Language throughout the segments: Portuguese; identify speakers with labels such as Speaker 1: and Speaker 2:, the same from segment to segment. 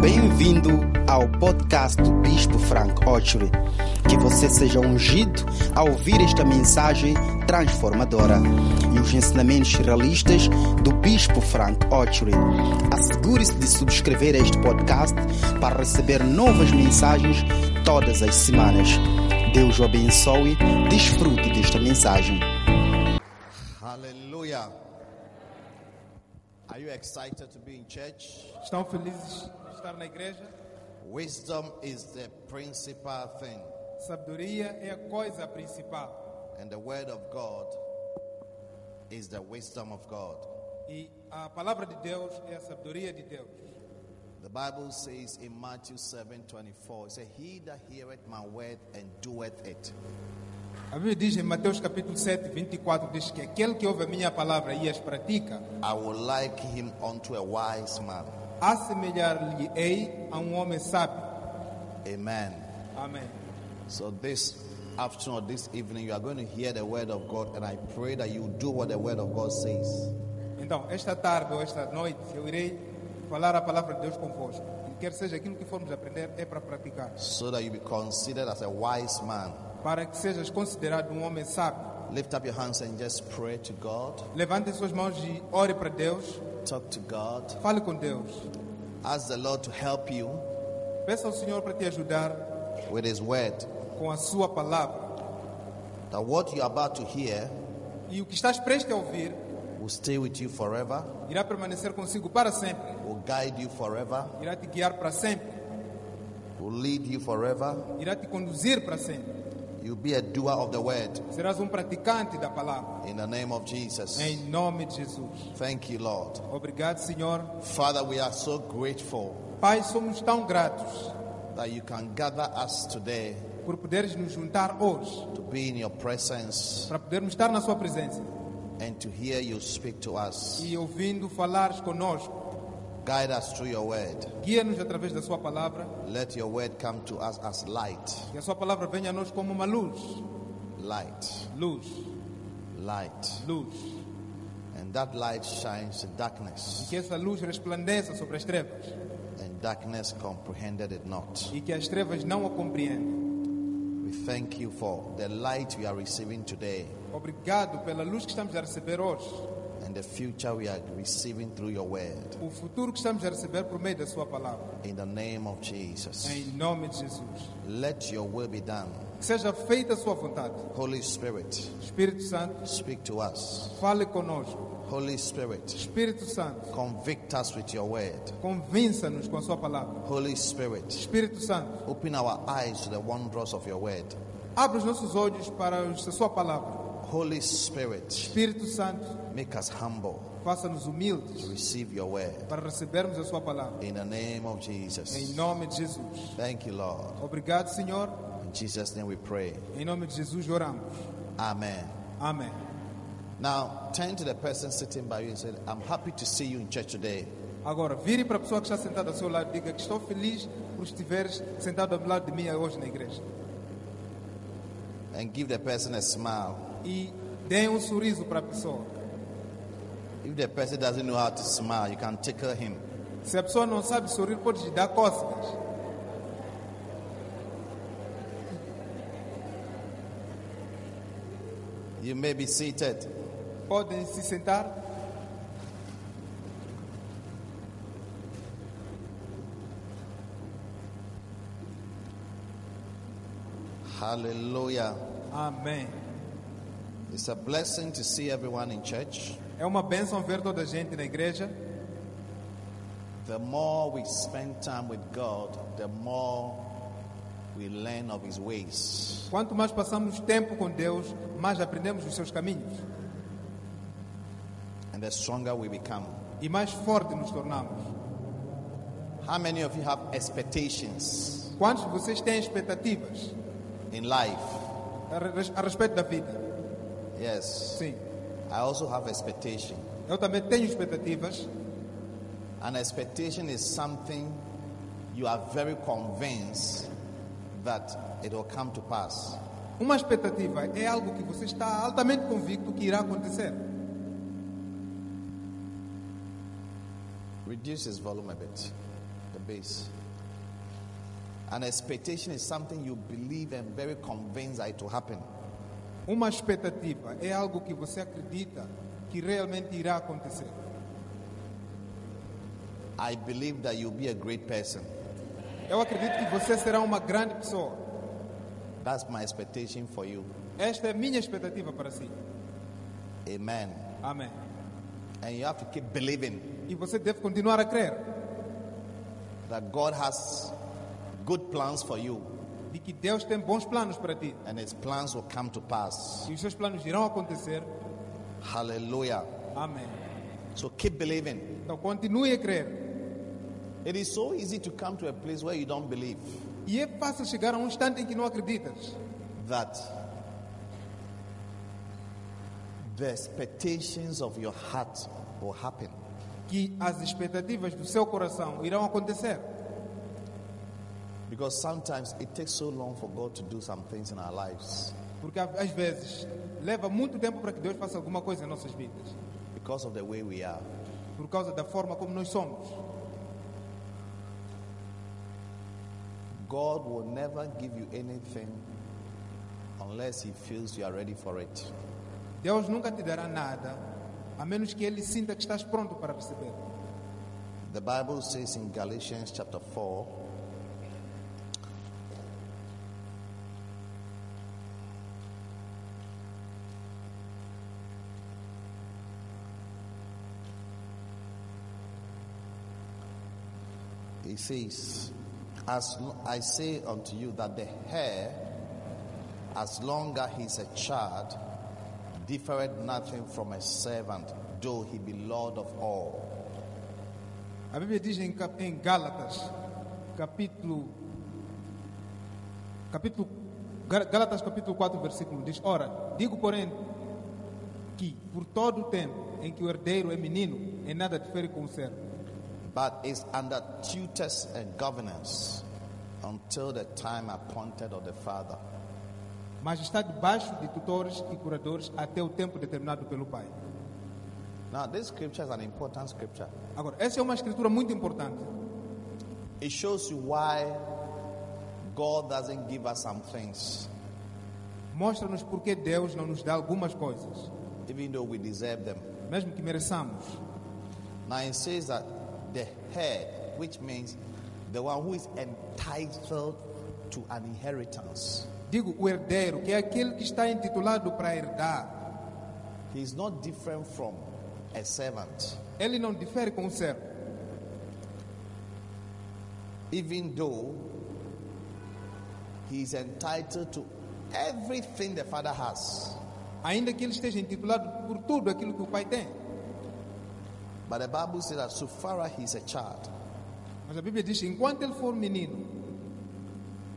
Speaker 1: Bem-vindo ao podcast do Bispo Frank Ochery. Que você seja ungido a ouvir esta mensagem transformadora e os ensinamentos realistas do Bispo Frank Ochery. Assegure-se de subscrever este podcast para receber novas mensagens todas as semanas. Deus o abençoe. Desfrute desta mensagem.
Speaker 2: Hallelujah. Are you excited to be in church?
Speaker 3: Estão felizes de estar na igreja?
Speaker 2: Wisdom is the principal thing,
Speaker 3: Sabedoria é a coisa principal.
Speaker 2: and the Word of God is the wisdom of God.
Speaker 3: E a palavra de Deus é a sabedoria de Deus.
Speaker 2: The Bible says in Matthew 7 24, it says, He that heareth my word and doeth it.
Speaker 3: A Bíblia diz em Mateus capítulo 7, 24, diz que aquele que ouve a minha palavra e as pratica,
Speaker 2: I will like him unto a wise man.
Speaker 3: assemelhar-lhe-ei a um homem sábio.
Speaker 2: Amen.
Speaker 3: Amém.
Speaker 2: So this afternoon, or this evening, you are going to hear the Word of God, and I pray that you do what the Word of God says.
Speaker 3: Então, esta tarde ou esta noite, eu irei falar a palavra de Deus convosco. E quer seja aquilo que formos aprender, é para praticar.
Speaker 2: so that you be considered as a wise man.
Speaker 3: Para que sejas considerado um homem sábio.
Speaker 2: Lift up your hands and just pray to God.
Speaker 3: Levante suas mãos e ore para Deus.
Speaker 2: Talk to God.
Speaker 3: Fale com Deus.
Speaker 2: Ask the Lord to help you
Speaker 3: Peça ao Senhor para te ajudar
Speaker 2: with His word.
Speaker 3: com a sua palavra.
Speaker 2: That what you're about to hear
Speaker 3: E o que estás prestes a ouvir
Speaker 2: will stay with you forever,
Speaker 3: irá permanecer consigo para sempre,
Speaker 2: will guide you forever,
Speaker 3: irá te guiar para sempre,
Speaker 2: will lead you forever.
Speaker 3: irá te conduzir para sempre.
Speaker 2: You'll be a doer of the word
Speaker 3: Serás um praticante da palavra.
Speaker 2: in the name of Jesus.
Speaker 3: Em nome de Jesus.
Speaker 2: Thank you, Lord.
Speaker 3: Obrigado, Senhor.
Speaker 2: Father, we are so grateful
Speaker 3: Pai, somos tão gratos
Speaker 2: that you can gather us today
Speaker 3: por poderes nos juntar hoje,
Speaker 2: to be in your presence
Speaker 3: para podermos estar na Sua presença
Speaker 2: and to hear you speak to us.
Speaker 3: e ouvindo falares conosco.
Speaker 2: Guide us through your word.
Speaker 3: Guia-nos através da Sua palavra,
Speaker 2: Let your word come to us as light,
Speaker 3: que a Sua palavra venha a nós como uma luz.
Speaker 2: light,
Speaker 3: Luz,
Speaker 2: light.
Speaker 3: luz.
Speaker 2: And that light shines in darkness,
Speaker 3: Que essa luz resplandeça sobre as trevas.
Speaker 2: and darkness comprehended it not.
Speaker 3: e que as trevas não o compreendem.
Speaker 2: We thank you for the light we are receiving today
Speaker 3: Obrigado pela luz que estamos a receber hoje,
Speaker 2: and the future we are receiving through your word.
Speaker 3: o futuro que estamos a receber por meio da Sua palavra.
Speaker 2: In the name of Jesus,
Speaker 3: Em nome de Jesus.
Speaker 2: let your will be done.
Speaker 3: Que seja feita a Sua vontade.
Speaker 2: Holy Spirit,
Speaker 3: Espírito Santo,
Speaker 2: speak to us.
Speaker 3: fale conosco.
Speaker 2: Holy Spirit,
Speaker 3: Espírito Santo,
Speaker 2: convict us with your word.
Speaker 3: convença-nos com a Sua palavra.
Speaker 2: Holy Spirit,
Speaker 3: Espírito Santo,
Speaker 2: open our eyes to the wonders of your word.
Speaker 3: abre os nossos olhos para a Sua palavra.
Speaker 2: Holy Spirit,
Speaker 3: Espírito Santo,
Speaker 2: Make us humble
Speaker 3: faça-nos
Speaker 2: to
Speaker 3: humildes
Speaker 2: receive your word.
Speaker 3: para recebermos a Sua palavra.
Speaker 2: In the name of
Speaker 3: Em
Speaker 2: Jesus.
Speaker 3: nome de Jesus.
Speaker 2: Thank you, Lord.
Speaker 3: Obrigado, Senhor.
Speaker 2: In Jesus' name we pray.
Speaker 3: Em nome de Jesus oramos.
Speaker 2: Amen.
Speaker 3: Amém.
Speaker 2: Now, turn to the person sitting by you and say, I'm happy to see you in church today.
Speaker 3: Agora, vire para a pessoa que está sentada ao seu lado e diga que estou feliz por estiveres sentado ao lado de mim hoje na igreja.
Speaker 2: And give the person a smile.
Speaker 3: E dê um sorriso para a pessoa.
Speaker 2: If the person doesn't know how to smile, you can tickle him.
Speaker 3: Se a pessoa não sabe sorrir, pode lhe dar cócegas.
Speaker 2: You may be seated.
Speaker 3: Podem se sentar.
Speaker 2: Hallelujah.
Speaker 3: Amém.
Speaker 2: It's a blessing to see everyone in church.
Speaker 3: É uma bênção ver toda a gente na igreja.
Speaker 2: The more we spend time with God, the more we learn of his ways.
Speaker 3: Quanto mais passamos tempo com Deus, mais aprendemos os seus caminhos
Speaker 2: and the stronger we become.
Speaker 3: e mais forte nos tornamos.
Speaker 2: How many of you have expectations
Speaker 3: Quantos de vocês têm expectativas
Speaker 2: in life?
Speaker 3: a res- a respeito da vida?
Speaker 2: Yes.
Speaker 3: Sim.
Speaker 2: I also have expectation.
Speaker 3: Eu também tenho expectativas.
Speaker 2: An expectation is something you are very convinced that it will come to pass.
Speaker 3: Uma expectativa é algo que você está altamente convicto que irá acontecer.
Speaker 2: Reduce his volume a bit. The base. An expectation is something you believe and very convinced that it will happen.
Speaker 3: Uma expectativa é algo que você acredita que realmente irá acontecer.
Speaker 2: I believe that you'll be a great person.
Speaker 3: Eu acredito que você será uma grande pessoa.
Speaker 2: That's my expectation for you.
Speaker 3: Esta é a minha expectativa para si.
Speaker 2: Amen.
Speaker 3: Amém.
Speaker 2: And you have to keep believing
Speaker 3: E você deve continuar a crer
Speaker 2: that God has good plans for you
Speaker 3: de que Deus tem bons planos para ti.
Speaker 2: and his plans will come to pass.
Speaker 3: E os seus planos irão acontecer.
Speaker 2: Hallelujah.
Speaker 3: Amém.
Speaker 2: So keep believing.
Speaker 3: Então continue a crer.
Speaker 2: It is so easy to come to a place where you don't believe
Speaker 3: E é fácil chegar a um instante em que não acreditas.
Speaker 2: that the expectations of your heart will happen.
Speaker 3: Que as expectativas do seu coração irão acontecer.
Speaker 2: Because sometimes it takes so long for God to do some things in our lives
Speaker 3: Porque a- às vezes leva muito tempo para que Deus faça alguma coisa em nossas vidas.
Speaker 2: because of the way we are.
Speaker 3: Por causa da forma como nós somos.
Speaker 2: God will never give you anything unless He feels you are ready for it.
Speaker 3: Deus nunca te dará nada, a menos que Ele sinta que estás pronto para receber.
Speaker 2: The Bible says in Galatians chapter 4, it says, As lo- I say unto you that the hair, as long as he is a child, differeth nothing from a servant, though he be Lord of all.
Speaker 3: A Bíblia diz em, cap- em Gálatas, capítulo, capítulo Gá- Gálatas capítulo 4, versículo 1, diz, Ora, digo porém que por todo o tempo em que o herdeiro é menino, em nada difere com o servo,
Speaker 2: but is under tutors and governance until the time appointed of the father.
Speaker 3: mas está debaixo de tutores e curadores até o tempo determinado pelo pai.
Speaker 2: Now, this scripture is an important scripture.
Speaker 3: Agora, essa é uma escritura muito importante.
Speaker 2: It shows you why God doesn't give us some things,
Speaker 3: Mostra-nos porque Deus não nos dá algumas coisas,
Speaker 2: even though we deserve them.
Speaker 3: mesmo que mereçamos.
Speaker 2: Now, it says that the head, which means the one who is entitled to an inheritance,
Speaker 3: Digo, o herdeiro, que é aquele que está intitulado para herdar.
Speaker 2: he is not different from a servant,
Speaker 3: Ele não difere com o servo.
Speaker 2: even though he is entitled to everything the father has.
Speaker 3: Ainda que ele esteja intitulado por tudo aquilo que o pai tem.
Speaker 2: But the Bible says that so far he's a child.
Speaker 3: Mas a Bíblia diz: enquanto ele for menino,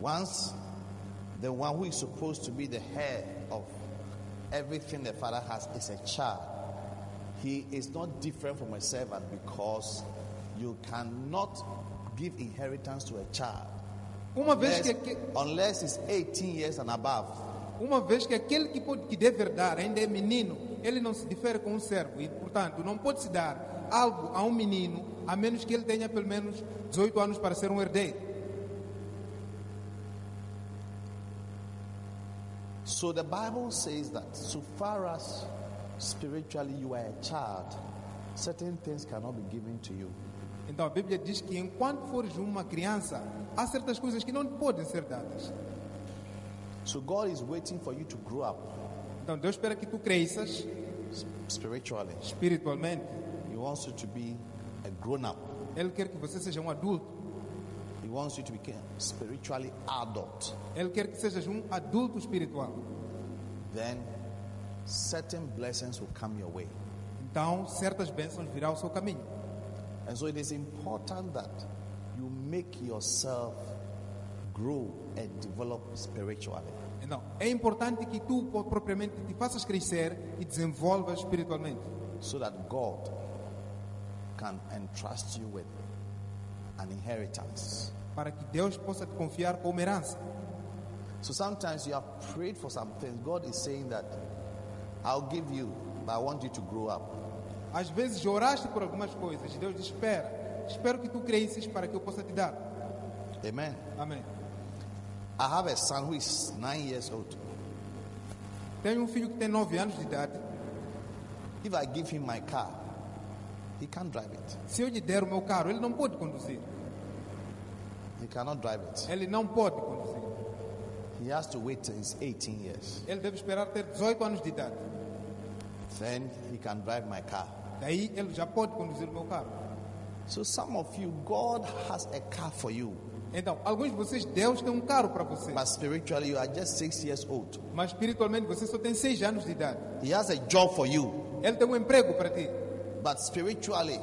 Speaker 2: Once the one who is supposed to be the head of everything the father has is a child, he is not different from a servant because you cannot give inheritance to a child
Speaker 3: uma vez
Speaker 2: unless,
Speaker 3: que, aque-
Speaker 2: unless he's 18 years and above.
Speaker 3: uma vez que aquele que, pode, que deve herdar ainda é menino, ele não se difere com o servo. E, portanto, não pode se dar algo a um menino, a menos que ele tenha pelo menos 18 anos para ser um herdeiro.
Speaker 2: So the Bible says that so far as spiritually you are a child, certain things cannot be given to you.
Speaker 3: Então a Bíblia diz que enquanto fores uma criança, há certas coisas que não te podem ser dadas.
Speaker 2: So God is waiting for you to grow up.
Speaker 3: Então Deus espera que tu cresças
Speaker 2: spiritually.
Speaker 3: espiritualmente.
Speaker 2: He wants you to be a grown up.
Speaker 3: Ele quer que você seja um adulto.
Speaker 2: He wants you to become spiritually adult.
Speaker 3: Ele quer que sejas um adulto espiritual.
Speaker 2: Then certain blessings will come your way.
Speaker 3: Então, certas bênçãos virão ao seu caminho.
Speaker 2: And so it is important that you make yourself grow and develop spiritually.
Speaker 3: Então, é importante que tu po- propriamente te faças crescer e desenvolvas espiritualmente,
Speaker 2: so that God can entrust you with an inheritance.
Speaker 3: para que Deus possa te confiar como herança.
Speaker 2: So sometimes you have prayed for some things. God is saying that I'll give you, but I want you to grow up.
Speaker 3: Às vezes oraste por algumas coisas, e Deus diz, espera, espero que tu cresces para que eu possa te dar.
Speaker 2: Amen.
Speaker 3: Amém.
Speaker 2: I have a son who is nine years old.
Speaker 3: Tenho um filho que tem 9 anos de idade.
Speaker 2: If I give him my car, he can't drive it.
Speaker 3: Se eu lhe der o meu carro, ele não pode conduzir.
Speaker 2: He cannot drive it.
Speaker 3: Ele não pode conduzir.
Speaker 2: He has to wait till he's 18 years.
Speaker 3: Ele deve esperar ter 18 anos de idade.
Speaker 2: Then he can drive my car.
Speaker 3: Daí ele já pode conduzir o meu carro.
Speaker 2: So some of you, God has a car for you.
Speaker 3: Então, alguns de vocês, Deus tem um carro para vocês.
Speaker 2: But spiritually, you are just six years old.
Speaker 3: Mas espiritualmente você só tem 6 anos de idade.
Speaker 2: He has a job for you.
Speaker 3: Ele tem um emprego para ti.
Speaker 2: But spiritually,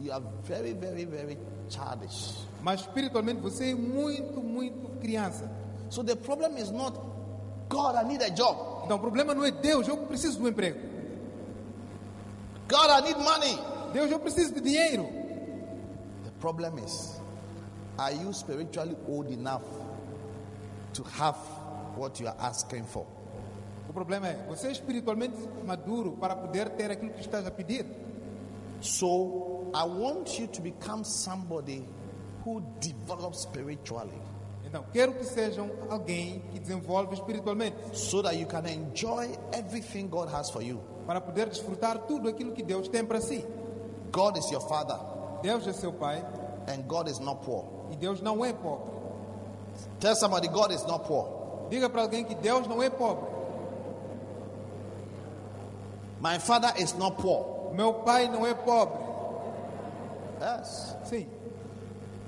Speaker 2: you are very, very, very childish.
Speaker 3: Mas espiritualmente você é muito, muito criança.
Speaker 2: So the problem is not, God, I need a job.
Speaker 3: Então o problema não é Deus, eu preciso do emprego.
Speaker 2: God, I need money.
Speaker 3: Deus, eu preciso de dinheiro.
Speaker 2: The problem is, are you spiritually old enough to have what you are asking for?
Speaker 3: O problema é, você é espiritualmente maduro para poder ter aquilo que estás a pedir.
Speaker 2: So I want you to become somebody who develops spiritually
Speaker 3: Então, quero que sejam alguém que desenvolve espiritualmente,
Speaker 2: so that you can enjoy everything God has for you.
Speaker 3: para poder desfrutar tudo aquilo que Deus tem para si.
Speaker 2: God is your father
Speaker 3: Deus é seu pai
Speaker 2: and God is not poor.
Speaker 3: e Deus não é pobre.
Speaker 2: Tell somebody God is not poor.
Speaker 3: Diga para alguém que Deus não é pobre.
Speaker 2: My father is not poor.
Speaker 3: Meu pai não é pobre.
Speaker 2: Yes.
Speaker 3: Sim.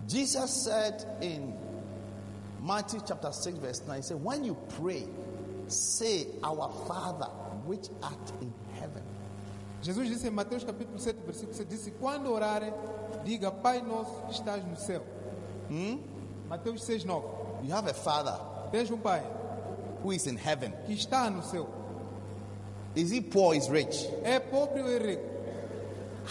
Speaker 2: Jesus said in Matthew chapter 6 verse 9 he said when you pray say our father which art in heaven.
Speaker 3: Jesus disse em Mateus capítulo 7, versículo 7, disse, quando orarem, diga, Pai nosso que estás no céu. Mateus 6, 9.
Speaker 2: You have a father
Speaker 3: Tens um pai
Speaker 2: who is in heaven.
Speaker 3: que está no céu.
Speaker 2: Is he poor? Is rich?
Speaker 3: É pobre ou é rico?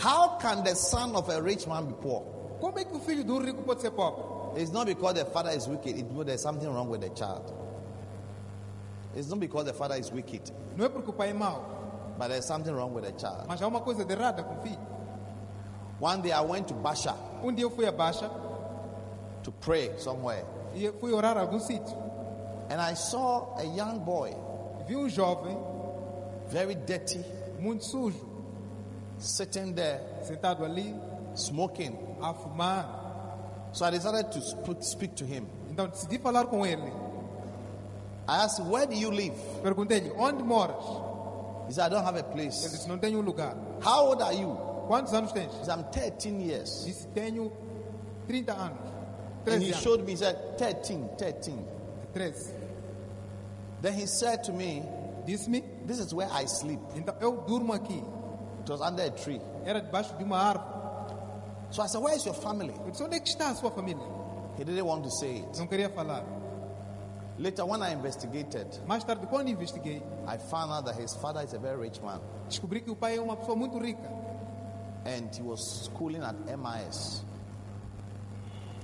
Speaker 2: How can the son of a rich man be poor?
Speaker 3: Como é que o filho de um rico pode ser pobre?
Speaker 2: It's not because the father is wicked. It's because there's something wrong with the child. It's not because the father is wicked,
Speaker 3: Não é porque o pai é mau,
Speaker 2: but there's something wrong with the child.
Speaker 3: mas há uma coisa de errada com o filho.
Speaker 2: One day I went to Basha
Speaker 3: Um dia eu fui à Baixa
Speaker 2: to pray somewhere,
Speaker 3: e eu fui orar a algum sítio.
Speaker 2: and I saw a young boy,
Speaker 3: Vi um jovem,
Speaker 2: very dirty,
Speaker 3: muito sujo,
Speaker 2: sitting there
Speaker 3: sentado ali,
Speaker 2: smoking.
Speaker 3: a fumar.
Speaker 2: So I decided to sp- speak to him.
Speaker 3: Então decidi falar com ele.
Speaker 2: I asked, "Where do you live?"
Speaker 3: Perguntei-lhe, onde moras?
Speaker 2: He said, "I don't have a
Speaker 3: Ele
Speaker 2: place."
Speaker 3: disse, não tenho um lugar.
Speaker 2: How old are you?
Speaker 3: Quantos anos tens?
Speaker 2: He said, "I'm 13 years."
Speaker 3: Disse, tenho 30 anos.
Speaker 2: And
Speaker 3: 13
Speaker 2: he
Speaker 3: anos.
Speaker 2: showed me, he said, 13, 13.
Speaker 3: 13.
Speaker 2: Then he said to me,
Speaker 3: Disse-me,
Speaker 2: This is where I sleep.
Speaker 3: então eu durmo aqui.
Speaker 2: It was under a tree.
Speaker 3: Era debaixo de uma árvore.
Speaker 2: So I said, Where is your family?
Speaker 3: Eu disse, onde é que está a sua família?
Speaker 2: He didn't want to say it.
Speaker 3: Não queria falar.
Speaker 2: Later, when I investigated,
Speaker 3: Mais tarde, quando investiguei,
Speaker 2: I found out that his father is a very rich man
Speaker 3: descobri que o pai é uma pessoa muito rica.
Speaker 2: and he was schooling at MIS.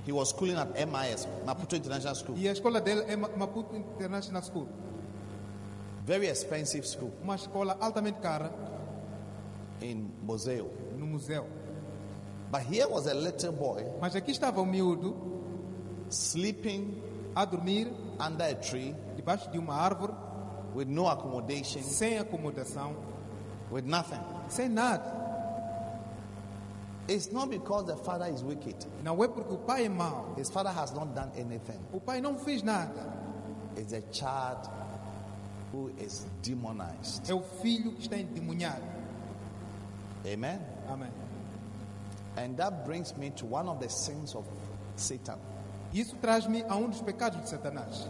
Speaker 2: He was schooling at MIS, Maputo International School.
Speaker 3: E a escola dele é Ma- Maputo International School.
Speaker 2: Very expensive school
Speaker 3: Uma escola altamente cara
Speaker 2: in Moseo.
Speaker 3: no museu.
Speaker 2: But here was a little boy
Speaker 3: Mas aqui estava o miúdo
Speaker 2: sleeping
Speaker 3: a dormir
Speaker 2: under a tree
Speaker 3: debaixo de uma árvore,
Speaker 2: with no accommodation,
Speaker 3: sem acomodação,
Speaker 2: with nothing.
Speaker 3: sem nada.
Speaker 2: It's not because the father is wicked.
Speaker 3: Não é porque o pai é mau.
Speaker 2: His father has not done anything.
Speaker 3: O pai não fez nada.
Speaker 2: It's a child who is demonized.
Speaker 3: É o filho que está endemoniado.
Speaker 2: Amen.
Speaker 3: Amém.
Speaker 2: And that brings me to one of the sins of Satan.
Speaker 3: Isso traz-me a um dos pecados de Satanás.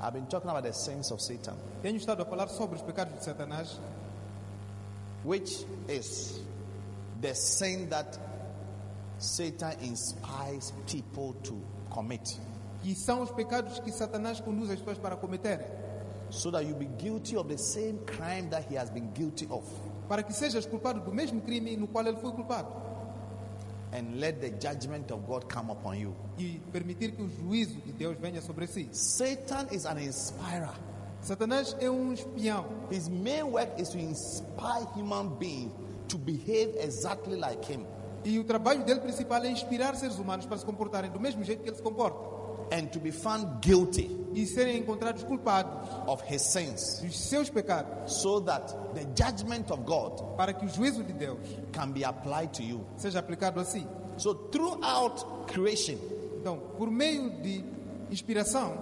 Speaker 2: I've been talking about the sins of Satan,
Speaker 3: Tenho estado a falar sobre os pecados de Satanás,
Speaker 2: which is the sin that Satan inspires people to commit
Speaker 3: que são os pecados que Satanás conduz as pessoas para cometerem,
Speaker 2: so that you be guilty of the same crime that he has been guilty of
Speaker 3: para que sejas culpado do mesmo crime no qual ele foi culpado
Speaker 2: and let the judgment of God come upon you.
Speaker 3: e permitir que o juízo de Deus venha sobre si.
Speaker 2: Satan is an inspirer.
Speaker 3: Satanás é um espião.
Speaker 2: His main work is to inspire human beings to behave exactly like him.
Speaker 3: E o trabalho dele principal é inspirar seres humanos para se comportarem do mesmo jeito que ele se comporta
Speaker 2: and to be found guilty
Speaker 3: e serem encontrados culpados
Speaker 2: of his sins
Speaker 3: dos seus pecados,
Speaker 2: so that the judgment of God
Speaker 3: para que o juízo de Deus
Speaker 2: can be applied to you.
Speaker 3: seja aplicado assim.
Speaker 2: So throughout creation,
Speaker 3: Então, por meio de inspiração,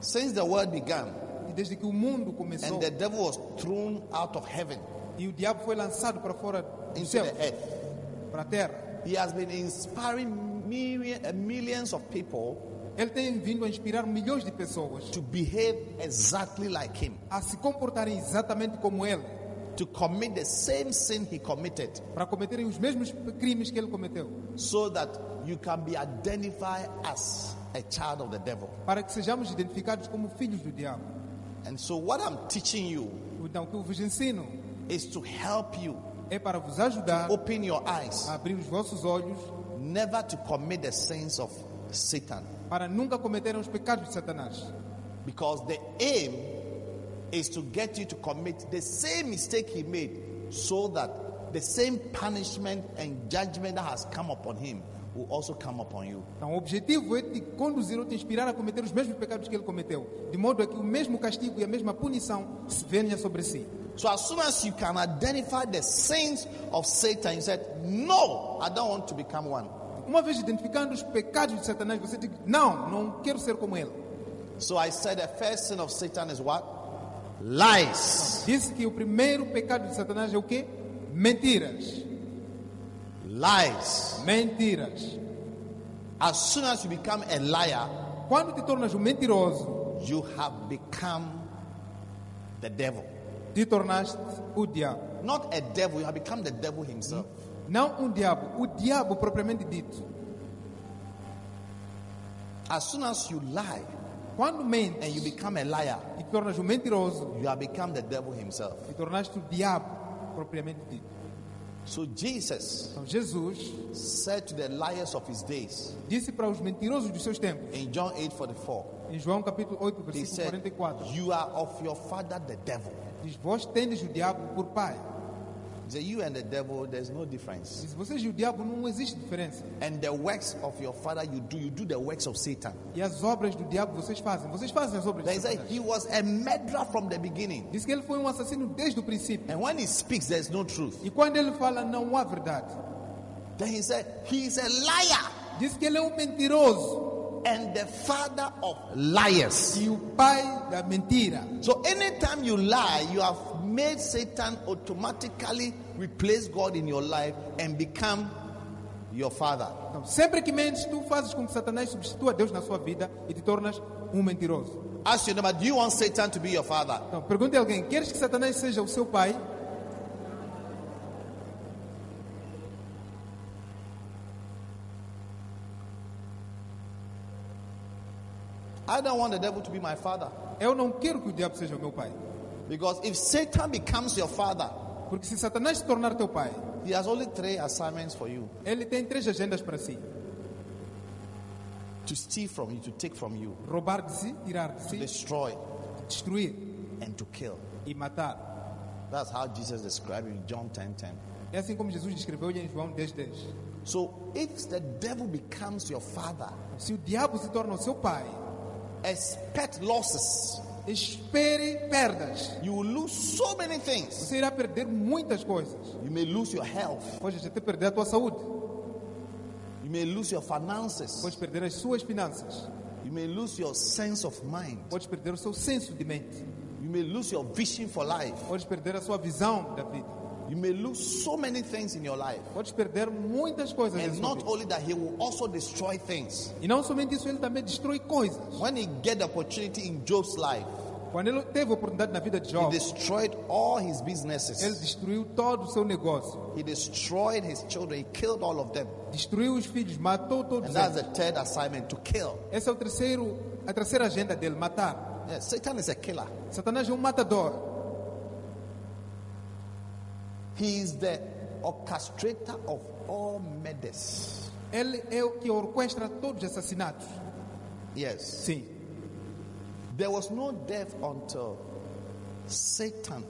Speaker 2: since the world began
Speaker 3: e desde que o mundo
Speaker 2: and
Speaker 3: começou
Speaker 2: the devil was thrown out of heaven
Speaker 3: e o diabo foi lançado para fora do
Speaker 2: into
Speaker 3: céu,
Speaker 2: the earth,
Speaker 3: para a terra,
Speaker 2: he has been inspiring million, uh, millions of people
Speaker 3: ele tem vindo a inspirar milhões de pessoas
Speaker 2: to behave exactly like him,
Speaker 3: a se comportarem exatamente como ele,
Speaker 2: to commit the same sin he committed,
Speaker 3: para cometerem os mesmos crimes que ele cometeu,
Speaker 2: so that you can be identified as a child of the devil.
Speaker 3: para que sejamos identificados como filhos do diabo.
Speaker 2: And so, what I'm teaching you
Speaker 3: Então, o que eu vos ensino
Speaker 2: is to help you
Speaker 3: é para vos ajudar
Speaker 2: open your eyes,
Speaker 3: a abrir os vossos olhos
Speaker 2: never to commit the sins of Satan.
Speaker 3: para nunca cometerem os pecados de Satanás.
Speaker 2: Because the aim is to get you to commit the same mistake he made, so that the same punishment and judgment that has come upon him will also come upon you.
Speaker 3: Então, o objetivo é te conduzir ou te inspirar a cometer os mesmos pecados que ele cometeu, de modo a que o mesmo castigo e a mesma punição se venha sobre si.
Speaker 2: So as soon as you can identify the sins of Satan, you said, No, I don't want to become one.
Speaker 3: Uma vez identificando os pecados de Satanás, você diz: Não, não quero ser como ele.
Speaker 2: So I said the first sin of Satan is what? Lies.
Speaker 3: Disse que o primeiro pecado de Satanás é o quê? Mentiras.
Speaker 2: Lies.
Speaker 3: Mentiras.
Speaker 2: As soon as you become a liar,
Speaker 3: Quando te tornas um mentiroso,
Speaker 2: you have become the devil.
Speaker 3: te tornaste o diabo.
Speaker 2: Not a devil, you have become the devil himself.
Speaker 3: Não um diabo, o diabo propriamente dito.
Speaker 2: As soon as you lie
Speaker 3: Quando
Speaker 2: and you
Speaker 3: mentes
Speaker 2: become a liar,
Speaker 3: e te tornas um mentiroso,
Speaker 2: you have become the devil himself.
Speaker 3: te tornaste o diabo propriamente dito.
Speaker 2: So Jesus
Speaker 3: Então Jesus
Speaker 2: said to the liars of his days
Speaker 3: disse para os mentirosos dos seus tempos,
Speaker 2: in John 8 44,
Speaker 3: em João capítulo 8,
Speaker 2: he
Speaker 3: versículo
Speaker 2: said,
Speaker 3: 44,
Speaker 2: You are of your father the devil.
Speaker 3: diz, vós tendes o diabo por pai.
Speaker 2: He said, You and the devil, there's no difference.
Speaker 3: Diz, vocês e o diabo não existe diferença.
Speaker 2: And the works of your father you do, you do the works of Satan.
Speaker 3: E as obras do diabo vocês fazem. Vocês fazem as obras
Speaker 2: Then he
Speaker 3: de
Speaker 2: said,
Speaker 3: Satanás.
Speaker 2: He was a murderer from the beginning.
Speaker 3: Diz que ele foi um assassino desde o princípio.
Speaker 2: And when he speaks, there's no truth.
Speaker 3: E quando ele fala, não há verdade.
Speaker 2: Then he said, He is a liar
Speaker 3: Diz que ele é um mentiroso
Speaker 2: and the father of liars.
Speaker 3: e o pai da mentira.
Speaker 2: So anytime you lie, you have made Satan automatically replace God in your life and become your father.
Speaker 3: Então, sempre que mentes, tu fazes com que Satanás substitua Deus na sua vida e te tornas um mentiroso.
Speaker 2: Ask your neighbor, do you want Satan to be your father?
Speaker 3: Então, pergunte a alguém: queres que Satanás seja o seu pai?
Speaker 2: I don't want the devil to be my father.
Speaker 3: Eu não quero que o diabo seja o meu pai.
Speaker 2: Because if Satan becomes your father,
Speaker 3: Porque se Satanás se tornar teu pai,
Speaker 2: he has only three assignments for you
Speaker 3: ele tem três agendas para si:
Speaker 2: to steal from you, to take from you,
Speaker 3: roubar de si, tirar de
Speaker 2: to
Speaker 3: si,
Speaker 2: destroy,
Speaker 3: destruir
Speaker 2: and to kill.
Speaker 3: e matar.
Speaker 2: That's how Jesus described it in John 10 10.
Speaker 3: É assim como Jesus descreveu em João 10:10. 10.
Speaker 2: So if the devil becomes your father,
Speaker 3: Se o diabo se torna o seu pai,
Speaker 2: expect losses.
Speaker 3: espere perdas.
Speaker 2: You will lose so many things.
Speaker 3: Você irá perder muitas coisas.
Speaker 2: You may lose your health.
Speaker 3: Podes até perder a tua saúde,
Speaker 2: You may lose your finances.
Speaker 3: podes perder as suas finanças,
Speaker 2: You may lose your sense of mind.
Speaker 3: podes perder o seu senso de mente,
Speaker 2: You may lose your vision for life.
Speaker 3: podes perder a sua visão da vida,
Speaker 2: You may lose so many things in your life.
Speaker 3: podes perder muitas coisas. na
Speaker 2: And É
Speaker 3: sua
Speaker 2: not
Speaker 3: vida.
Speaker 2: only that, he will also destroy things.
Speaker 3: E não somente isso, ele também destrói coisas.
Speaker 2: When he get the opportunity in Job's life,
Speaker 3: Quando ele teve a oportunidade na vida de
Speaker 2: he
Speaker 3: Jó,
Speaker 2: destroyed all his
Speaker 3: ele
Speaker 2: businesses.
Speaker 3: destruiu todo o seu negócio,
Speaker 2: He destroyed his children. He killed all of them.
Speaker 3: destruiu os filhos, matou todos
Speaker 2: And that's
Speaker 3: eles.
Speaker 2: the third assignment to kill.
Speaker 3: Essa é o terceiro, a terceira agenda dele, matar.
Speaker 2: Yeah, Satan is a killer.
Speaker 3: Satanás é um matador.
Speaker 2: He is the orchestrator of all murders.
Speaker 3: Ele é o que orquestra todos os assassinatos.
Speaker 2: Yes.
Speaker 3: Sim.
Speaker 2: There was no death until Satan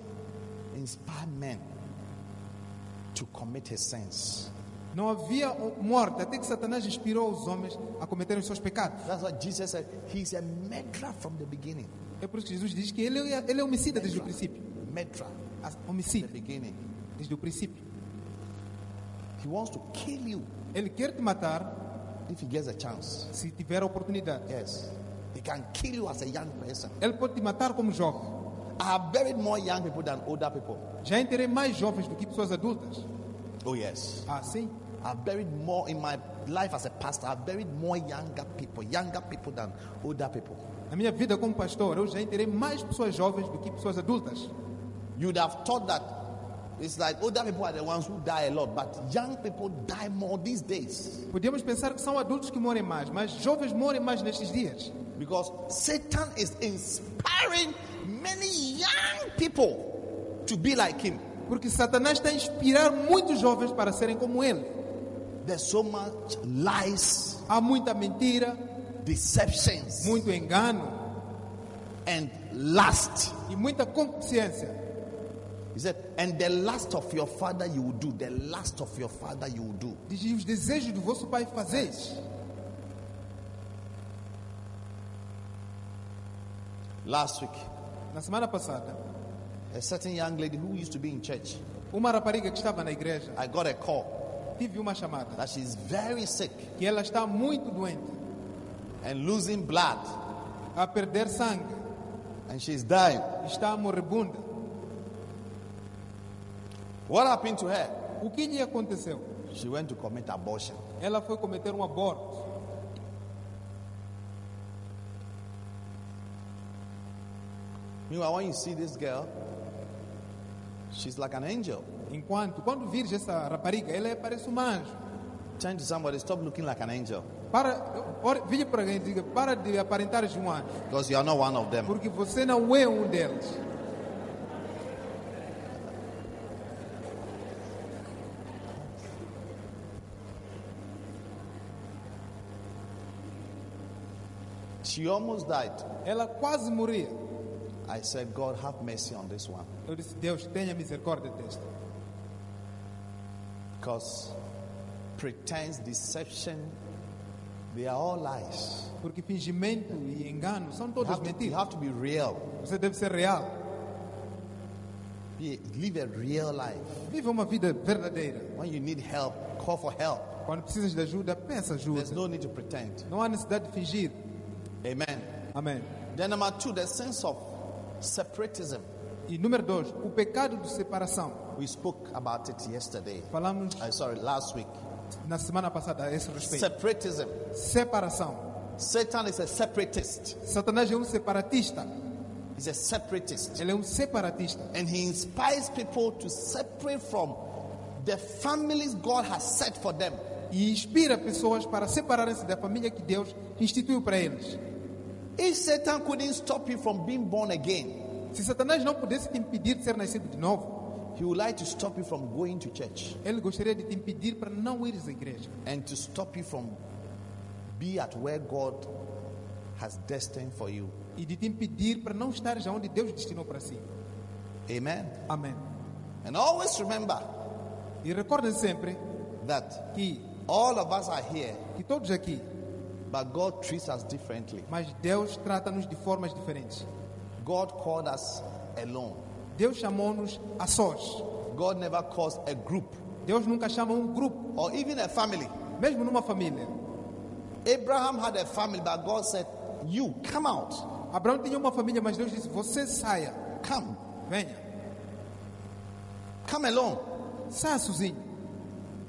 Speaker 2: inspired men to commit his sins.
Speaker 3: Não havia o- morte, até que Satanás inspirou os homens a cometerem os seus pecados.
Speaker 2: That's what Jesus said. He's a murderer from the beginning.
Speaker 3: É por isso que Jesus diz que ele é, ele é homicida desde o princípio.
Speaker 2: Murderer.
Speaker 3: As-
Speaker 2: The
Speaker 3: Homicida
Speaker 2: beginning.
Speaker 3: desde o princípio.
Speaker 2: He wants to kill you
Speaker 3: Ele quer te matar
Speaker 2: if he gets a chance.
Speaker 3: se tiver a oportunidade.
Speaker 2: Yes. He can kill you as a young person.
Speaker 3: Ele pode te matar como jovem.
Speaker 2: I have buried more young people than older people.
Speaker 3: Já enterei mais jovens do que pessoas adultas.
Speaker 2: Oh, yes.
Speaker 3: Ah, sim?
Speaker 2: I've buried more in my life as a pastor. I've buried more younger people, younger people than older people.
Speaker 3: Na minha vida como pastor, eu já enterei mais pessoas jovens do que pessoas adultas.
Speaker 2: You'd have thought that it's like older people are the ones who die a lot, but young people die more these days
Speaker 3: Podíamos pensar que são adultos que morrem mais, mas jovens morrem mais nestes dias.
Speaker 2: because Satan is inspiring many young people to be like him.
Speaker 3: Porque Satanás está a inspirar muitos jovens para serem como ele.
Speaker 2: There's so much lies,
Speaker 3: Há muita mentira,
Speaker 2: deceptions,
Speaker 3: muito engano
Speaker 2: and lust.
Speaker 3: e muita consciência.
Speaker 2: He said, and the lust of your father you will do, the lust of your father you will do.
Speaker 3: Diz, "E os desejos do vosso pai fazeis.
Speaker 2: Last week,
Speaker 3: Na semana passada,
Speaker 2: a certain young lady who used to be in church,
Speaker 3: uma rapariga que estava na igreja,
Speaker 2: I got a call
Speaker 3: tive uma chamada
Speaker 2: that she's very sick
Speaker 3: que ela está muito doente,
Speaker 2: and losing blood
Speaker 3: a perder sangue,
Speaker 2: and she's dying.
Speaker 3: está moribunda.
Speaker 2: What happened to her?
Speaker 3: O que lhe aconteceu?
Speaker 2: She went to commit abortion.
Speaker 3: Ela foi cometer um aborto.
Speaker 2: Meanwhile, when you see this girl, she's like an angel.
Speaker 3: Enquanto, quando vires essa rapariga, ela é- parece um anjo.
Speaker 2: Turn to somebody, stop looking like an angel
Speaker 3: Para, ore- vire para alguém e diga, para de aparentar um anjo,
Speaker 2: because you are not one of them.
Speaker 3: porque você não é um deles.
Speaker 2: She almost died.
Speaker 3: Ela quase morria.
Speaker 2: I said, God, have mercy on this one
Speaker 3: Eu disse, Deus, tenha misericórdia desta.
Speaker 2: because pretense, deception, they are all lies.
Speaker 3: Porque fingimento e engano são
Speaker 2: You
Speaker 3: todas
Speaker 2: have to, you
Speaker 3: mentiras.
Speaker 2: have to be real.
Speaker 3: Você deve ser real.
Speaker 2: Be, live a real life.
Speaker 3: Viva uma vida verdadeira.
Speaker 2: When you need help, call for help.
Speaker 3: Quando precisas de ajuda, peça ajuda.
Speaker 2: There's no need to pretend.
Speaker 3: Não há necessidade de fingir.
Speaker 2: Amen.
Speaker 3: Amém.
Speaker 2: Then, number two, the sense of separatism.
Speaker 3: E número dois, o pecado de separação.
Speaker 2: We spoke about it yesterday.
Speaker 3: Falamos
Speaker 2: I sorry, last week.
Speaker 3: na semana passada a esse respeito.
Speaker 2: Separatism.
Speaker 3: Separação.
Speaker 2: Satan is a separatist.
Speaker 3: Satanás é um separatista.
Speaker 2: He's a separatist.
Speaker 3: Ele é um separatista.
Speaker 2: And he inspires people to separate from the families God has set for them.
Speaker 3: e inspira pessoas para separarem-se da família que Deus instituiu para eles.
Speaker 2: If Satan couldn't stop you from being born again,
Speaker 3: Se Satanás não pudesse te impedir de ser nascido de novo,
Speaker 2: he would like to stop you from going to church
Speaker 3: ele gostaria de te impedir para não ires à igreja
Speaker 2: and to stop you from be at where God has destined for you.
Speaker 3: e de te impedir para não estares onde Deus destinou para si.
Speaker 2: Amen.
Speaker 3: Amém.
Speaker 2: And always remember
Speaker 3: E recordem sempre
Speaker 2: that
Speaker 3: que
Speaker 2: all of us are here,
Speaker 3: que todos aqui,
Speaker 2: but God treats us differently.
Speaker 3: mas Deus trata-nos de formas diferentes.
Speaker 2: God called us alone.
Speaker 3: Deus chamou-nos a sós.
Speaker 2: God never calls a group
Speaker 3: Deus nunca chama um grupo,
Speaker 2: or even a family.
Speaker 3: mesmo numa família.
Speaker 2: Abraham had a family, but God said, You come out,
Speaker 3: Abraão tinha uma família, mas Deus disse: "Você saia,
Speaker 2: come,
Speaker 3: venha,
Speaker 2: come alone,
Speaker 3: saia sozinho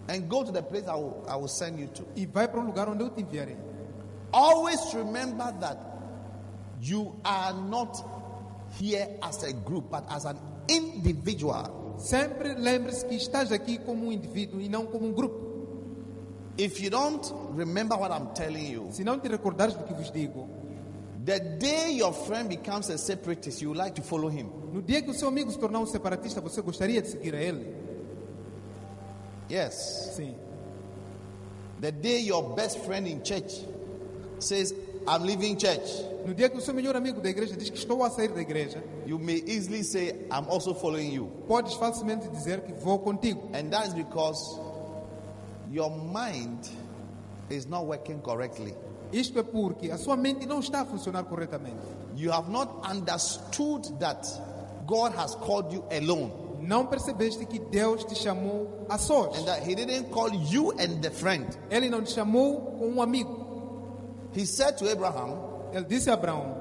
Speaker 2: and go to the place I will, I will send you to.
Speaker 3: e vai para o lugar onde eu te enviarei."
Speaker 2: Always remember that you are not here as a group, but as an individual.
Speaker 3: Sempre lembre-se que estás aqui como um indivíduo e não como um grupo.
Speaker 2: If you don't remember what I'm telling you,
Speaker 3: Se não te recordares do que vos digo,
Speaker 2: The day your friend becomes a separatist, you would like to follow him.
Speaker 3: no dia que o seu amigo se tornar um separatista, você gostaria de seguir a ele?
Speaker 2: Yes.
Speaker 3: Sim.
Speaker 2: The day your best friend in church says, I'm leaving church,
Speaker 3: No dia que o seu melhor amigo da igreja diz que estou a sair da igreja,
Speaker 2: you may easily say, I'm also following you.
Speaker 3: podes facilmente dizer que vou contigo.
Speaker 2: And that is because your mind is not working correctly.
Speaker 3: Isto é porque a sua mente não está a funcionar corretamente.
Speaker 2: You have not understood that God has called you alone
Speaker 3: Não percebeste que Deus te chamou a sós.
Speaker 2: and that He didn't call you and the friend.
Speaker 3: Ele não te chamou com um amigo.
Speaker 2: He said to Abraham
Speaker 3: Ele disse a Abraão,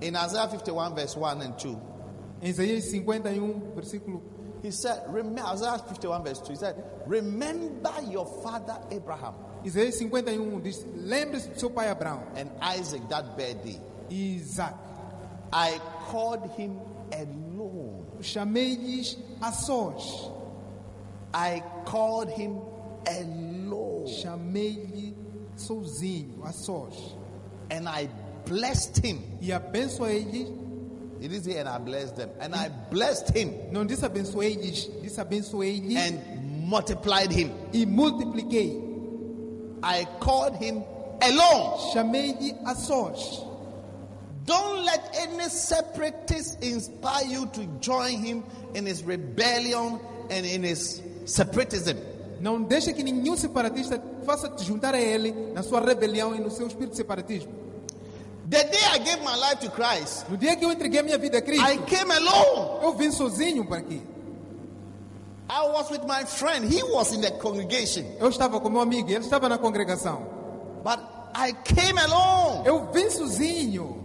Speaker 2: in Isaiah 51, verse 1 and 2,
Speaker 3: em Isaías 51, versículo
Speaker 2: He said, rem- Isaiah 51, verse 2, He said, Remember your father Abraham
Speaker 3: Isaías 51 diz: Lembre-se do seu pai Abraão
Speaker 2: and Isaac that bad day.
Speaker 3: e Isaac.
Speaker 2: I called him alone.
Speaker 3: Chamei-lhes a sós.
Speaker 2: I called him alone.
Speaker 3: Chamei-lhe sozinho, a sós.
Speaker 2: And I blessed him.
Speaker 3: E abençoei-lhes.
Speaker 2: He didn't say, and I blessed them. And I blessed him
Speaker 3: Não disse abençoei-lhes, disse abençoei-lhes
Speaker 2: and multiplied him.
Speaker 3: e multipliquei.
Speaker 2: I called him alone.
Speaker 3: Chamei-lhe a sós.
Speaker 2: Don't let any separatist inspire you to join him in his rebellion and in his separatism.
Speaker 3: Não deixa que nenhum separatista faça-te juntar a ele na sua rebelião e no seu espírito de separatismo.
Speaker 2: The day I gave my life to Christ,
Speaker 3: No dia que eu entreguei a minha vida a
Speaker 2: I
Speaker 3: Cristo,
Speaker 2: came alone.
Speaker 3: eu vim sozinho para aqui.
Speaker 2: I was with my friend. He was in the congregation.
Speaker 3: Eu estava com meu amigo, ele estava na congregação.
Speaker 2: But I came alone
Speaker 3: Eu vim sozinho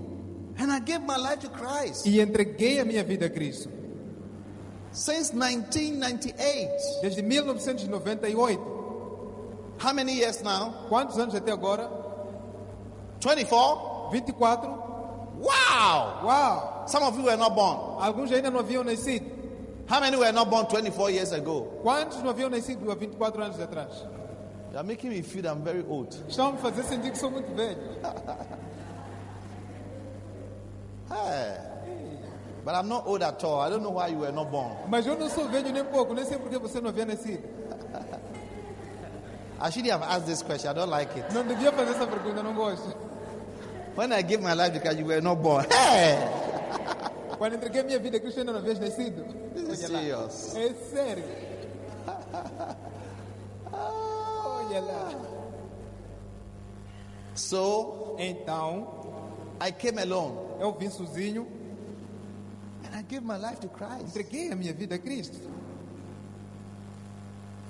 Speaker 2: and I gave my life to Christ.
Speaker 3: e entreguei a minha vida a Cristo.
Speaker 2: Since 1998,
Speaker 3: Desde 1998.
Speaker 2: how many years now?
Speaker 3: Quantos anos até agora?
Speaker 2: 24?
Speaker 3: 24.
Speaker 2: Wow!
Speaker 3: Uau!
Speaker 2: Some of you were not born.
Speaker 3: Alguns ainda não haviam nascido.
Speaker 2: How many were not born 24 years ago?
Speaker 3: Quantos não haviam nascido há 24 anos atrás?
Speaker 2: You're making me feel I'm very old.
Speaker 3: Estão a me fazer sentir que sou muito velho.
Speaker 2: Hey. But I'm not old at all. I don't know why you were not born.
Speaker 3: Mas eu não sou velho nem pouco, nem sei por que você não havia nascido.
Speaker 2: I shouldn't have asked this question. I don't like it.
Speaker 3: Não devia fazer essa pergunta, não gosto.
Speaker 2: When I gave my life because you were not born. Hey!
Speaker 3: Quando entreguei a minha vida, Cristo ainda não havia nascido.
Speaker 2: This is serious.
Speaker 3: É sério. Olha lá.
Speaker 2: So
Speaker 3: Então,
Speaker 2: I came alone
Speaker 3: eu vim sozinho,
Speaker 2: and I gave my life to Christ.
Speaker 3: entreguei a minha vida a Cristo.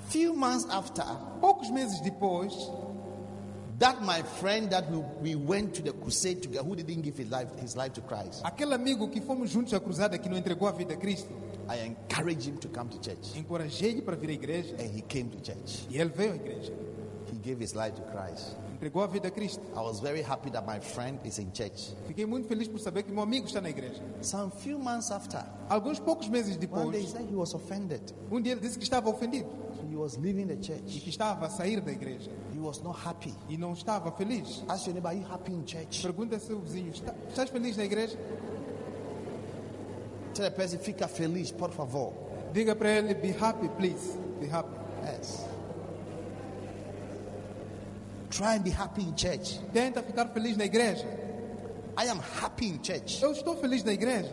Speaker 2: Few months after
Speaker 3: Poucos meses depois,
Speaker 2: that, my friend that we, we went to the crusade together, who didn't give his life, his life to Christ,
Speaker 3: aquele amigo que fomos juntos à cruzada que não entregou a vida a Cristo,
Speaker 2: I encouraged him to come to church,
Speaker 3: encorajei-lhe para vir à igreja
Speaker 2: and he came to church.
Speaker 3: e ele veio à igreja.
Speaker 2: He gave his life to Christ.
Speaker 3: Entregou a vida a Cristo.
Speaker 2: I was very happy that my friend is in church.
Speaker 3: Fiquei muito feliz por saber que meu amigo está na igreja.
Speaker 2: Some few months after,
Speaker 3: Alguns poucos meses
Speaker 2: one day he
Speaker 3: depois,
Speaker 2: said he was offended.
Speaker 3: um dia ele disse que estava ofendido
Speaker 2: So he was leaving the
Speaker 3: e
Speaker 2: church.
Speaker 3: que estava a sair da igreja.
Speaker 2: He was not happy.
Speaker 3: e não estava feliz.
Speaker 2: Ask your neighbor, are you happy in church?
Speaker 3: Pergunta ao seu vizinho, "Está- estás feliz na igreja?
Speaker 2: Tell the person, fica feliz, por favor.
Speaker 3: Diga para ele, be happy, please. Be happy.
Speaker 2: Yes. Try and be happy in church.
Speaker 3: Tenta ficar feliz na igreja.
Speaker 2: I am happy in church.
Speaker 3: Eu estou feliz na igreja.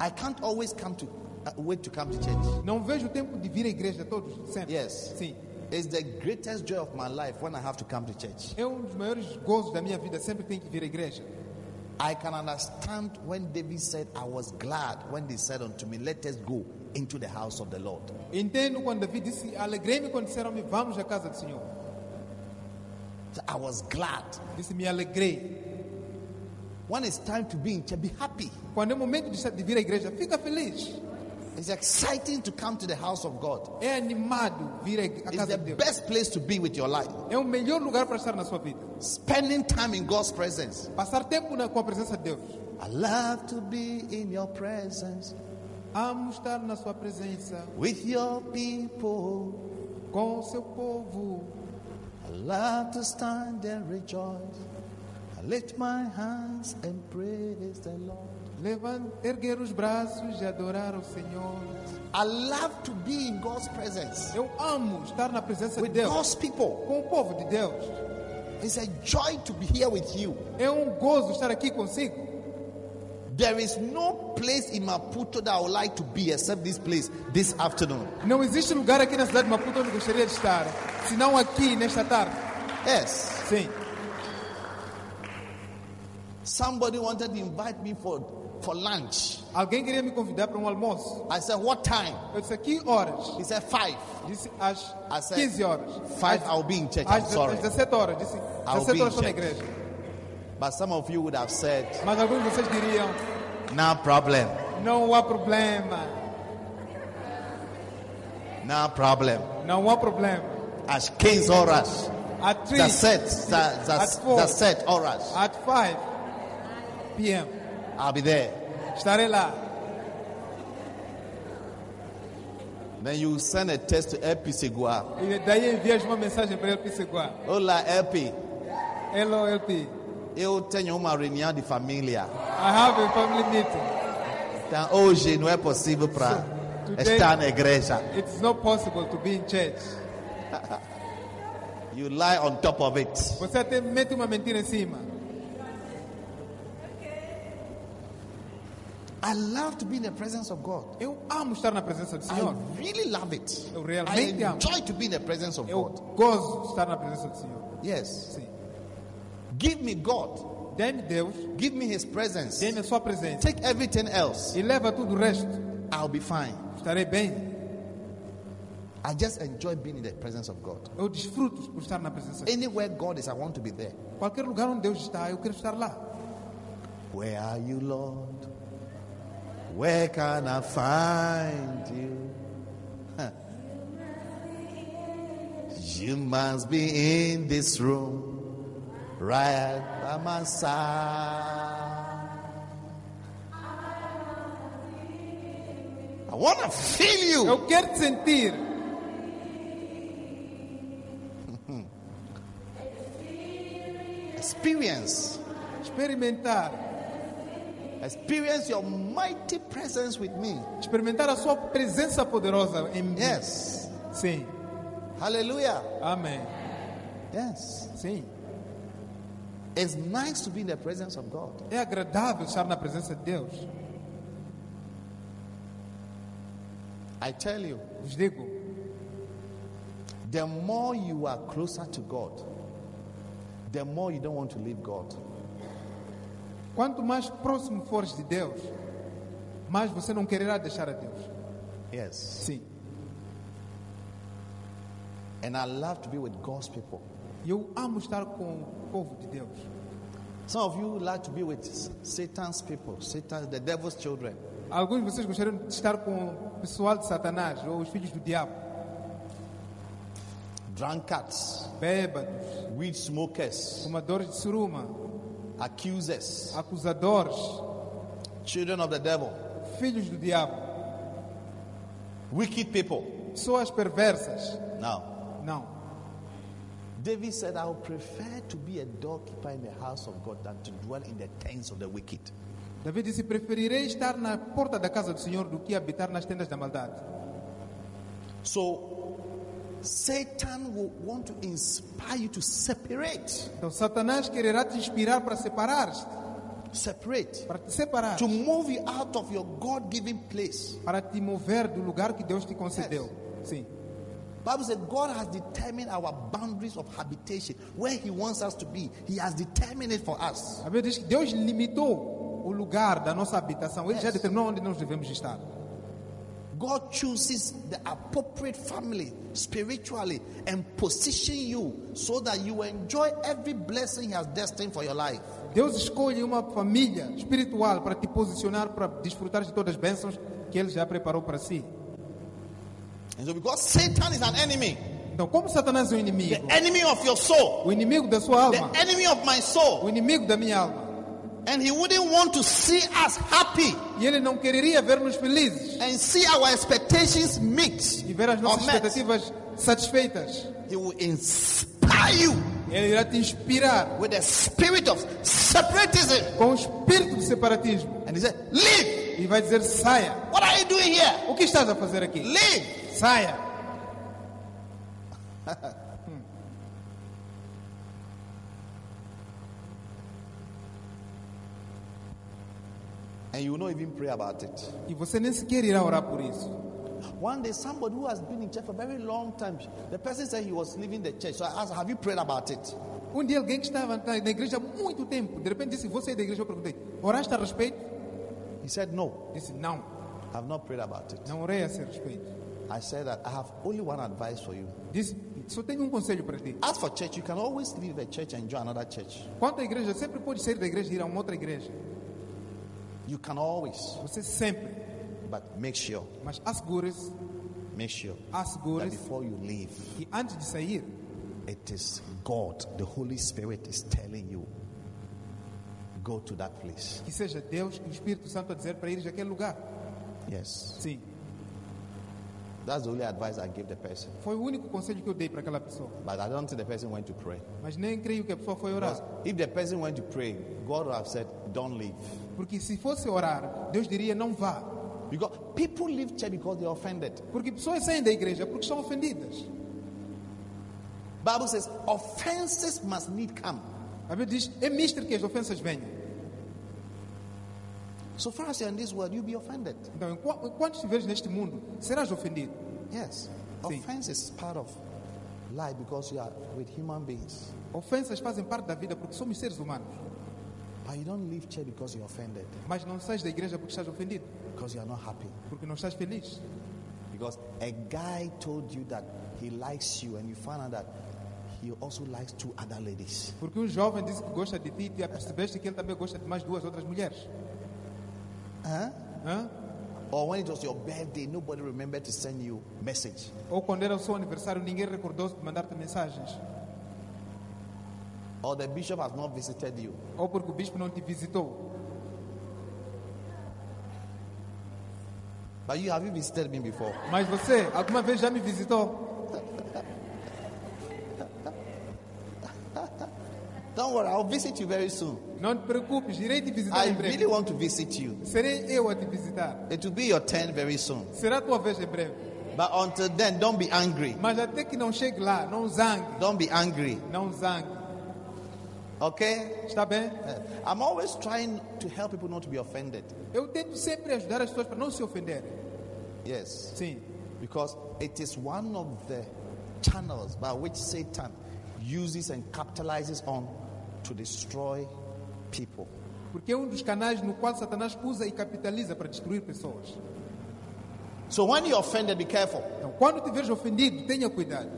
Speaker 2: I can't always come to uh, wait to come to church.
Speaker 3: Não vejo tempo de vir à igreja todos, sempre.
Speaker 2: Yes.
Speaker 3: Sim.
Speaker 2: It's the greatest joy of my life when I have to come to church.
Speaker 3: É um dos maiores gozos da minha vida, sempre tenho que vir à igreja.
Speaker 2: I can understand when David said, "I was glad when they said unto me, Let us go into the house of the Lord."
Speaker 3: Entendo quando Davi disse, alegrei-me quando disseram-me, vamos à casa do Senhor.
Speaker 2: So I was glad
Speaker 3: Disse, me alegrei.
Speaker 2: when it's time to be in church. Be happy.
Speaker 3: Quando é momento de estar- de vir à igreja, fica feliz.
Speaker 2: It's exciting to come to the house of God.
Speaker 3: É animado vir à igre- à
Speaker 2: It's
Speaker 3: casa
Speaker 2: the
Speaker 3: de Deus.
Speaker 2: best place to be with your life.
Speaker 3: É o melhor lugar para estar na sua vida.
Speaker 2: Spending time in God's presence.
Speaker 3: Passar tempo na, com a presença de Deus.
Speaker 2: I love to be in your presence
Speaker 3: Amo estar na sua presença
Speaker 2: with your people.
Speaker 3: com o seu povo.
Speaker 2: I love to stand and rejoice. I lift my hands and praise the Lord.
Speaker 3: Levant, erguer os braços e adorar o Senhor.
Speaker 2: I love to be in God's presence
Speaker 3: Eu amo estar na presença de
Speaker 2: with
Speaker 3: Deus,
Speaker 2: God's people.
Speaker 3: com o povo de Deus.
Speaker 2: It's a joy to be here with you.
Speaker 3: É um gozo estar aqui consigo.
Speaker 2: There is no place in Maputo that I would like to be except this place this afternoon.
Speaker 3: Não existe lugar aqui na cidade de Maputo onde gostaria de estar, Se não aqui, nesta tarde.
Speaker 2: Yes.
Speaker 3: Sim.
Speaker 2: Somebody wanted to invite me for, for lunch.
Speaker 3: Alguém queria me convidar para um almoço.
Speaker 2: I said, What time?
Speaker 3: Eu disse, a que horas?
Speaker 2: He said, Five.
Speaker 3: Disse, às
Speaker 2: I said,
Speaker 3: 15 horas.
Speaker 2: Five,
Speaker 3: Às-
Speaker 2: I'll be in church. I'm
Speaker 3: Às de-
Speaker 2: sorry.
Speaker 3: às 17 horas. Disse,
Speaker 2: I'll
Speaker 3: 17
Speaker 2: be in
Speaker 3: horas estou na
Speaker 2: church.
Speaker 3: igreja.
Speaker 2: But some of you would have said,
Speaker 3: Mas alguns de vocês diriam,
Speaker 2: No problem.
Speaker 3: não há problema.
Speaker 2: No problem.
Speaker 3: Não há problema.
Speaker 2: As kings or us.
Speaker 3: At 3,
Speaker 2: The set. The,
Speaker 3: At
Speaker 2: the,
Speaker 3: four.
Speaker 2: the set or us.
Speaker 3: at 5 p.m.
Speaker 2: I'll be there.
Speaker 3: Estarei lá.
Speaker 2: Then you send a text to LP Segua.
Speaker 3: E daí envias uma mensagem para ele Pisseguá.
Speaker 2: Olá, LP.
Speaker 3: Hello, LP.
Speaker 2: Eu tenho uma reunião de família.
Speaker 3: I have a family meeting.
Speaker 2: Então, hoje não é possível para
Speaker 3: So, today-
Speaker 2: estar na igreja.
Speaker 3: It's not possible to be in church.
Speaker 2: You lie on top of it.
Speaker 3: Você até mete uma mentira em cima.
Speaker 2: I love to be in the presence of God.
Speaker 3: Eu amo estar na presença do
Speaker 2: I
Speaker 3: Senhor.
Speaker 2: really love it.
Speaker 3: Eu
Speaker 2: I
Speaker 3: realmente amo.
Speaker 2: enjoy to be in the presence of
Speaker 3: Eu
Speaker 2: God.
Speaker 3: gozo de estar na presença do Senhor.
Speaker 2: Yes.
Speaker 3: Sim.
Speaker 2: Give me God.
Speaker 3: Dê-me Deus,
Speaker 2: Give me His presence.
Speaker 3: dê-me a sua presença.
Speaker 2: Take everything else.
Speaker 3: E leva tudo o resto.
Speaker 2: I'll be fine.
Speaker 3: Estarei bem.
Speaker 2: I just enjoy being in the presence of God.
Speaker 3: Eu desfruto por estar na presença de
Speaker 2: Anywhere God is, I want to be there.
Speaker 3: Deus. Qualquer lugar onde Deus está, eu quero estar lá.
Speaker 2: Where are you, Lord? Where can I find you? Huh. You must be in this room, right by my side. I want to feel you.
Speaker 3: Eu quero te sentir.
Speaker 2: Experience.
Speaker 3: Experimentar.
Speaker 2: Experience your mighty presence with me.
Speaker 3: Experimentar a sua presença poderosa em mim.
Speaker 2: Yes.
Speaker 3: Sim.
Speaker 2: Hallelujah.
Speaker 3: Amém.
Speaker 2: Yes.
Speaker 3: Sim.
Speaker 2: It's nice to be in the presence of God.
Speaker 3: É agradável estar na presença de Deus.
Speaker 2: I tell you,
Speaker 3: Vos digo,
Speaker 2: the more you are closer to God, the more you don't want to leave God.
Speaker 3: quanto mais próximo fores de Deus, mais você não quererá deixar a Deus.
Speaker 2: Yes.
Speaker 3: Sim.
Speaker 2: And I love to be with God's people.
Speaker 3: E eu amo estar com o povo de Deus.
Speaker 2: Some of you like to be with S- Satan's people, Satan, the devil's children.
Speaker 3: Alguns de vocês gostariam de estar com o pessoal de Satanás ou os filhos do diabo,
Speaker 2: Drunkards,
Speaker 3: bêbados,
Speaker 2: weed smokers,
Speaker 3: fumadores de suruma,
Speaker 2: accusers,
Speaker 3: acusadores,
Speaker 2: children of the devil,
Speaker 3: filhos do diabo,
Speaker 2: wicked people.
Speaker 3: pessoas perversas.
Speaker 2: Now,
Speaker 3: Não.
Speaker 2: David said, I would prefer to be a doorkeeper in the house of God than to dwell in the tents of the wicked.
Speaker 3: Davi disse: Preferirei estar na porta da casa do Senhor do que habitar nas tendas da maldade.
Speaker 2: So Satan will want to inspire you to separate,
Speaker 3: Então Satanás quererá te inspirar para separar-te,
Speaker 2: separate,
Speaker 3: para te separar,
Speaker 2: to move you out of your God-given place.
Speaker 3: para te mover do lugar que Deus te concedeu. Sim.
Speaker 2: Bible said God has determined our boundaries of habitation, where He wants us to be. He has determined it for us.
Speaker 3: A Bíblia diz que Deus limitou o lugar da nossa habitação. Ele já determinou onde nós devemos estar.
Speaker 2: God chooses the appropriate family spiritually and position you so that you enjoy every blessing He has destined for your life.
Speaker 3: Deus escolhe uma família espiritual para te posicionar para desfrutar de todas as bênçãos que Ele já preparou para si.
Speaker 2: And so, because Satan is an enemy,
Speaker 3: Então, como Satanás é o
Speaker 2: the
Speaker 3: inimigo,
Speaker 2: enemy of your soul,
Speaker 3: o inimigo da sua alma,
Speaker 2: the enemy of my soul.
Speaker 3: o inimigo da minha alma,
Speaker 2: And he wouldn't want to see us happy
Speaker 3: e Ele não quereria ver-nos felizes
Speaker 2: and see our expectations met.
Speaker 3: e ver as nossas
Speaker 2: or met.
Speaker 3: expectativas satisfeitas.
Speaker 2: He will inspire you
Speaker 3: Ele irá te inspirar
Speaker 2: with the spirit of separatism.
Speaker 3: com o espírito de separatismo
Speaker 2: And he said, Leave!
Speaker 3: e vai dizer: saia.
Speaker 2: What are you doing here?
Speaker 3: O que estás a fazer aqui?
Speaker 2: Leave!
Speaker 3: Saia.
Speaker 2: And you will not even pray about it.
Speaker 3: E você nem sequer irá orar por isso.
Speaker 2: One day, somebody who has been in church for a very long time, the person said he was leaving the church. So I asked, Have you prayed about it?
Speaker 3: Um dia alguém que estava na na igreja há muito tempo, de repente disse, você é da igreja? Eu perguntei, oraste a respeito?
Speaker 2: He said, No,
Speaker 3: Disse, não,
Speaker 2: I've not prayed about it.
Speaker 3: não orei a esse respeito.
Speaker 2: I said that I have only one advice for you.
Speaker 3: Disse, só tenho um conselho para ti.
Speaker 2: As for church, you can always leave a church and join another church.
Speaker 3: Quanto à igreja, sempre pode sair da igreja e ir a uma outra igreja.
Speaker 2: You can always,
Speaker 3: Você sempre,
Speaker 2: but make sure,
Speaker 3: mas assegure-se,
Speaker 2: make sure that
Speaker 3: assegure-se
Speaker 2: before you leave,
Speaker 3: que antes de sair,
Speaker 2: it is God, the Holy Spirit is telling you, go to that place.
Speaker 3: que seja Deus e o Espírito Santo a dizer para ir àquele lugar.
Speaker 2: Yes.
Speaker 3: Sim,
Speaker 2: That's the only advice I give the person.
Speaker 3: foi o único conselho que eu dei para aquela pessoa.
Speaker 2: But I don't think the person went to pray.
Speaker 3: Mas nem creio que a pessoa foi
Speaker 2: Because
Speaker 3: orar.
Speaker 2: if the person went to pray, God would have said, don't leave.
Speaker 3: Porque se fosse orar, Deus diria não vá.
Speaker 2: Because people leave church because they're offended.
Speaker 3: Porque pessoas saem da igreja porque estão ofendidas.
Speaker 2: Bible says offenses must need come.
Speaker 3: A Bíblia diz, é mister que as ofensas venham.
Speaker 2: So far as you're in this world, you'll be offended.
Speaker 3: Então, enqu- enquanto estiveres neste mundo, serás ofendido.
Speaker 2: Yes.
Speaker 3: See.
Speaker 2: Offense is part of life because you are with human beings.
Speaker 3: Ofensas fazem parte da vida porque somos seres humanos.
Speaker 2: But you don't leave church because you're offended,
Speaker 3: Mas não sais da igreja porque estás ofendido,
Speaker 2: because you're not happy.
Speaker 3: porque não estás feliz.
Speaker 2: Because a guy told you that he likes you, and you found out that he also likes two other ladies.
Speaker 3: Porque um jovem disse que gosta de ti e te apercebeste que ele também gosta de mais duas outras mulheres.
Speaker 2: Huh?
Speaker 3: Hã?
Speaker 2: Or when it was your birthday, nobody remembered to send you message.
Speaker 3: Ou quando era o seu aniversário, ninguém recordou de mandar-te mensagens.
Speaker 2: Or the bishop has not visited you.
Speaker 3: Ou porque o bispo não te visitou.
Speaker 2: But you have you visited me before?
Speaker 3: Mas você, alguma vez já me visitou?
Speaker 2: Don't worry, I'll visit you very soon.
Speaker 3: Não te preocupes, irei te visitar
Speaker 2: I
Speaker 3: em breve.
Speaker 2: really want to visit you.
Speaker 3: Serei eu a te visitar.
Speaker 2: It will be your turn very soon.
Speaker 3: Será a tua vez em breve.
Speaker 2: But until then, don't be angry.
Speaker 3: Mas até que não chegue lá, não zangue.
Speaker 2: Don't be angry.
Speaker 3: Não zangue.
Speaker 2: Okay?
Speaker 3: Está bem?
Speaker 2: I'm always trying to help people not to be offended.
Speaker 3: Eu tento sempre ajudar as pessoas para não se ofenderem.
Speaker 2: Yes.
Speaker 3: Sim.
Speaker 2: Because it is one of the channels by which Satan uses and capitalizes on to destroy people.
Speaker 3: Porque é um dos canais no qual Satanás usa e capitaliza para destruir pessoas.
Speaker 2: So when you're offended, be careful.
Speaker 3: Então, quando te veres ofendido, tenha cuidado.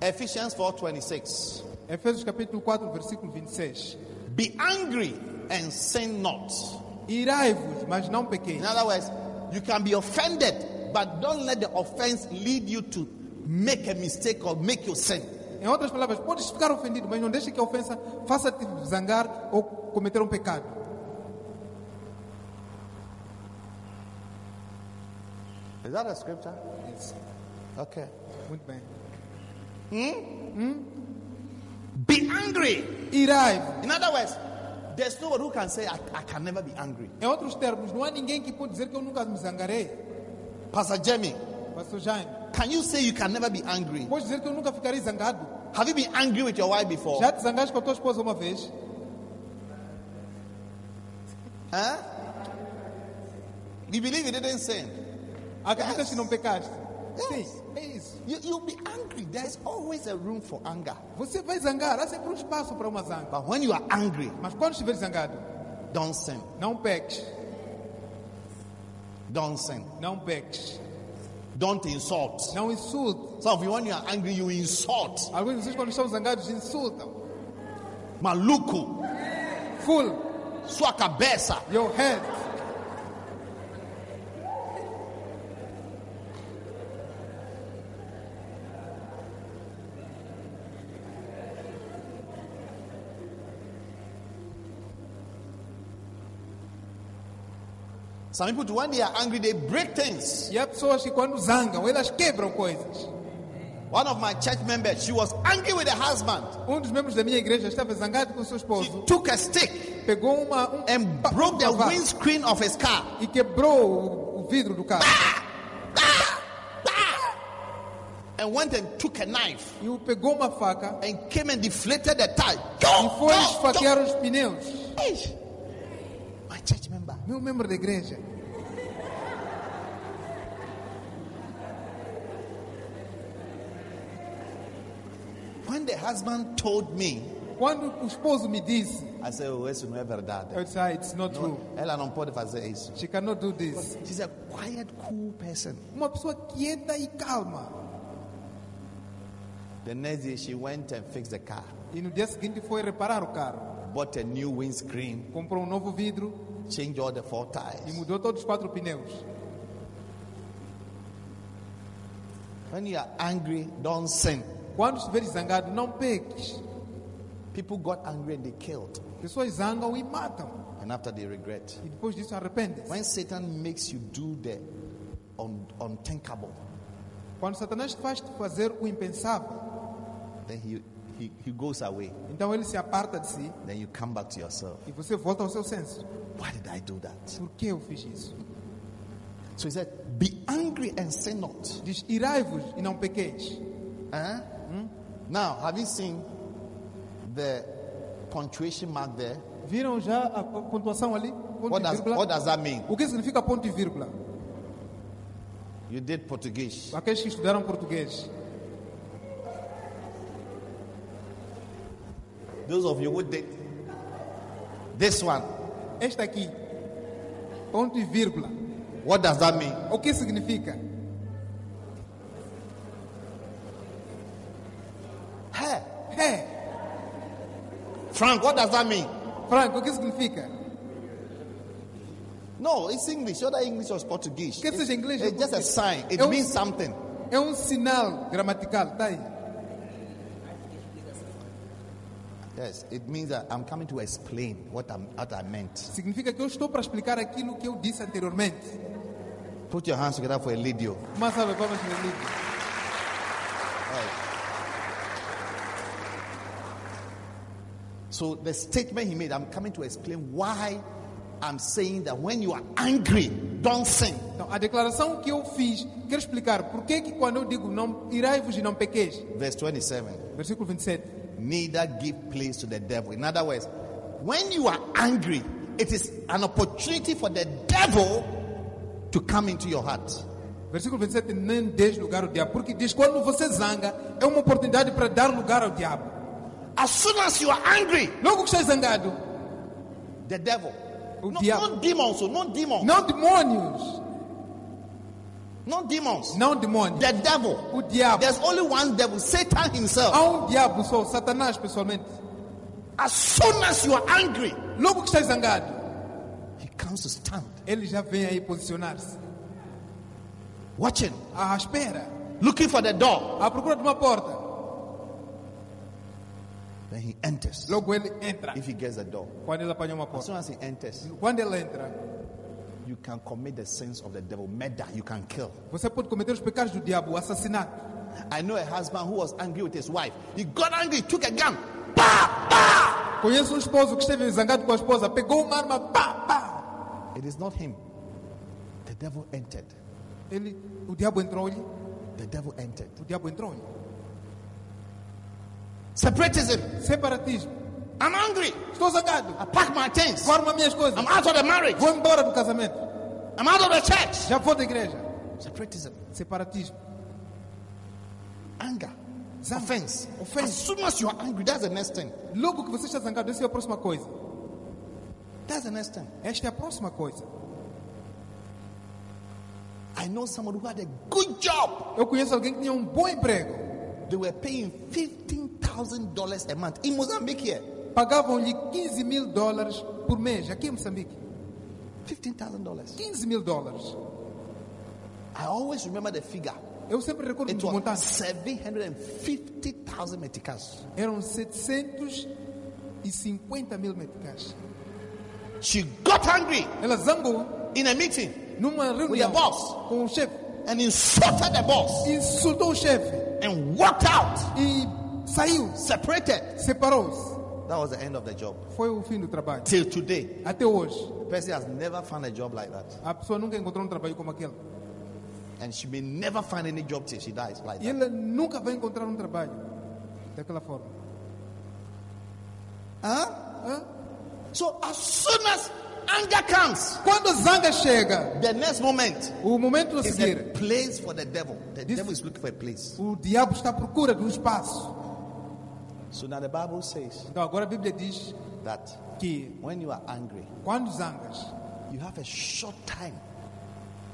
Speaker 2: Ephesians 4:26.
Speaker 3: Efésios capítulo 4, versículo 26.
Speaker 2: Be angry and sin not.
Speaker 3: Irai-vos, mas não pequeis.
Speaker 2: In other words, you can be offended, but don't let the offense lead you to make a mistake or make you sin.
Speaker 3: Em outras palavras, podes ficar ofendido, mas não deixe que a ofensa faça-te zangar ou cometer um pecado.
Speaker 2: Is that a scripture?
Speaker 3: Yes.
Speaker 2: Okay.
Speaker 3: Muito bem.
Speaker 2: Be angry.
Speaker 3: Irai-vos.
Speaker 2: In other words, there's nobody who can say, I, I can never be angry.
Speaker 3: Em outros termos, não há ninguém que pode dizer que eu nunca me zangarei.
Speaker 2: Pastor Jemmy,
Speaker 3: Pastor Jaime,
Speaker 2: can you say you can never be angry?
Speaker 3: podes dizer que eu nunca ficarei zangado.
Speaker 2: Have you been angry with your wife before?
Speaker 3: Já te zangaste com a tua esposa uma vez?
Speaker 2: Huh? You believe you didn't sin?
Speaker 3: Acreditas
Speaker 2: Yes.
Speaker 3: que não pecaste?
Speaker 2: Yes.
Speaker 3: Sim, é isso.
Speaker 2: You, you'll be angry. There's always a room for anger.
Speaker 3: Você vai zangar, há sempre um espaço para uma zanga.
Speaker 2: But when you are angry,
Speaker 3: Mas quando estiver zangado,
Speaker 2: don't sin.
Speaker 3: não peques,
Speaker 2: Don't sin.
Speaker 3: não peques,
Speaker 2: Don't insult.
Speaker 3: não insulte.
Speaker 2: Some of you, when you are angry, you insult.
Speaker 3: Alguns de vocês, quando estão zangados, insultam.
Speaker 2: Maluco,
Speaker 3: Full,
Speaker 2: sua cabeça.
Speaker 3: your head.
Speaker 2: Some people, too, when they are angry, they break things.
Speaker 3: E há pessoas que quando zangam, elas quebram coisas.
Speaker 2: One of my church members, she was angry with her husband.
Speaker 3: Um dos membros da minha igreja estava zangado com seu
Speaker 2: She
Speaker 3: esposo.
Speaker 2: took a stick
Speaker 3: Pegou uma, um,
Speaker 2: and
Speaker 3: pa-
Speaker 2: broke the
Speaker 3: um cavalo
Speaker 2: windscreen of his car.
Speaker 3: e quebrou o, o vidro do carro.
Speaker 2: Ah! And went and took a knife
Speaker 3: E o pegou uma faca
Speaker 2: and came and deflated the tire.
Speaker 3: e foi esfaquear os pneus.
Speaker 2: Hey! My church member.
Speaker 3: Meu membro da igreja.
Speaker 2: When the husband told me,
Speaker 3: Quando o esposo me disse,
Speaker 2: I said, Oh, isso não é
Speaker 3: eu
Speaker 2: verdade.
Speaker 3: disse, ah, it's not true.
Speaker 2: Ela não pode fazer isso.
Speaker 3: She cannot do this.
Speaker 2: She's a quiet, cool person.
Speaker 3: Uma pessoa quieta e calma.
Speaker 2: The next day, she went and fixed the car,
Speaker 3: E no dia seguinte foi reparar o carro.
Speaker 2: bought a new windscreen,
Speaker 3: Comprou um novo vidro
Speaker 2: changed all the four
Speaker 3: e
Speaker 2: tires.
Speaker 3: mudou todos os quatro pneus.
Speaker 2: When you are angry, don't sin.
Speaker 3: Quando estiver zangado, não peques.
Speaker 2: People got angry and they killed,
Speaker 3: Pessoas zangam e matam.
Speaker 2: and after they regret.
Speaker 3: E depois disso arrependem-se.
Speaker 2: When Satan makes you do the un- unthinkable,
Speaker 3: Quando Satanás te faz te fazer o impensável,
Speaker 2: then he, he, he goes away.
Speaker 3: então ele se aparta de si
Speaker 2: Then you come back to yourself.
Speaker 3: e você volta ao seu senso.
Speaker 2: Why did I do that?
Speaker 3: Por que eu fiz isso?
Speaker 2: So he said, Be angry and sin not.
Speaker 3: Diz: Irai-vos e não pequeis.
Speaker 2: Huh? Hmm? Now, have you seen the punctuation mark there?
Speaker 3: Viram já a po- pontuação ali? Ponto
Speaker 2: What
Speaker 3: e
Speaker 2: does,
Speaker 3: vírgula.
Speaker 2: what does that mean?
Speaker 3: O que significa ponto e vírgula?
Speaker 2: You did Portuguese.
Speaker 3: Aqueles que estudaram português.
Speaker 2: Those of you who did this one,
Speaker 3: Esta aqui, ponto e vírgula.
Speaker 2: what does that mean?
Speaker 3: O que significa?
Speaker 2: Hey,
Speaker 3: É.
Speaker 2: Frank, what does that mean?
Speaker 3: Franco, o que significa?
Speaker 2: No, it's English. Whether English or Portuguese.
Speaker 3: Que seja inglês ou
Speaker 2: it's just a
Speaker 3: português.
Speaker 2: sign. It
Speaker 3: É um-
Speaker 2: means something.
Speaker 3: É um sinal gramatical, tá aí.
Speaker 2: Yes, it means that I'm coming to explain what, I'm, what I meant.
Speaker 3: Significa que eu estou para explicar aquilo que eu disse anteriormente.
Speaker 2: Put your hands together for a Elidio.
Speaker 3: Uma salva de palmas para o Elidio.
Speaker 2: So the statement he made, I'm coming to explain why I'm saying that when you are angry, don't sin.
Speaker 3: Então, a declaração que eu fiz, quero explicar por que que quando eu digo não irai-vos e não pequeis,
Speaker 2: Verse 27.
Speaker 3: versículo 27,
Speaker 2: Neither give place to the devil. In other words, when you are angry, it is an opportunity for the devil to come into your heart.
Speaker 3: versículo 27, nem deis lugar ao diabo, porque diz quando você zanga, é uma oportunidade para dar lugar ao diabo.
Speaker 2: As soon as you are angry,
Speaker 3: Logo que estás zangado,
Speaker 2: the devil.
Speaker 3: O
Speaker 2: No,
Speaker 3: diabo.
Speaker 2: no demons, oh, no demons,
Speaker 3: não demônios,
Speaker 2: no demons.
Speaker 3: não demônios,
Speaker 2: The devil.
Speaker 3: o diabo.
Speaker 2: There's only one devil, Satan himself.
Speaker 3: Há um diabo só, Satanás pessoalmente.
Speaker 2: As soon as you are angry,
Speaker 3: Logo que estás zangado,
Speaker 2: he comes to stand,
Speaker 3: ele já vem aí posicionar-se,
Speaker 2: watching,
Speaker 3: à espera,
Speaker 2: looking for the door.
Speaker 3: à procura de uma porta.
Speaker 2: Then he enters.
Speaker 3: Logo ele entra,
Speaker 2: If he gets the door,
Speaker 3: quando ele apanha uma
Speaker 2: as
Speaker 3: porta.
Speaker 2: soon as he enters,
Speaker 3: Quando ele entra,
Speaker 2: you can commit the sins of the devil, murder, you can kill.
Speaker 3: Você pode cometer os pecados do diabo, o assassinato.
Speaker 2: I know a husband who was angry with his wife. He got angry, took a gun.
Speaker 3: Conheço um esposo que esteve zangado com a esposa, pegou uma arma, pá, pá.
Speaker 2: It is not him. The devil entered.
Speaker 3: Ele, o diabo entrou-lhe,
Speaker 2: The devil entered.
Speaker 3: o diabo entrou-lhe.
Speaker 2: Separatism.
Speaker 3: Separatismo.
Speaker 2: I'm angry.
Speaker 3: Estou zangado.
Speaker 2: I pack my things.
Speaker 3: Forma minhas coisas.
Speaker 2: I'm out of the marriage.
Speaker 3: Vou embora do casamento.
Speaker 2: I'm out of the church.
Speaker 3: Já vou da igreja.
Speaker 2: Separatism.
Speaker 3: Separatismo.
Speaker 2: Anger.
Speaker 3: Zanga.
Speaker 2: Offense.
Speaker 3: Offense.
Speaker 2: As soon as you are angry, that's the next thing.
Speaker 3: Logo que você está zangado, essa é a próxima coisa.
Speaker 2: That's the next thing.
Speaker 3: Esta é a próxima coisa.
Speaker 2: I know someone who had a good job.
Speaker 3: Eu conheço alguém que tinha um bom emprego.
Speaker 2: They were paying $15,000 a month in Mozambique here.
Speaker 3: Pagavam-lhe 15 mil dólares por mês, aqui em Moçambique.
Speaker 2: $15,000.
Speaker 3: 15 mil dólares.
Speaker 2: I always remember the figure.
Speaker 3: Eu sempre recordo
Speaker 2: It
Speaker 3: de montar.
Speaker 2: was 750,000 meticas.
Speaker 3: Eram 750 mil meticais.
Speaker 2: She got angry
Speaker 3: Ela zangou
Speaker 2: in a meeting
Speaker 3: numa
Speaker 2: with the
Speaker 3: reunião
Speaker 2: boss
Speaker 3: com o chefe,
Speaker 2: and insulted the boss
Speaker 3: insultou o chefe
Speaker 2: and walked out,
Speaker 3: e saiu,
Speaker 2: separated.
Speaker 3: separou-se.
Speaker 2: That was the end of the job.
Speaker 3: Foi o fim do trabalho.
Speaker 2: Till today,
Speaker 3: Até hoje,
Speaker 2: the person has never found a job like that.
Speaker 3: a pessoa nunca encontrou um trabalho como aquele.
Speaker 2: And she may never find any job till she dies like
Speaker 3: E
Speaker 2: that.
Speaker 3: ela nunca vai encontrar um trabalho daquela forma. Ah?
Speaker 2: Huh?
Speaker 3: Hã?
Speaker 2: So as soon as anger comes,
Speaker 3: Quando a zanga chega,
Speaker 2: the next moment
Speaker 3: o momento a
Speaker 2: is a
Speaker 3: seguir,
Speaker 2: place for the devil. The
Speaker 3: This-
Speaker 2: devil is looking for a place.
Speaker 3: o diabo está à procura de um espaço.
Speaker 2: So now the Bible says
Speaker 3: Então agora a Bíblia diz
Speaker 2: that
Speaker 3: que
Speaker 2: when you are angry,
Speaker 3: quando zangas,
Speaker 2: you have a short time,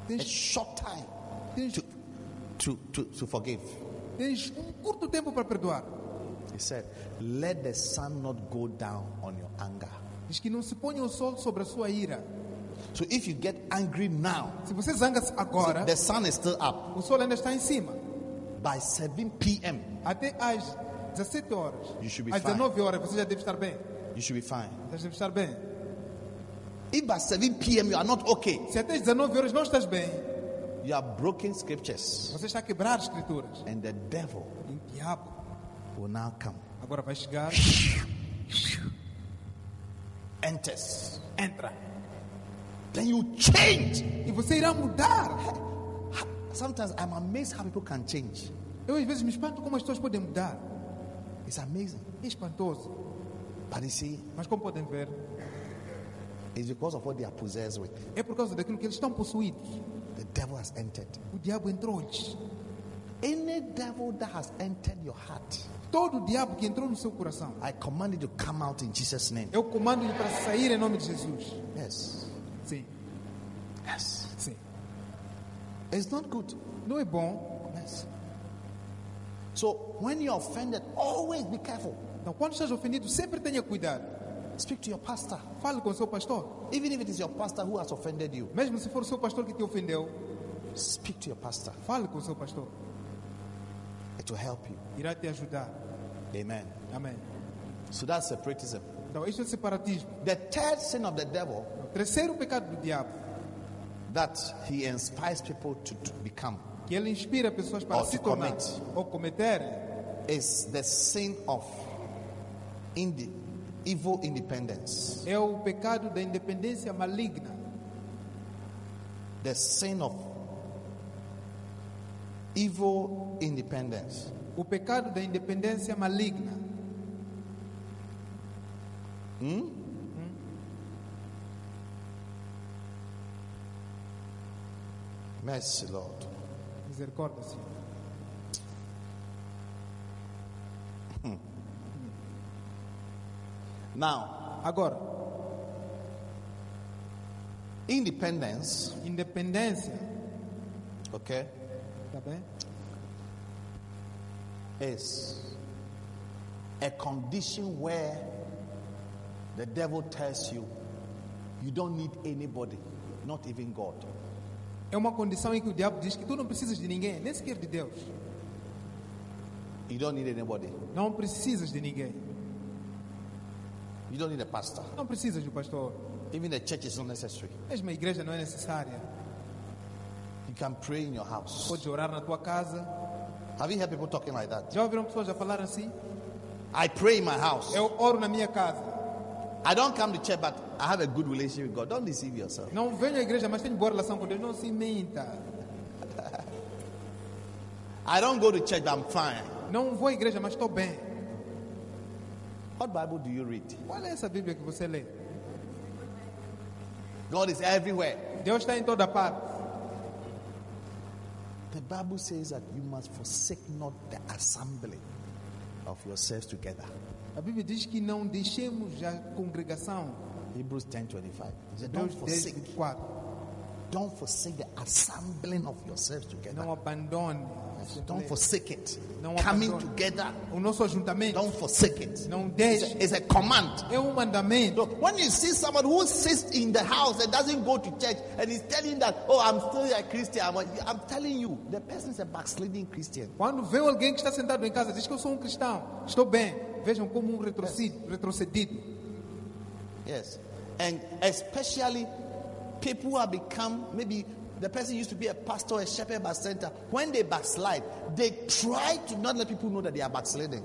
Speaker 2: a
Speaker 3: tens,
Speaker 2: short time
Speaker 3: tens,
Speaker 2: to, to, to, to forgive.
Speaker 3: tens um curto tempo para perdoar.
Speaker 2: He said, Let the sun not go down on your anger.
Speaker 3: Diz que não se ponha o sol sobre a sua ira.
Speaker 2: So if you get angry now,
Speaker 3: Se você zanga-se agora,
Speaker 2: the sun is still up.
Speaker 3: o sol ainda está em cima.
Speaker 2: By 7 p.m.,
Speaker 3: Até às 17 horas,
Speaker 2: You should be
Speaker 3: às
Speaker 2: fine.
Speaker 3: 19 horas, você já deve estar bem.
Speaker 2: you should be fine.
Speaker 3: Já deve estar bem.
Speaker 2: If by 7 p.m. you are not okay,
Speaker 3: Se até às 19 horas não estás bem,
Speaker 2: you are broken scriptures,
Speaker 3: você está a quebrar escrituras.
Speaker 2: and the devil
Speaker 3: E o diabo
Speaker 2: will now come,
Speaker 3: agora vai chegar,
Speaker 2: enters.
Speaker 3: entra.
Speaker 2: Then you change.
Speaker 3: E você irá mudar.
Speaker 2: Sometimes I'm amazed how people can change.
Speaker 3: Eu às vezes me espanto como as pessoas podem mudar.
Speaker 2: It's amazing.
Speaker 3: É espantoso.
Speaker 2: But you see,
Speaker 3: Mas como podem ver,
Speaker 2: it's because of what they are possessed with.
Speaker 3: é por causa daquilo que eles estão possuídos.
Speaker 2: The devil has entered.
Speaker 3: O diabo entrou-lhes.
Speaker 2: Any devil that has entered your heart,
Speaker 3: Todo o diabo que entrou no seu coração. É
Speaker 2: I command you to come out in Jesus' name.
Speaker 3: Eu comando-lhe para sair em nome de Jesus.
Speaker 2: Yes.
Speaker 3: Sim,
Speaker 2: Yes.
Speaker 3: sim.
Speaker 2: It's not good.
Speaker 3: Não é bom.
Speaker 2: Yes. So when you're offended, always be careful.
Speaker 3: Então, quando estás ofendido, sempre tenha cuidado.
Speaker 2: Speak to your pastor.
Speaker 3: Fale com o seu pastor.
Speaker 2: Even if it is your pastor who has offended you,
Speaker 3: Mesmo se for o seu pastor que te ofendeu,
Speaker 2: speak to your pastor.
Speaker 3: fale com o seu pastor.
Speaker 2: It will help you.
Speaker 3: Irá te ajudar.
Speaker 2: Amen.
Speaker 3: Amém.
Speaker 2: So that's separatism.
Speaker 3: Então, este é o separatismo. É
Speaker 2: The third sin of the devil
Speaker 3: O terceiro pecado do diabo,
Speaker 2: that he inspires people to, to become
Speaker 3: que ele inspira pessoas para
Speaker 2: Ou
Speaker 3: se
Speaker 2: to
Speaker 3: tornar
Speaker 2: commit.
Speaker 3: ou cometer,
Speaker 2: is the sin of indi- evil independence,
Speaker 3: é o pecado da independência maligna,
Speaker 2: the sin of evil independence.
Speaker 3: o pecado da independência maligna.
Speaker 2: Mercy, Lord.
Speaker 3: Misericórdia, Senhor.
Speaker 2: Now,
Speaker 3: Agora,
Speaker 2: independence,
Speaker 3: independência,
Speaker 2: okay,
Speaker 3: tá bem?
Speaker 2: is a condition where the devil tells you you don't need anybody, not even God.
Speaker 3: É uma condição em que o diabo diz que tu não precisas de ninguém, nem sequer de Deus.
Speaker 2: You don't need anybody.
Speaker 3: Não precisas de ninguém.
Speaker 2: You don't need a pastor.
Speaker 3: Não precisas do pastor.
Speaker 2: Even the church is not necessary.
Speaker 3: Mesmo a igreja não é necessária.
Speaker 2: You can pray in your house.
Speaker 3: Podes orar na tua casa.
Speaker 2: Have you heard people talking like that?
Speaker 3: Já ouviram pessoas a falar assim?
Speaker 2: I pray in my house.
Speaker 3: Eu oro na minha casa.
Speaker 2: I don't come to church, but I have a good relationship with God. Don't deceive yourself.
Speaker 3: Não venho à igreja, mas tenho boa relação com Deus. Não se minta.
Speaker 2: I don't go to church, but I'm fine.
Speaker 3: Não vou à igreja, mas estou bem.
Speaker 2: What Bible do you read?
Speaker 3: Qual é essa Bíblia que você lê?
Speaker 2: God is everywhere.
Speaker 3: Deus está em toda parte.
Speaker 2: The Bible says that you must forsake not the assembly of yourselves together.
Speaker 3: A Bíblia diz que não deixemos a congregação.
Speaker 2: Hebrews 10 25. It says, don't
Speaker 3: Deus
Speaker 2: forsake,
Speaker 3: 10, 4.
Speaker 2: don't forsake the assembling of yourselves together.
Speaker 3: Não abandone.
Speaker 2: Don't forsake it.
Speaker 3: No one
Speaker 2: Coming
Speaker 3: abandon.
Speaker 2: together,
Speaker 3: O nosso ajuntamento
Speaker 2: don't forsake it.
Speaker 3: Não
Speaker 2: It's
Speaker 3: deixe.
Speaker 2: a, it's a command.
Speaker 3: é um mandamento.
Speaker 2: So when you see someone who sits in the house and doesn't go to church and is telling that, oh, I'm still a Christian, I'm, a-" I'm telling you, the person is a backsliding Christian.
Speaker 3: Quando vê alguém que está sentado em casa, diz que eu sou um cristão, estou bem. Vejam como um retrocedido. retrocedido.
Speaker 2: Yes. And especially people who have become maybe the person used to be a pastor, a shepherd, a center. When they backslide, they try to not let people know that they are backsliding.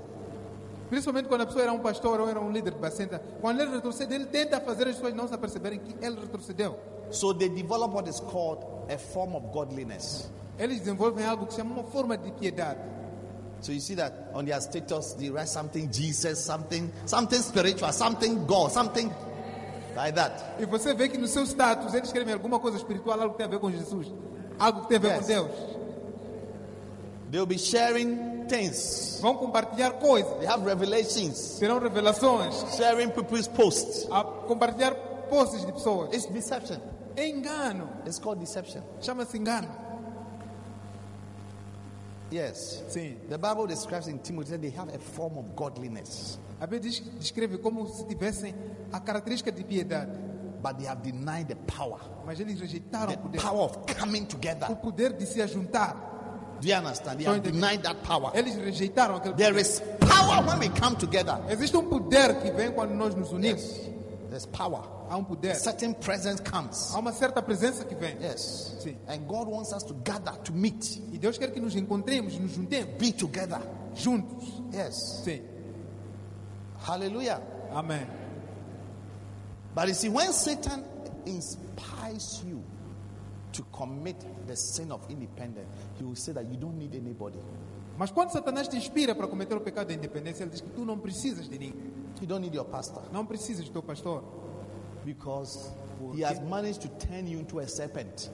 Speaker 3: Principalmente quando a pessoa era um pastor ou era um líder de bacenta. Quando ele retrocede, ele tenta fazer as pessoas não se aperceberem que ele retrocedeu.
Speaker 2: So they develop what is called a form of godliness.
Speaker 3: Eles desenvolvem algo que se chama uma forma de piedade.
Speaker 2: So you see that on their status, they write something Jesus, something, something spiritual, something God, something like that.
Speaker 3: E você vê que no seu status eles escrevem alguma coisa espiritual, algo que tem a ver com Jesus, algo que tem a ver
Speaker 2: Yes.
Speaker 3: com Deus.
Speaker 2: They'll be sharing things.
Speaker 3: Vão compartilhar coisas,
Speaker 2: They have revelations,
Speaker 3: terão revelações,
Speaker 2: sharing people's posts.
Speaker 3: a compartilhar posts de pessoas.
Speaker 2: It's deception.
Speaker 3: É engano,
Speaker 2: It's called deception.
Speaker 3: chama-se engano.
Speaker 2: Yes.
Speaker 3: Sim.
Speaker 2: The Bible describes in Timothy that they have a form of godliness,
Speaker 3: A Bíblia diz- descreve como se tivessem a característica de piedade,
Speaker 2: but they have denied the power.
Speaker 3: mas eles rejeitaram
Speaker 2: The
Speaker 3: o poder,
Speaker 2: power of coming
Speaker 3: o
Speaker 2: together.
Speaker 3: poder de se ajuntar.
Speaker 2: Do you understand? They
Speaker 3: So
Speaker 2: have
Speaker 3: the-
Speaker 2: denied that power.
Speaker 3: Eles rejeitaram aquele
Speaker 2: There
Speaker 3: poder.
Speaker 2: is power when we come together.
Speaker 3: Existe um poder que vem quando nós nos unimos.
Speaker 2: There's power.
Speaker 3: Há um poder,
Speaker 2: Certain presence comes.
Speaker 3: há uma certa presença que vem.
Speaker 2: Yes.
Speaker 3: See.
Speaker 2: And God wants us to gather, to meet,
Speaker 3: E Deus quer que nos encontremos, nos juntemos,
Speaker 2: be together.
Speaker 3: juntos.
Speaker 2: Yes.
Speaker 3: Sim.
Speaker 2: Hallelujah.
Speaker 3: Amém.
Speaker 2: But you see, when Satan inspires you to commit the sin of independence, he will say that you don't need anybody.
Speaker 3: Mas quando Satanás te inspira para cometer o pecado da independência, ele diz que tu não precisas de ninguém.
Speaker 2: You don't need your pastor
Speaker 3: Não precisas do teu pastor.
Speaker 2: because he has managed to turn you into a serpent.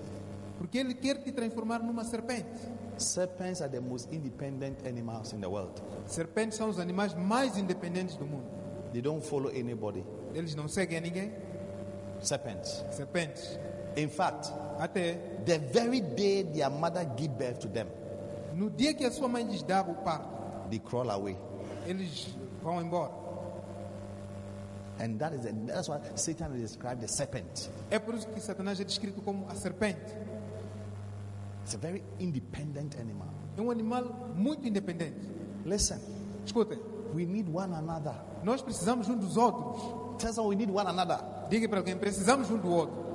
Speaker 3: Porque ele quer te transformar numa serpente.
Speaker 2: Serpents are the most independent animals in the world.
Speaker 3: Serpentes são os animais mais independentes do mundo.
Speaker 2: They don't follow anybody.
Speaker 3: Eles não seguem a ninguém.
Speaker 2: Serpents.
Speaker 3: Serpentes.
Speaker 2: In fact,
Speaker 3: Até
Speaker 2: the very day their mother give birth to them,
Speaker 3: no dia que a sua mãe lhes dava o parto,
Speaker 2: they crawl away.
Speaker 3: eles vão embora.
Speaker 2: And that is the, that's why Satan is described the serpent.
Speaker 3: É por isso que Satanás é descrito como a serpente.
Speaker 2: It's a very independent animal.
Speaker 3: É um animal muito independente.
Speaker 2: Listen,
Speaker 3: Escutem,
Speaker 2: we need one another.
Speaker 3: nós precisamos um dos outros.
Speaker 2: Tell someone we need one another.
Speaker 3: Diga para alguém, precisamos um do outro.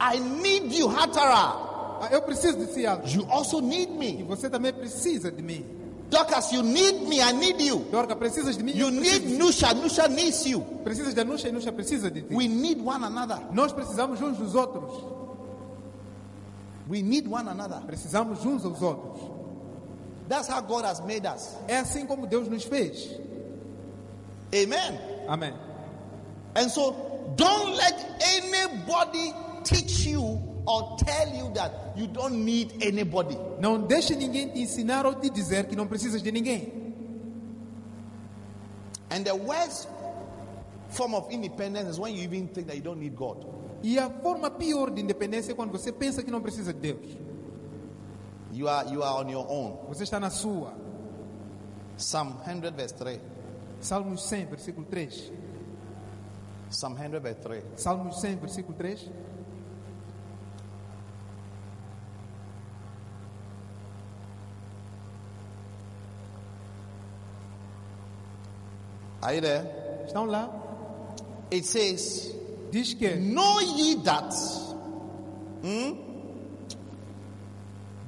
Speaker 2: I need you, Hatara.
Speaker 3: Ah, eu preciso de si, Aldo.
Speaker 2: You also need
Speaker 3: E
Speaker 2: me.
Speaker 3: você também precisa de mim.
Speaker 2: Dorcas, you need me. I need you.
Speaker 3: Dorca, precisas de mim?
Speaker 2: You
Speaker 3: Eu preciso
Speaker 2: need
Speaker 3: de ti.
Speaker 2: Nusha. Nusha needs you.
Speaker 3: Precisas da Nuxa e Nuxa precisa de ti.
Speaker 2: We need one another.
Speaker 3: Nós precisamos uns dos outros.
Speaker 2: We need one another.
Speaker 3: Precisamos uns aos outros.
Speaker 2: That's how God has made us.
Speaker 3: É assim como Deus nos fez.
Speaker 2: Amen.
Speaker 3: Amém.
Speaker 2: And so don't let anybody teach you or tell you that you don't need anybody.
Speaker 3: Não deixe ninguém te ensinar ou te dizer que não precisas de ninguém.
Speaker 2: And the worst form of independence is when you even think that you don't need God.
Speaker 3: E a forma pior de independência é quando você pensa que não precisa de Deus.
Speaker 2: You are you are on your own.
Speaker 3: Você está na sua.
Speaker 2: Psalm 100 verse 3.
Speaker 3: Salmos 100, versículo 3.
Speaker 2: Psalm 100 verse 3.
Speaker 3: Salmos 100, versículo 3.
Speaker 2: Are you there?
Speaker 3: Estão lá.
Speaker 2: It says,
Speaker 3: Diz que
Speaker 2: Know ye that hmm,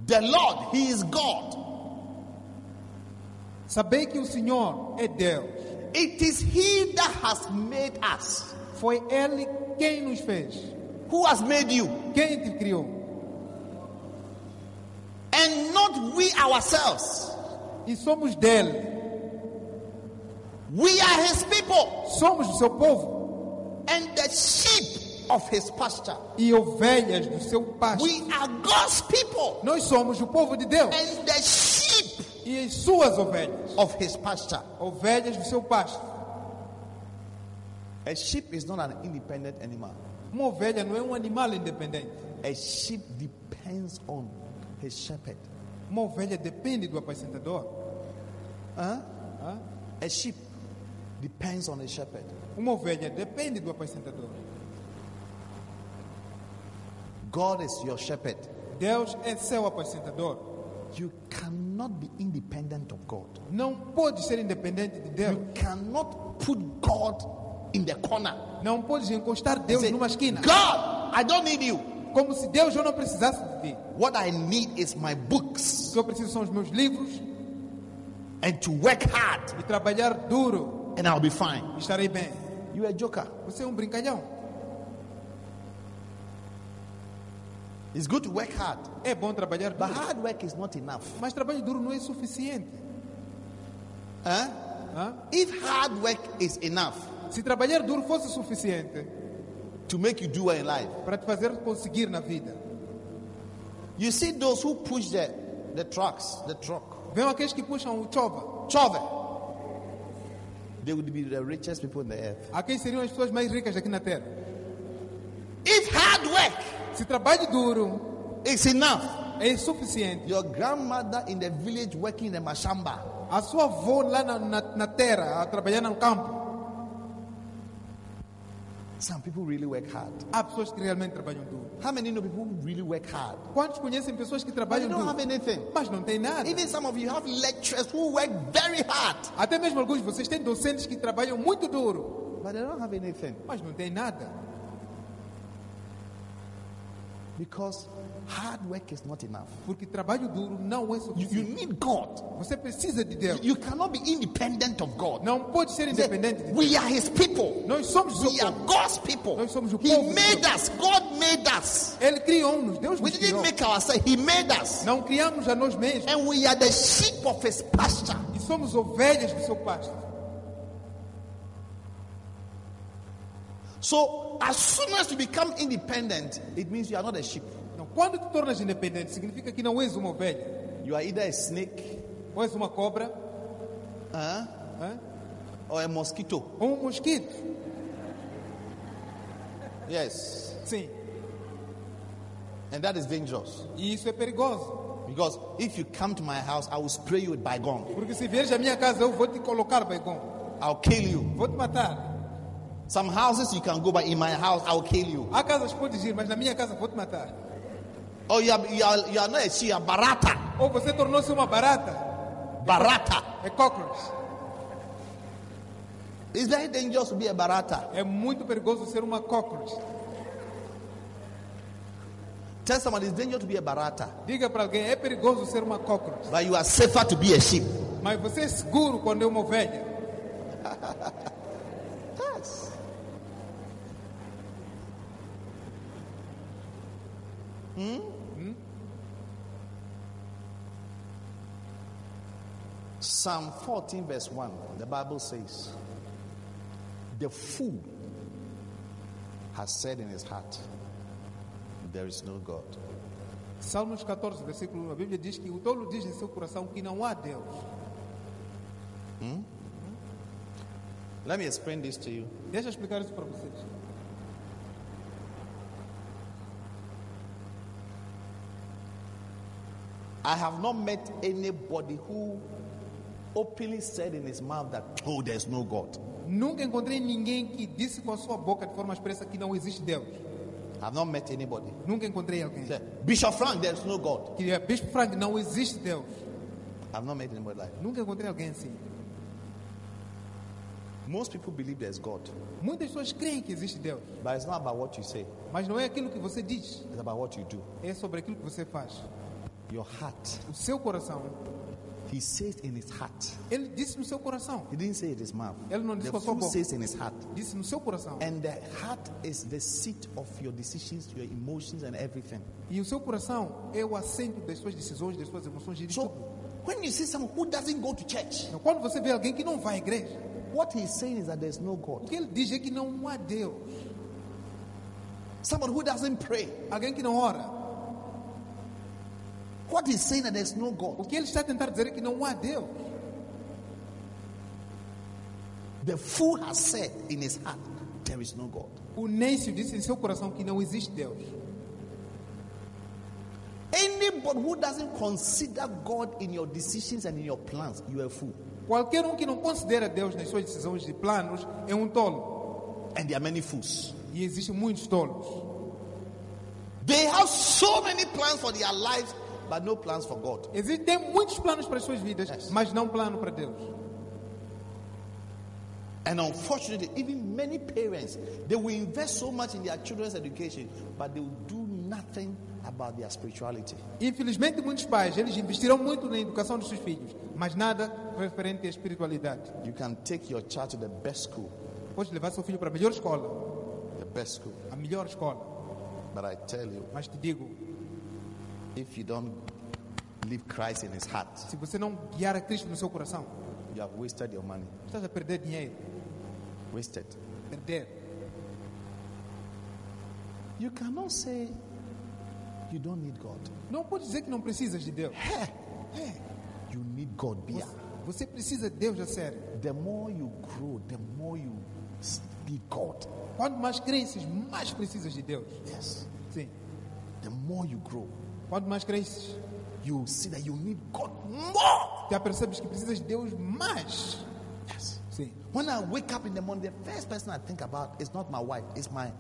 Speaker 2: the Lord, He is God.
Speaker 3: sabei que o Senhor é Deus.
Speaker 2: It is He that has made us.
Speaker 3: Foi Ele quem nos fez,
Speaker 2: Who has made you?
Speaker 3: quem te criou.
Speaker 2: and not we ourselves.
Speaker 3: E somos dele.
Speaker 2: We are his people
Speaker 3: Somos do seu povo
Speaker 2: and the sheep of his pasture.
Speaker 3: e ovelhas do seu pasto.
Speaker 2: We are God's people
Speaker 3: Nós somos o povo de Deus
Speaker 2: and the sheep
Speaker 3: e as suas ovelhas.
Speaker 2: of his pasture.
Speaker 3: Ovelhas do seu pasto.
Speaker 2: A sheep is not an independent animal.
Speaker 3: Uma ovelha não é um animal independente.
Speaker 2: A sheep depends on his shepherd.
Speaker 3: Uma ovelha depende do apacentador.
Speaker 2: A sheep depends on his shepherd.
Speaker 3: Uma ovelha depende do apacentador.
Speaker 2: God is your shepherd.
Speaker 3: Deus é seu apacentador.
Speaker 2: You cannot be independent of God.
Speaker 3: Não pode ser independente de Deus.
Speaker 2: You cannot put God in the corner.
Speaker 3: Não podes encostar
Speaker 2: and
Speaker 3: Deus
Speaker 2: say,
Speaker 3: numa esquina.
Speaker 2: God, I don't need you.
Speaker 3: Como se Deus já não precisasse de ti.
Speaker 2: What I need is my books
Speaker 3: O que eu preciso são os meus livros
Speaker 2: and to work hard,
Speaker 3: e trabalhar duro.
Speaker 2: and I'll be fine.
Speaker 3: e Estarei bem.
Speaker 2: You're a joker.
Speaker 3: Você é um brincalhão.
Speaker 2: It's good to work hard,
Speaker 3: É bom trabalhar
Speaker 2: but
Speaker 3: duro.
Speaker 2: hard work is not enough.
Speaker 3: Mas trabalho duro não é suficiente.
Speaker 2: Huh?
Speaker 3: Hã?
Speaker 2: If hard work is enough
Speaker 3: Se trabalhar duro fosse suficiente
Speaker 2: to make you do well in life,
Speaker 3: para te fazer conseguir na vida.
Speaker 2: you see those who push the, the trucks, the truck,
Speaker 3: Venham aqueles que puxam o chova.
Speaker 2: Chove. They would be the richest people on the earth.
Speaker 3: Aqueles seriam as pessoas mais ricas aqui na terra.
Speaker 2: If hard work
Speaker 3: Se trabalho duro
Speaker 2: is enough,
Speaker 3: é insuficiente,
Speaker 2: your grandmother in the village working in the mashamba
Speaker 3: a sua avó lá na, na, na terra, a trabalhar no campo,
Speaker 2: Some people really work hard.
Speaker 3: há pessoas que realmente trabalham duro.
Speaker 2: How many know people who really work hard?
Speaker 3: Quantos conhecem pessoas que
Speaker 2: But
Speaker 3: trabalham
Speaker 2: you don't have
Speaker 3: duro,
Speaker 2: anything.
Speaker 3: mas não têm nada?
Speaker 2: Even some of you have lecturers who work very hard,
Speaker 3: Até mesmo alguns de vocês têm docentes que trabalham muito duro,
Speaker 2: but they don't have anything
Speaker 3: mas não têm nada.
Speaker 2: because hard work is not enough.
Speaker 3: Porque trabalho duro não é
Speaker 2: You, you
Speaker 3: suficiente.
Speaker 2: need God.
Speaker 3: Você precisa de Deus.
Speaker 2: You cannot be independent of God.
Speaker 3: Não pode ser
Speaker 2: Say,
Speaker 3: independente de Deus.
Speaker 2: We are His people.
Speaker 3: Nós somos o
Speaker 2: We are
Speaker 3: povo.
Speaker 2: God's people.
Speaker 3: Nós somos o
Speaker 2: He
Speaker 3: povo de
Speaker 2: made us. God made us.
Speaker 3: Ele criou-nos. Deus
Speaker 2: We
Speaker 3: nos
Speaker 2: didn't
Speaker 3: criou.
Speaker 2: make ourselves. He made us.
Speaker 3: Não criamos a nós mesmos.
Speaker 2: And we are the sheep of His pasture.
Speaker 3: E somos ovelhas do seu pasto.
Speaker 2: So, as soon as you become independent, it means you are not a sheep.
Speaker 3: Então, quando te tornas independente, significa que não és uma ovelha.
Speaker 2: You are either a snake
Speaker 3: Ou és uma cobra,
Speaker 2: huh,
Speaker 3: hã?
Speaker 2: or a mosquito.
Speaker 3: ou um mosquito.
Speaker 2: Yes.
Speaker 3: Sim.
Speaker 2: And that is dangerous.
Speaker 3: E isso é perigoso.
Speaker 2: Because if you come to my house, I will spray you with bygone.
Speaker 3: Porque se vieres à minha casa, eu vou te colocar, baigão.
Speaker 2: I'll kill you.
Speaker 3: Vou te matar.
Speaker 2: Some houses you can go, but in my house, I'll kill you.
Speaker 3: Há casas que podes ir, mas na minha casa vou te matar.
Speaker 2: Or Oh, you are, you are, you are not a sheep, you are barata.
Speaker 3: Ou você tornou-se uma barata.
Speaker 2: Barata.
Speaker 3: É cockroach.
Speaker 2: It's very dangerous to be a barata.
Speaker 3: É muito perigoso ser uma cockroach.
Speaker 2: Tell someone it's dangerous to be a barata.
Speaker 3: Diga para alguém, é perigoso ser uma cockroach.
Speaker 2: But you are safer to be a sheep.
Speaker 3: Mas você é seguro quando é uma ovelha.
Speaker 2: Yes. Psalm 14, verse 1, the Bible says, The fool has said in his heart, There is no God.
Speaker 3: Salmos 14, versículo 1, a Bíblia diz que o tolo diz em seu coração que não há Deus.
Speaker 2: Let me explain this to you.
Speaker 3: Deixa eu explicar isso para vocês.
Speaker 2: I have not met anybody who openly said in his mouth that, Oh, there's no God.
Speaker 3: Nunca encontrei ninguém que disse com a sua boca de forma expressa que não existe Deus.
Speaker 2: I've not met anybody.
Speaker 3: Nunca encontrei alguém
Speaker 2: Say, Bishop Frank, there's no God.
Speaker 3: que é Bispo Frank, não existe Deus.
Speaker 2: I've not met anybody like that.
Speaker 3: Nunca encontrei alguém assim.
Speaker 2: Most people believe there's God,
Speaker 3: Muitas pessoas creem que existe Deus,
Speaker 2: but it's not about what you say,
Speaker 3: mas não é aquilo que você diz,
Speaker 2: it's about what you do.
Speaker 3: é sobre aquilo que você faz.
Speaker 2: Your heart.
Speaker 3: O seu coração,
Speaker 2: He says in his heart.
Speaker 3: ele disse no seu coração,
Speaker 2: He didn't say it in his mouth.
Speaker 3: Ele não disse
Speaker 2: the
Speaker 3: com a sua
Speaker 2: fool
Speaker 3: boca.
Speaker 2: says in his heart.
Speaker 3: disse no seu coração.
Speaker 2: And the heart is the seat of your decisions, your emotions, and everything.
Speaker 3: E o seu coração é o assento das suas decisões, das suas emoções. De
Speaker 2: So
Speaker 3: tudo.
Speaker 2: when you see someone who doesn't go to church,
Speaker 3: Então, quando você vê alguém que não vai à igreja,
Speaker 2: what he's saying is that there's no
Speaker 3: o
Speaker 2: God.
Speaker 3: que ele diz é que não há Deus.
Speaker 2: Someone who doesn't pray,
Speaker 3: Alguém que não ora,
Speaker 2: what he's saying that there's no
Speaker 3: o
Speaker 2: God.
Speaker 3: que ele está a tentar dizer é que não há Deus.
Speaker 2: The fool has said in his heart, there is no God.
Speaker 3: O Nêncio disse em seu coração que não existe Deus.
Speaker 2: Anybody who doesn't consider God in your decisions and in your plans, you're a fool.
Speaker 3: Qualquer um que não considera Deus nas suas decisões de planos é um tolo.
Speaker 2: And there are many fools.
Speaker 3: E existem muitos tolos.
Speaker 2: They have so many plans for their lives, but no plans for God.
Speaker 3: Existem muitos planos para as suas vidas,
Speaker 2: Yes.
Speaker 3: mas não plano para Deus.
Speaker 2: And unfortunately, even many parents, they will invest so much in their children's education, but they will do nothing about their spirituality.
Speaker 3: Infelizmente, muitos pais, eles investiram muito na educação dos seus filhos, mas nada referente à espiritualidade.
Speaker 2: You can take your child to the best school,
Speaker 3: Pode levar seu filho para a melhor escola,
Speaker 2: the best school.
Speaker 3: a melhor escola,
Speaker 2: But I tell you,
Speaker 3: mas te digo,
Speaker 2: if you don't leave Christ in his heart,
Speaker 3: Se você não guiar a Cristo no seu coração,
Speaker 2: you have wasted your money.
Speaker 3: estás a perder dinheiro.
Speaker 2: Wasted.
Speaker 3: Perder.
Speaker 2: You cannot say you don't need God.
Speaker 3: Não pode dizer que não precisas de Deus.
Speaker 2: Hey, hey, You need God. Be
Speaker 3: Você, você precisa de Deus a sério.
Speaker 2: The more you grow, the more you s- need God.
Speaker 3: Quanto mais crenças, mais precisas de Deus.
Speaker 2: Yes.
Speaker 3: Sim.
Speaker 2: The more you grow,
Speaker 3: Quanto mais crenças,
Speaker 2: you see that you need God more.
Speaker 3: te apercebes que precisas de Deus mais.
Speaker 2: Yes.
Speaker 3: Sim.
Speaker 2: When I wake up in the morning, the first person I think about is not my wife, it's my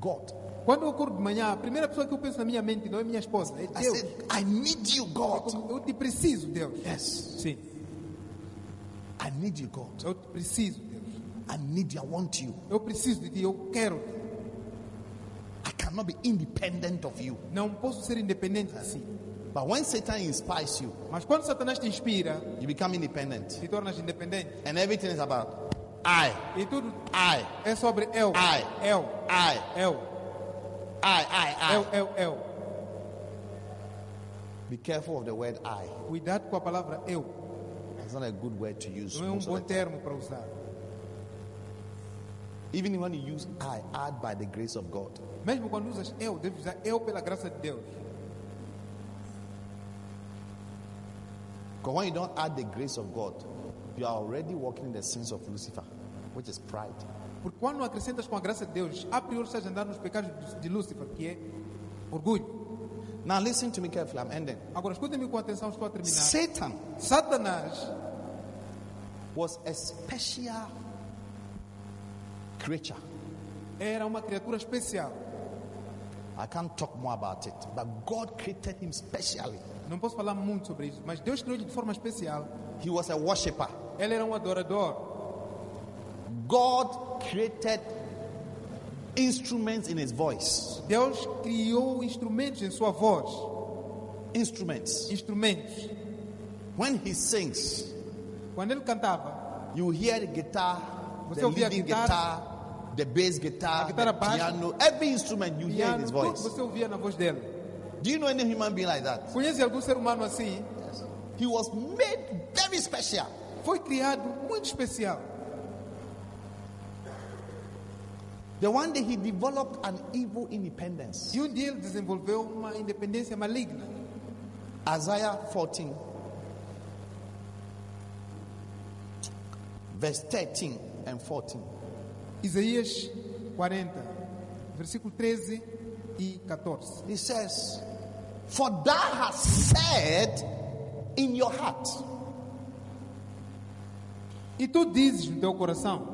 Speaker 2: God.
Speaker 3: Quando eu acordo de manhã, a primeira pessoa que eu penso na minha mente não é minha esposa, é
Speaker 2: I
Speaker 3: Deus.
Speaker 2: said, I need you, God.
Speaker 3: Eu te preciso, Deus.
Speaker 2: Yes.
Speaker 3: Sim.
Speaker 2: I need you, God.
Speaker 3: Eu te preciso, Deus.
Speaker 2: I need you. I want you.
Speaker 3: Eu preciso de ti, eu quero. -te.
Speaker 2: I cannot be independent of you.
Speaker 3: Não posso ser independente de si.
Speaker 2: But when Satan inspires you,
Speaker 3: Mas quando Satanás te inspira,
Speaker 2: you become independent.
Speaker 3: te tornas independente.
Speaker 2: And everything is about I,
Speaker 3: E tudo
Speaker 2: I,
Speaker 3: é sobre eu.
Speaker 2: Ai.
Speaker 3: Eu.
Speaker 2: I,
Speaker 3: Eu.
Speaker 2: I, I, I.
Speaker 3: Eu, eu, eu.
Speaker 2: Be careful of the word I.
Speaker 3: Cuidado com a palavra eu.
Speaker 2: It's not a good word to use.
Speaker 3: Não é um
Speaker 2: most of
Speaker 3: bom
Speaker 2: the time.
Speaker 3: termo para usar.
Speaker 2: Even when you use I, add by the grace of God.
Speaker 3: Mesmo quando usas eu, deves usar eu pela graça de Deus.
Speaker 2: Because when you don't add the grace of God, you are already walking in the sins of Lucifer, which is pride.
Speaker 3: Porque quando não acrescentas com a graça de Deus, a priori estás andando nos pecados de- de Lúcifer, que é orgulho.
Speaker 2: Now listen to me carefully. I'm ending.
Speaker 3: Agora escuta-me com atenção, estou a terminar.
Speaker 2: Satan
Speaker 3: Satanás
Speaker 2: was a special creature.
Speaker 3: era uma criatura especial.
Speaker 2: I can't talk more about it, but God created him specially.
Speaker 3: Não posso falar muito sobre isso, mas Deus criou-lhe de forma especial.
Speaker 2: He was a worshiper.
Speaker 3: Ele era um adorador.
Speaker 2: God created instruments in his voice.
Speaker 3: Deus criou instrumentos em sua voz.
Speaker 2: Instruments.
Speaker 3: Instrumentos.
Speaker 2: When he sings,
Speaker 3: Quando ele cantava,
Speaker 2: you hear the guitar,
Speaker 3: Você
Speaker 2: the
Speaker 3: ouvia a
Speaker 2: leading
Speaker 3: guitarra?
Speaker 2: guitar, the bass guitar,
Speaker 3: A guitarra
Speaker 2: the
Speaker 3: baixa.
Speaker 2: piano, every instrument you hear in
Speaker 3: piano,
Speaker 2: his
Speaker 3: tudo
Speaker 2: voice.
Speaker 3: você ouvia na voz dele.
Speaker 2: Do you know any human being like that?
Speaker 3: Conhece algum ser humano assim?
Speaker 2: He was made very special.
Speaker 3: Foi criado muito especial.
Speaker 2: The one day he developed an evil independence.
Speaker 3: E um dia ele desenvolveu uma independência maligna.
Speaker 2: Isaiah 14, verse 13 and 14.
Speaker 3: Isaías 40, versículo 13 e 14.
Speaker 2: He says, For thou hast said in your heart,
Speaker 3: E tu dizes no teu coração,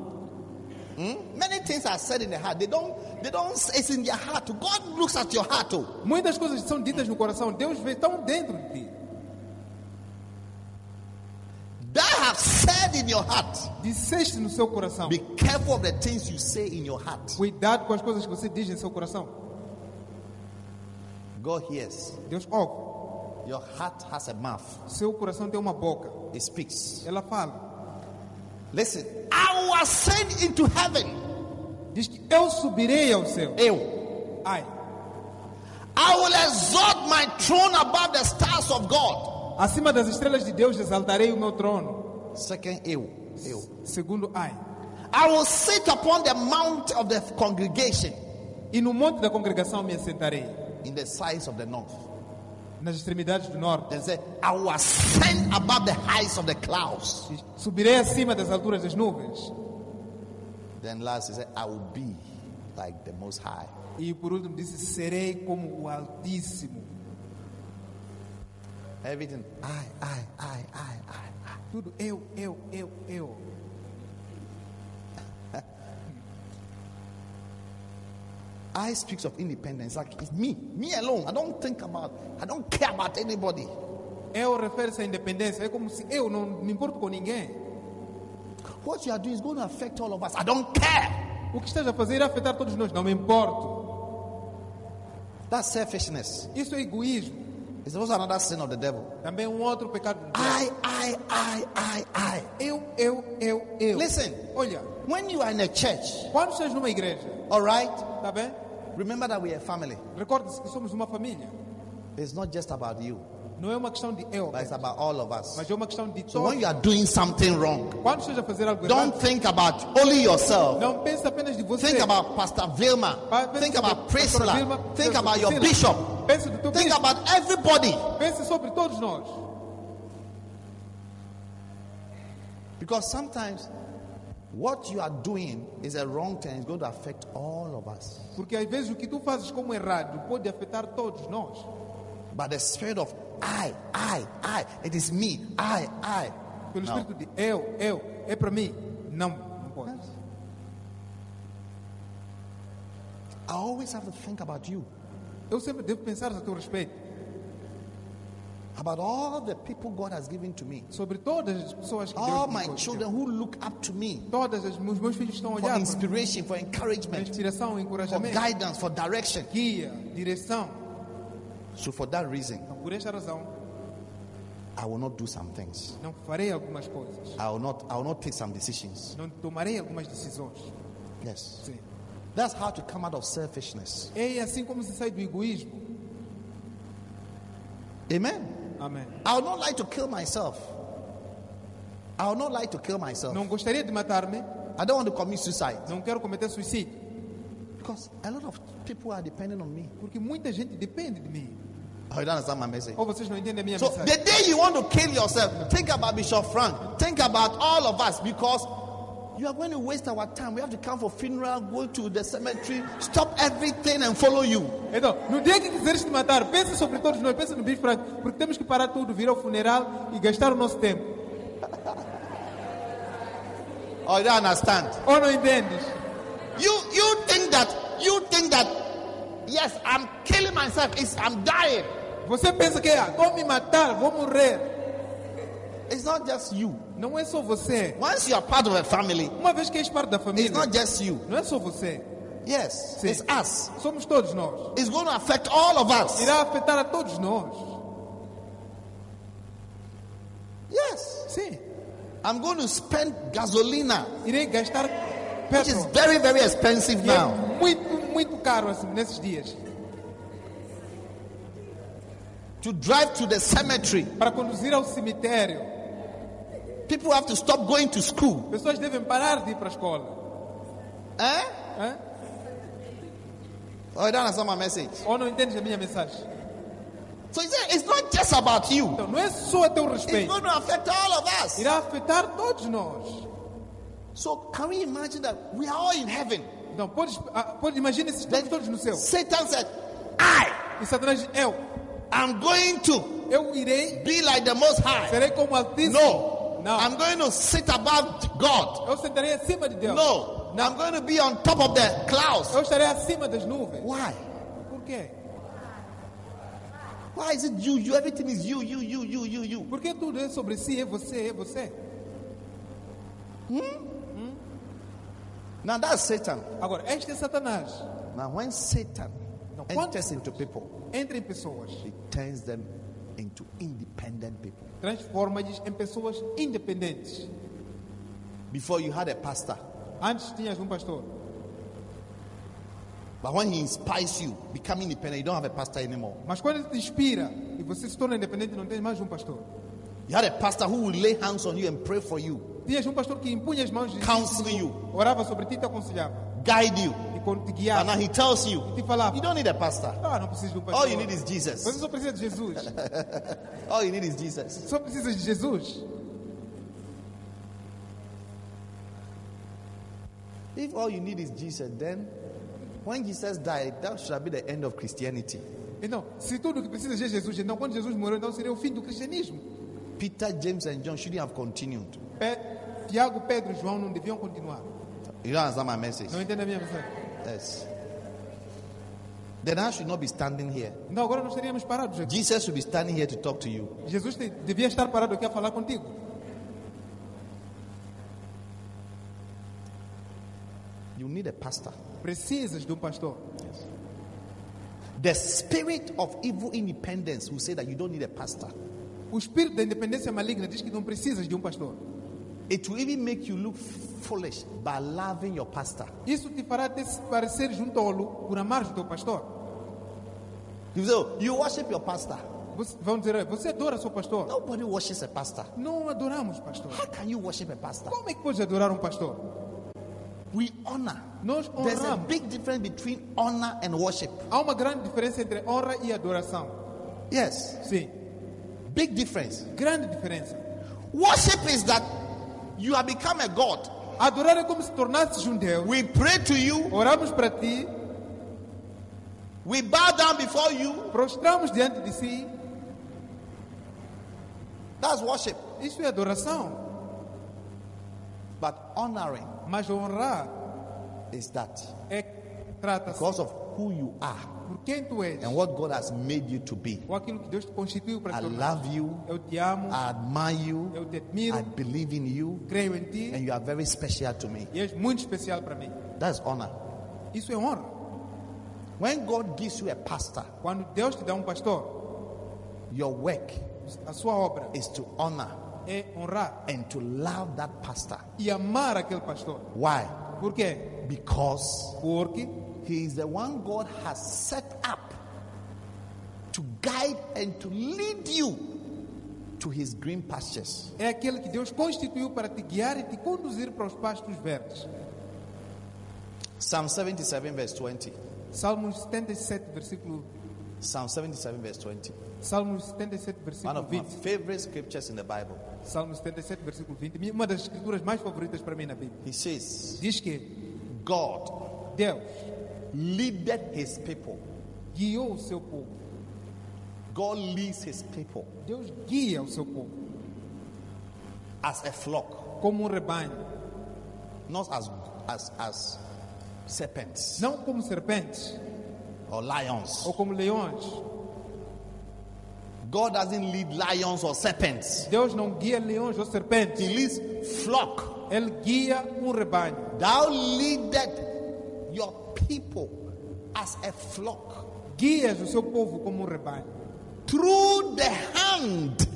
Speaker 2: Hmm? many things are said in the heart. They don't, they don't, it's in their heart. God looks at your heart. Oh.
Speaker 3: muitas coisas são ditas no coração, Deus vê, estão dentro de ti.
Speaker 2: Thou hast said in your heart,
Speaker 3: Disseste no seu coração.
Speaker 2: be careful of the things you say in your heart.
Speaker 3: Cuidado com as coisas que você diz em seu coração.
Speaker 2: God hears.
Speaker 3: Deus ouve.
Speaker 2: Your heart has a mouth,
Speaker 3: Seu coração tem uma boca.
Speaker 2: it speaks.
Speaker 3: Ela fala.
Speaker 2: Listen, I was sent into heaven.
Speaker 3: Diz que eu subirei ao céu.
Speaker 2: Ew.
Speaker 3: Ai.
Speaker 2: I will exalt my throne above the stars of God.
Speaker 3: Acima das estrelas de Deus exaltarei o meu trono.
Speaker 2: Second, ew. Ew.
Speaker 3: Segundo Ai.
Speaker 2: I will sit upon the mount of the congregation
Speaker 3: E no monte da congregação me assentarei.
Speaker 2: in the sides of the north.
Speaker 3: Nas extremidades do norte.
Speaker 2: They say, I will ascend above the heights of the clouds.
Speaker 3: Diz, Subirei acima das alturas das nuvens.
Speaker 2: Then last he said, I will be like the most high.
Speaker 3: E por último disse: Serei como o Altíssimo.
Speaker 2: Everything I, I, I, I, I, I.
Speaker 3: Tudo eu, eu, eu, eu.
Speaker 2: I speaks of independence like it's me, me alone. I don't think about, I don't care about anybody.
Speaker 3: Eu É refere-se à independência. É como se eu não me importo com ninguém.
Speaker 2: What you are doing is going to affect all of us. I don't care.
Speaker 3: O que estás a fazer irá afetar todos nós. Não me importo.
Speaker 2: That's selfishness.
Speaker 3: Isso é egoísmo.
Speaker 2: It's also another sin of the devil.
Speaker 3: Também um outro pecado. do diabo.
Speaker 2: I, I, I, I, I.
Speaker 3: Eu, eu, eu, eu.
Speaker 2: Listen.
Speaker 3: Olha,
Speaker 2: When you are in a church,
Speaker 3: quando estás numa igreja,
Speaker 2: all right,
Speaker 3: tá bem?
Speaker 2: Remember that we are family.
Speaker 3: Recorde-se que somos uma família.
Speaker 2: It's not just about you,
Speaker 3: Não é uma questão de eu,
Speaker 2: but it's about all of us.
Speaker 3: mas é uma questão de
Speaker 2: So
Speaker 3: todos.
Speaker 2: when you are doing something wrong,
Speaker 3: Quando estás a fazer algo errado,
Speaker 2: um don't think about only yourself.
Speaker 3: não pensa apenas de você.
Speaker 2: Think about Pastor Vilma.
Speaker 3: Pensa
Speaker 2: Think
Speaker 3: sobre
Speaker 2: about
Speaker 3: a pastora
Speaker 2: Priscilla.
Speaker 3: Vilma,
Speaker 2: Think
Speaker 3: pensa
Speaker 2: about
Speaker 3: sobre
Speaker 2: your
Speaker 3: Priscila.
Speaker 2: bishop.
Speaker 3: Pensa do teu
Speaker 2: Think
Speaker 3: bispo.
Speaker 2: about everybody.
Speaker 3: Pensa sobre todos nós.
Speaker 2: Because sometimes what you are doing is a wrong thing, it's going to affect all of us.
Speaker 3: Porque às vezes o que tu fazes como errado pode afetar todos nós.
Speaker 2: But the spirit of I, I, I, it is me, I, I. No.
Speaker 3: Pelo espírito de eu, eu, é para mim. Não, não pode.
Speaker 2: I always have to think about you,
Speaker 3: Eu sempre devo pensar a teu respeito
Speaker 2: about all the people God has given to me,
Speaker 3: sobre todas as pessoas que
Speaker 2: all Oh
Speaker 3: Deus me
Speaker 2: my
Speaker 3: concedeu.
Speaker 2: children who look up to me
Speaker 3: Todas as meus, meus filhos estão a
Speaker 2: for
Speaker 3: olhar para
Speaker 2: inspiration, for
Speaker 3: para
Speaker 2: encouragement,
Speaker 3: inspiração,
Speaker 2: for
Speaker 3: encorajamento,
Speaker 2: guidance, for direction.
Speaker 3: guia, direção.
Speaker 2: So, for that reason,
Speaker 3: Então, por esta razão,
Speaker 2: I will not do some things.
Speaker 3: não farei algumas coisas.
Speaker 2: I will not. I will not take some decisions.
Speaker 3: Não tomarei algumas decisões.
Speaker 2: Yes,
Speaker 3: Sim.
Speaker 2: that's how to come out of selfishness.
Speaker 3: É assim como se sai do egoísmo.
Speaker 2: Amen.
Speaker 3: Amém.
Speaker 2: I will not like to kill myself. I will not like to kill myself.
Speaker 3: Não gostaria de matar-me,
Speaker 2: I don't want to commit suicide
Speaker 3: não quero cometer suicídio,
Speaker 2: because a lot of people are depending on me.
Speaker 3: porque muita gente depende de mim.
Speaker 2: Oh, you don't understand my message.
Speaker 3: Ou vocês não entendem a minha
Speaker 2: So
Speaker 3: mensagem.
Speaker 2: the day you want to kill yourself, think about Bishop Frank. Think about all of us because you are going to waste our time. We have to come for funeral, go to the cemetery, stop everything and follow you.
Speaker 3: Então, no dia que quiseres te matar, pensa sobre todos nós, pensa no Bispo Franco, porque temos que parar tudo, vir ao funeral e gastar o nosso tempo.
Speaker 2: Oh, you don't understand.
Speaker 3: Ou não entendes?
Speaker 2: You you think that you think that yes, I'm killing myself. It's, I'm dying.
Speaker 3: Você pensa que ah, vou me matar, vou morrer.
Speaker 2: It's not just you.
Speaker 3: Não é só você.
Speaker 2: Once you are part of a family,
Speaker 3: Uma vez que és parte da família,
Speaker 2: it's not just you.
Speaker 3: não é só você.
Speaker 2: Yes,
Speaker 3: See.
Speaker 2: it's us.
Speaker 3: Somos todos nós.
Speaker 2: It's going to affect all of us.
Speaker 3: Irá afetar a todos nós.
Speaker 2: Yes,
Speaker 3: Sim.
Speaker 2: I'm going to spend gasolina,
Speaker 3: Irei gastar
Speaker 2: which is
Speaker 3: petrol,
Speaker 2: very very expensive
Speaker 3: que é
Speaker 2: now.
Speaker 3: muito, muito caro assim, nesses dias.
Speaker 2: to drive to the cemetery.
Speaker 3: Para conduzir ao cemitério,
Speaker 2: People have to stop going to school.
Speaker 3: pessoas devem parar de ir para a escola.
Speaker 2: Eh?
Speaker 3: Hã?
Speaker 2: Oh, you don't understand my message.
Speaker 3: Ou não entendes a minha mensagem?
Speaker 2: So he said, it's not just about you.
Speaker 3: Então, não é só a teu
Speaker 2: It's
Speaker 3: respeito.
Speaker 2: going to affect all of us.
Speaker 3: Irá afetar todos nós.
Speaker 2: So can we imagine that we are all in heaven?
Speaker 3: Então, podes, ah, podes, imagina se estamos todos no céu.
Speaker 2: Satan said, I
Speaker 3: E Satanás diz, eu,
Speaker 2: am going to
Speaker 3: eu irei,
Speaker 2: be like the Most High.
Speaker 3: serei como altíssimo.
Speaker 2: No. Ah,
Speaker 3: Não.
Speaker 2: I'm going to sit above God.
Speaker 3: Eu sentarei acima de Deus.
Speaker 2: No. I'm going to be on top of the clouds.
Speaker 3: Eu estarei acima das nuvens.
Speaker 2: Why?
Speaker 3: Por quê?
Speaker 2: Why is it you? You everything is you, you, you, you, you, you.
Speaker 3: Porque tudo é sobre si, é você, é você.
Speaker 2: Now that's Satan.
Speaker 3: Agora, este é Satanás.
Speaker 2: Now when Satan
Speaker 3: Now, what-
Speaker 2: enters into people,
Speaker 3: Entra em pessoas,
Speaker 2: He turns them into independent people.
Speaker 3: transforma-lhes em pessoas independentes.
Speaker 2: Before you had a pastor,
Speaker 3: Antes tinhas um pastor,
Speaker 2: but when he inspires you, become independent, you don't have a pastor anymore.
Speaker 3: mas quando ele te inspira e você se torna independente, não tens mais um pastor.
Speaker 2: You had a pastor who will lay hands on you and pray for you,
Speaker 3: Tinhas um pastor que impunha as mãos, e
Speaker 2: counsel you,
Speaker 3: orava sobre ti, te aconselhava
Speaker 2: guide you.
Speaker 3: e quando te
Speaker 2: But
Speaker 3: guiava.
Speaker 2: now he tells you,
Speaker 3: E te falava,
Speaker 2: you don't need a pastor.
Speaker 3: ah, não precisas de um pastor.
Speaker 2: All you need is Jesus.
Speaker 3: Você só precisa de Jesus.
Speaker 2: All you need is Jesus.
Speaker 3: Só precisas de Jesus.
Speaker 2: If all you need is Jesus, then when Jesus died, that should have been the end of Christianity.
Speaker 3: Então, se tudo o que precisas é Jesus, então quando Jesus morreu, então seria o fim do cristianismo.
Speaker 2: Peter, James, and John shouldn't have continued.
Speaker 3: Pe- Tiago, Pedro e João não deviam continuar.
Speaker 2: You don't understand my message?
Speaker 3: Não entende a minha mensagem?
Speaker 2: Yes. Then I should not be standing here.
Speaker 3: Então agora nós estaríamos parados aqui.
Speaker 2: Jesus will be standing here to talk to you.
Speaker 3: Jesus te- devia estar parado aqui a falar contigo.
Speaker 2: You need a pastor.
Speaker 3: Precisas de um pastor.
Speaker 2: The spirit of evil independence will say that you don't need a pastor.
Speaker 3: O espírito da independência maligna diz que não precisas de um pastor.
Speaker 2: It will even make you look foolish by loving your pastor.
Speaker 3: Isso te fará até se parecer um tolo por amares o teu pastor.
Speaker 2: You say, "Oh, you worship your pastor.
Speaker 3: Você, vão dizer, "Ah, você adora seu pastor.
Speaker 2: Nobody worships a pastor.
Speaker 3: Não adoramos pastor.
Speaker 2: How can you worship a pastor?
Speaker 3: Como é que podes adorar um pastor?
Speaker 2: We honor.
Speaker 3: Nós
Speaker 2: There's a
Speaker 3: honramos.
Speaker 2: big difference between honor and worship.
Speaker 3: Há uma grande diferença entre honra e adoração.
Speaker 2: Yes,
Speaker 3: Sim,
Speaker 2: big difference.
Speaker 3: grande diferença.
Speaker 2: Worship is that You have become a God.
Speaker 3: Adorar é como se tornasse um Deus.
Speaker 2: We pray to you.
Speaker 3: Oramos para ti,
Speaker 2: We bow down before you.
Speaker 3: prostramos diante de si.
Speaker 2: That's worship.
Speaker 3: Isso é adoração.
Speaker 2: But honoring
Speaker 3: Mas honrar
Speaker 2: is that
Speaker 3: é trata-se
Speaker 2: because of who you are
Speaker 3: por quem tu és
Speaker 2: and what God has made you to be.
Speaker 3: ou aquilo que Deus te constituiu para
Speaker 2: I
Speaker 3: ti.
Speaker 2: love you.
Speaker 3: Eu te amo,
Speaker 2: I admire you.
Speaker 3: eu te admiro,
Speaker 2: I believe in you.
Speaker 3: creio em ti
Speaker 2: And you are very special to me.
Speaker 3: e és muito especial para mim.
Speaker 2: That's honor.
Speaker 3: Isso é honra.
Speaker 2: When God gives you a pastor,
Speaker 3: Quando Deus te dá um pastor,
Speaker 2: your work
Speaker 3: a sua obra
Speaker 2: is to honor
Speaker 3: é honrar
Speaker 2: and to love that pastor.
Speaker 3: e amar aquele pastor.
Speaker 2: Why?
Speaker 3: Por quê?
Speaker 2: Because
Speaker 3: Porque
Speaker 2: he is the one God has set up to guide and to lead you to his green pastures.
Speaker 3: é aquele que Deus constituiu para te guiar e te conduzir para os pastos verdes.
Speaker 2: Psalm 77, verse 20.
Speaker 3: Salmos 77, versículo,
Speaker 2: Psalm 77, verse 20.
Speaker 3: Salmos 77,
Speaker 2: One
Speaker 3: versículo
Speaker 2: of my
Speaker 3: 20.
Speaker 2: favorite scriptures in the Bible.
Speaker 3: Salmo 77, versículo 20. Minha- Uma das escrituras mais favoritas para mim na Bíblia.
Speaker 2: He says,
Speaker 3: Diz que
Speaker 2: God
Speaker 3: Deus
Speaker 2: leaded his people.
Speaker 3: guiou o seu povo.
Speaker 2: God leads his people
Speaker 3: Deus guia o seu povo
Speaker 2: as a flock,
Speaker 3: como um rebanho,
Speaker 2: not as as as serpents
Speaker 3: não como serpentes
Speaker 2: or lions.
Speaker 3: ou como leões.
Speaker 2: God doesn't lead lions or serpents.
Speaker 3: Deus não guia leões ou serpentes.
Speaker 2: He leads flock.
Speaker 3: Ele guia um rebanho.
Speaker 2: Thou leadeth your people as a flock
Speaker 3: Guias o seu povo como um rebanho
Speaker 2: through the hand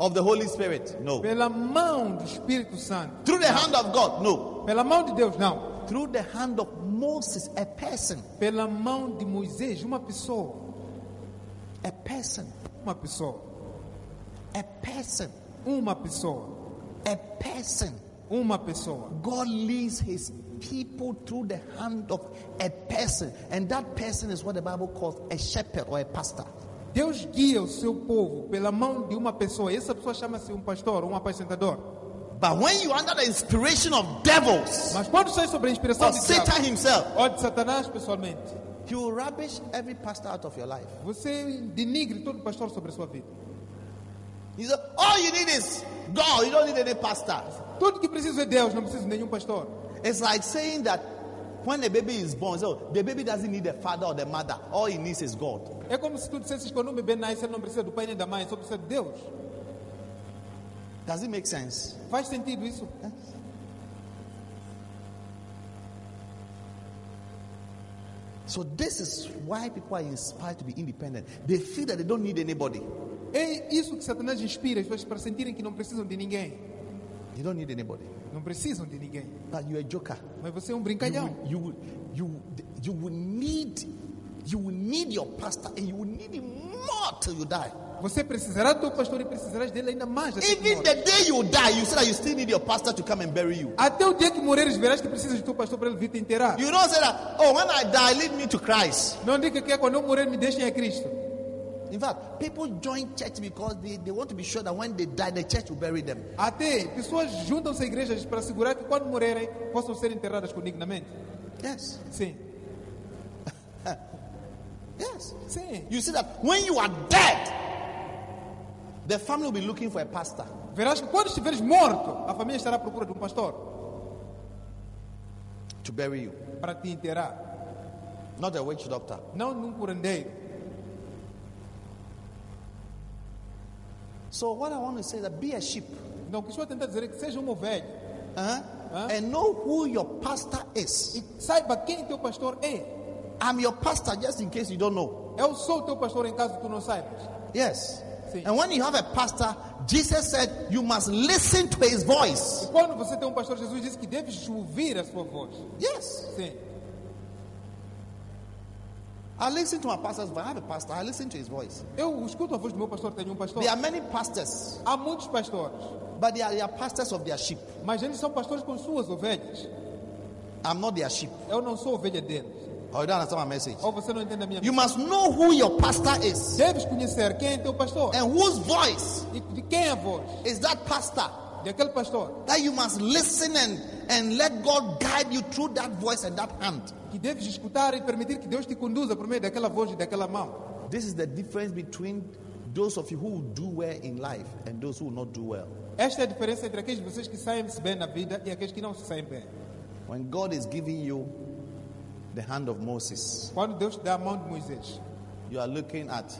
Speaker 2: of the Holy Spirit. No.
Speaker 3: pela mão do Espírito Santo.
Speaker 2: Through the hand of God. No.
Speaker 3: Pela mão de Deus, não.
Speaker 2: Through the hand of Moses, a person.
Speaker 3: Pela mão de Moisés, uma pessoa.
Speaker 2: A person.
Speaker 3: Uma pessoa.
Speaker 2: A person.
Speaker 3: Uma pessoa.
Speaker 2: A person.
Speaker 3: Uma pessoa.
Speaker 2: God leads his people through the hand of a person. And that person is what the Bible calls a shepherd or a pastor.
Speaker 3: Deus guia o seu povo pela mão de uma pessoa. Essa pessoa chama-se um pastor, um apacentador.
Speaker 2: But when you under the inspiration of devils
Speaker 3: Mas quando sai sobre a inspiração
Speaker 2: or
Speaker 3: de Deus,
Speaker 2: Satan himself,
Speaker 3: ou de Satanás pessoalmente,
Speaker 2: He will rubbish every pastor out of your life.
Speaker 3: você denigre todo pastor sobre a sua vida.
Speaker 2: He said, All you need is God. You don't need any pastor.
Speaker 3: Tudo que preciso é Deus, não preciso de nenhum pastor.
Speaker 2: It's like saying that when a baby is born, so the baby doesn't need a father or the mother. All he needs is God.
Speaker 3: É como se tu dissesses que quando um bebê nasce, ele não precisa do pai nem da mãe, só precisa de Deus.
Speaker 2: Does it make sense?
Speaker 3: Faz sentido isso?
Speaker 2: So this is why people are inspired to be independent. They feel that they don't need anybody.
Speaker 3: É isso que Satanás inspira as pessoas para sentirem que não precisam de ninguém.
Speaker 2: You don't need anybody.
Speaker 3: Não precisam de ninguém.
Speaker 2: But you're a joker.
Speaker 3: Mas você é um
Speaker 2: You
Speaker 3: brincalhão.
Speaker 2: will, you will, you will- you will need you will need your pastor and you will need him more till you die.
Speaker 3: Você precisará do teu pastor e precisarás dele ainda mais. até que
Speaker 2: Even
Speaker 3: morra.
Speaker 2: the day you die, you say that you still need your pastor to come and bury you.
Speaker 3: Até o dia que morreres, verás que precisas do teu pastor para ele vir te enterrar.
Speaker 2: You don't say that, oh, when I die, lead me to Christ.
Speaker 3: Não diga que é quando eu morrer me deixem a Cristo.
Speaker 2: In fact, people join church because they, they want to be sure that when they die, the church will bury them.
Speaker 3: Até pessoas juntam-se a igrejas para assegurar que quando morrerem possam ser enterradas benignamente.
Speaker 2: Yes,
Speaker 3: Sim,
Speaker 2: yes.
Speaker 3: sim.
Speaker 2: You see that when you are dead, the family will be looking for a pastor.
Speaker 3: Verás que quando estiveres morto, a família estará à procura de um pastor
Speaker 2: To bury you,
Speaker 3: para te enterrar.
Speaker 2: not a witch doctor.
Speaker 3: Não num curandeiro.
Speaker 2: So, what I want to say is that be a sheep
Speaker 3: Não, o que estou a tentar dizer é que seja um ovelha
Speaker 2: uh-huh,
Speaker 3: Huh?
Speaker 2: and know who your pastor is.
Speaker 3: e saiba quem teu pastor é.
Speaker 2: I'm your pastor, just in case you don't know.
Speaker 3: Eu sou o teu pastor em caso tu não saibas.
Speaker 2: Yes.
Speaker 3: See.
Speaker 2: And when you have a pastor, Jesus said you must listen to his voice.
Speaker 3: E quando você tem um pastor, Jesus disse que deves ouvir a sua voz.
Speaker 2: Yes.
Speaker 3: Sim.
Speaker 2: I listen to my pastor's voice. I have a pastor. I listen to his voice.
Speaker 3: Eu escuto a voz do meu pastor, tenho um pastor.
Speaker 2: There are many pastors,
Speaker 3: Há muitos pastores.
Speaker 2: but they are, they are pastors of their sheep.
Speaker 3: Mas eles são pastores com suas ovelhas.
Speaker 2: I'm not their sheep.
Speaker 3: Eu não sou ovelha deles.
Speaker 2: Or you don't understand my message.
Speaker 3: Ou você não entende a minha
Speaker 2: You must know who your pastor is
Speaker 3: Deves conhecer quem é teu pastor
Speaker 2: and whose voice
Speaker 3: e de quem é a voz
Speaker 2: is that pastor.
Speaker 3: daquele pastor.
Speaker 2: That you must listen and, and let God guide you through that voice and that hand.
Speaker 3: Que deves escutar e permitir que Deus te conduza por meio daquela voz e daquela mão.
Speaker 2: This is the difference between those of you who do well in life and those who not do well.
Speaker 3: Esta é a diferença entre aqueles de vocês que saem-se bem na vida e aqueles que não se saem bem.
Speaker 2: When God is giving you the hand of Moses,
Speaker 3: Quando Deus te dá a mão de Moisés,
Speaker 2: you are looking at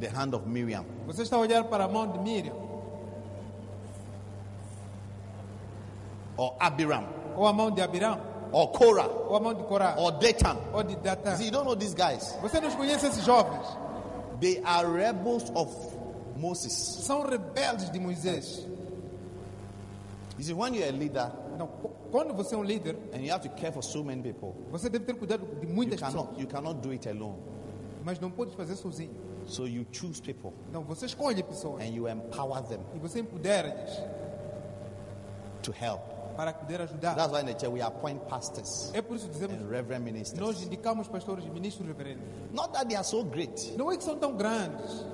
Speaker 2: the hand of Miriam.
Speaker 3: você está a olhar para a mão de Miriam
Speaker 2: or Abiram
Speaker 3: ou a mão de Abirão
Speaker 2: or Korah
Speaker 3: ou a mão de Corá
Speaker 2: or Datan.
Speaker 3: ou de Datã.
Speaker 2: You See, you don't know these guys.
Speaker 3: Você não conhece esses jovens?
Speaker 2: They are rebels of Moses.
Speaker 3: São rebeldes de Moisés.
Speaker 2: You see, when you're a leader
Speaker 3: Não, qu- quando você é um líder,
Speaker 2: and you have to care for so many people,
Speaker 3: você deve ter cuidado de
Speaker 2: you
Speaker 3: muitas pessoas,
Speaker 2: cannot, you cannot do it alone.
Speaker 3: mas não podes fazer sozinho.
Speaker 2: So you choose people
Speaker 3: Não, você escolhe pessoas
Speaker 2: and you empower them
Speaker 3: e você empodera-lhes
Speaker 2: to help.
Speaker 3: para poder ajudar.
Speaker 2: That's why in the church we appoint pastors
Speaker 3: É por isso que dizemos,
Speaker 2: and reverend
Speaker 3: nós
Speaker 2: ministers.
Speaker 3: indicamos pastores e ministros reverentes.
Speaker 2: Not that they are so great.
Speaker 3: Não é que são tão grandes,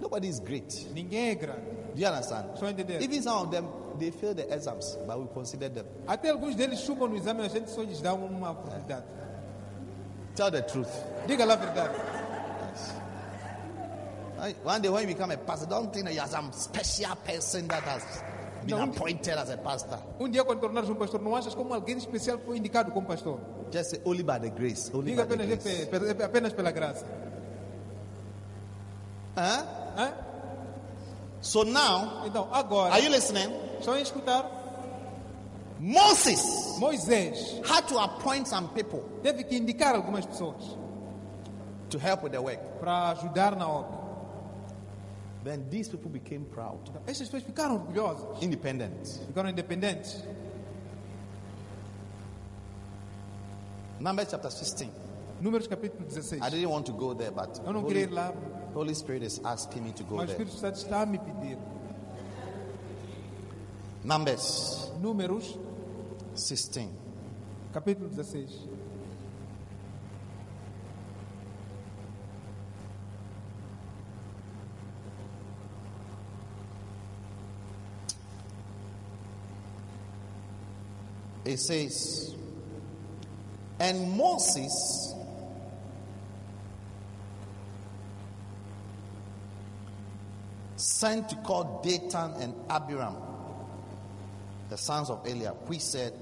Speaker 2: Nobody is great.
Speaker 3: ninguém é grande.
Speaker 2: Do you understand?
Speaker 3: So in the day-
Speaker 2: Even some of them, they fail the exams, but we consider them.
Speaker 3: Até alguns deles chupam no exame e a gente só lhes dá uma oportunidade.
Speaker 2: Tell the truth.
Speaker 3: Diga lá a verdade.
Speaker 2: Right? One day when you become a pastor, don't think that you are some special person that has been
Speaker 3: No.
Speaker 2: appointed as a pastor.
Speaker 3: Um dia, quando tornares um pastor, não achas como alguém especial que foi indicado como pastor.
Speaker 2: Just say only by the grace. Only
Speaker 3: Diga
Speaker 2: by the
Speaker 3: apenas,
Speaker 2: grace.
Speaker 3: pe- pe- apenas pela graça.
Speaker 2: Huh?
Speaker 3: Hã?
Speaker 2: So now,
Speaker 3: Então, agora,
Speaker 2: are you listening?
Speaker 3: estão a escutar?
Speaker 2: Moses
Speaker 3: Moisés
Speaker 2: had to appoint some people
Speaker 3: teve que indicar algumas pessoas
Speaker 2: to help with the work.
Speaker 3: para ajudar na obra.
Speaker 2: Then these people became proud,
Speaker 3: Então, estas pessoas ficaram orgulhosas,
Speaker 2: independent.
Speaker 3: ficaram independentes.
Speaker 2: Numbers chapter 16.
Speaker 3: Números capítulo 16.
Speaker 2: I didn't want to go there, but
Speaker 3: Eu não queria ir
Speaker 2: Holy,
Speaker 3: lá,
Speaker 2: Holy Spirit is asking me to go
Speaker 3: mas o
Speaker 2: there.
Speaker 3: Espírito Santo está a me pedir.
Speaker 2: Numbers
Speaker 3: Números
Speaker 2: 16.
Speaker 3: capítulo 16.
Speaker 2: It says, and Moses sent to call Datan and Abiram, the sons of Eliab, which said,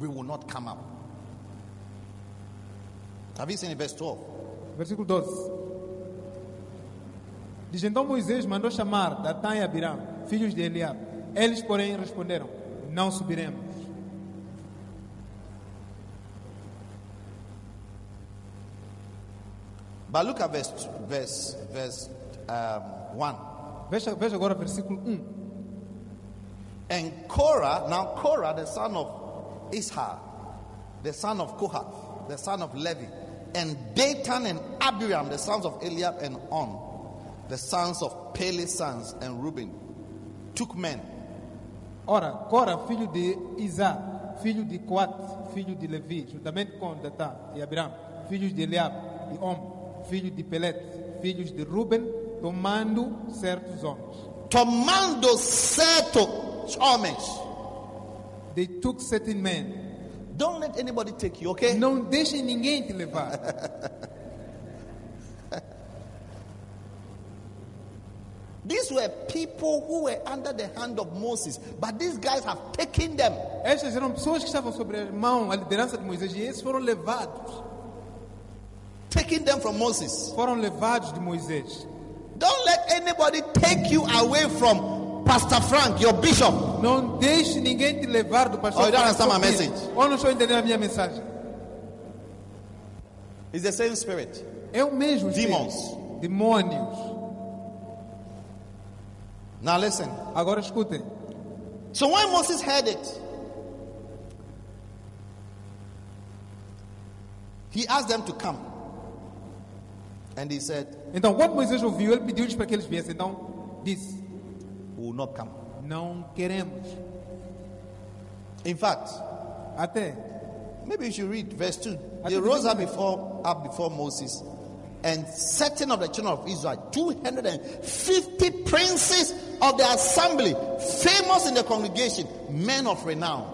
Speaker 2: We will not come up. Have you seen it, verse 12?
Speaker 3: Versículo 12. Diz então Moisés mandou chamar Datã e Abiram, filhos de Eliab. Eles, porém, responderam: Não subiremos.
Speaker 2: But look at verse verse verse um, 1.
Speaker 3: Veja, veja agora o versículo 1.
Speaker 2: And Korah, now Korah, the son of Ishar, the son of Kohath, the son of Levi, and Datan and Abiram, the sons of Eliab and On, the sons of Pele's sons and Reuben, took men.
Speaker 3: Ora, Cora, filho de Isá, filho de Coat, filho de Levi, juntamente com Datã e Abiram, filhos de Eliab e Om, filho de Pelete, filhos de Ruben, tomando certos homens.
Speaker 2: Tomando said to Chalmers,
Speaker 3: They took certain men.
Speaker 2: Don't let anybody take you, okay?
Speaker 3: Não deixem ninguém te levar.
Speaker 2: These were people who were under the hand of Moses, but these guys have taken them.
Speaker 3: Estas eram pessoas que estavam sobre a mão, a liderança de Moisés, e esses foram levados.
Speaker 2: Taking them from Moses.
Speaker 3: Foram levados de Moisés.
Speaker 2: Don't let anybody take you away from Pastor Frank, your bishop.
Speaker 3: Não deixe ninguém te levar do pastor.
Speaker 2: Oh, you don't understand
Speaker 3: Francisco
Speaker 2: my
Speaker 3: Pinto.
Speaker 2: message.
Speaker 3: Ou não estou entendendo a minha mensagem.
Speaker 2: It's the same spirit.
Speaker 3: É o mesmo.
Speaker 2: Demons.
Speaker 3: espírito. Demônios.
Speaker 2: Now listen.
Speaker 3: Agora escutem.
Speaker 2: So when Moses heard it, he asked them to come. And he said,
Speaker 3: Então, quando Moisés ouviu, ele pediu-lhes para que eles viessem. Então, disse:
Speaker 2: We will not come.
Speaker 3: Não queremos.
Speaker 2: In fact,
Speaker 3: Até
Speaker 2: Maybe you should read verse 2.
Speaker 3: I
Speaker 2: They
Speaker 3: think
Speaker 2: rose
Speaker 3: we-
Speaker 2: up before, up before Moses and certain of the children of Israel, 250 princes of the assembly, famous in the congregation, men of renown.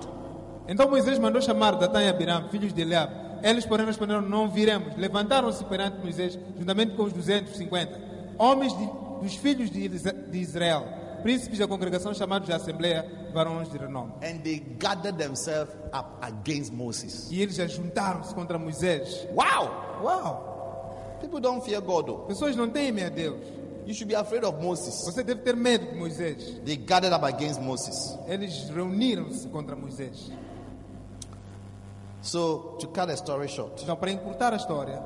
Speaker 3: Então Moisés mandou chamar Datã e Abiram, filhos de Eliabe. Eles, porém, responderam: Não viremos. Levantaram-se perante Moisés, juntamente com os 250, homens de- dos filhos de, Elisa- de Israel, príncipes da congregação chamados de Assembleia, varões de renome.
Speaker 2: And they gathered themselves up against Moses.
Speaker 3: E eles ajuntaram-se contra Moisés.
Speaker 2: Wow!
Speaker 3: Uau!
Speaker 2: People don't fear God though.
Speaker 3: Pessoas não temem a Deus.
Speaker 2: You should be afraid of Moses.
Speaker 3: Você deve ter medo de Moisés.
Speaker 2: They gathered up against Moses.
Speaker 3: Eles reuniram-se contra Moisés.
Speaker 2: So, to cut the story short,
Speaker 3: Então, para encurtar a história,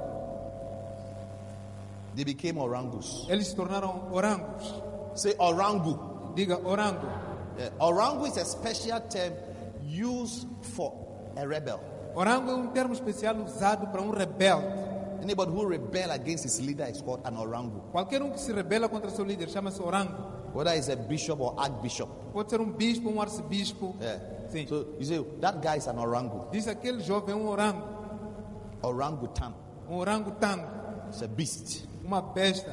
Speaker 2: they became orangus.
Speaker 3: eles se tornaram orangos.
Speaker 2: Say orangu.
Speaker 3: Diga orango.
Speaker 2: Yeah, Uh, Orangu is a special term used for a rebel.
Speaker 3: Orango é um termo especial usado para um rebelde.
Speaker 2: Anybody who rebel against his leader is called an orangu.
Speaker 3: Qualquer um que se rebela contra seu líder chama-se orango.
Speaker 2: Whether he's a bishop or archbishop.
Speaker 3: Pode ser um bispo, um arcebispo.
Speaker 2: Yeah.
Speaker 3: Sim.
Speaker 2: So you say that guy is an orangu.
Speaker 3: Diz aquele jovem é um orango,
Speaker 2: Orangutan.
Speaker 3: um orangotango,
Speaker 2: It's a beast.
Speaker 3: uma besta.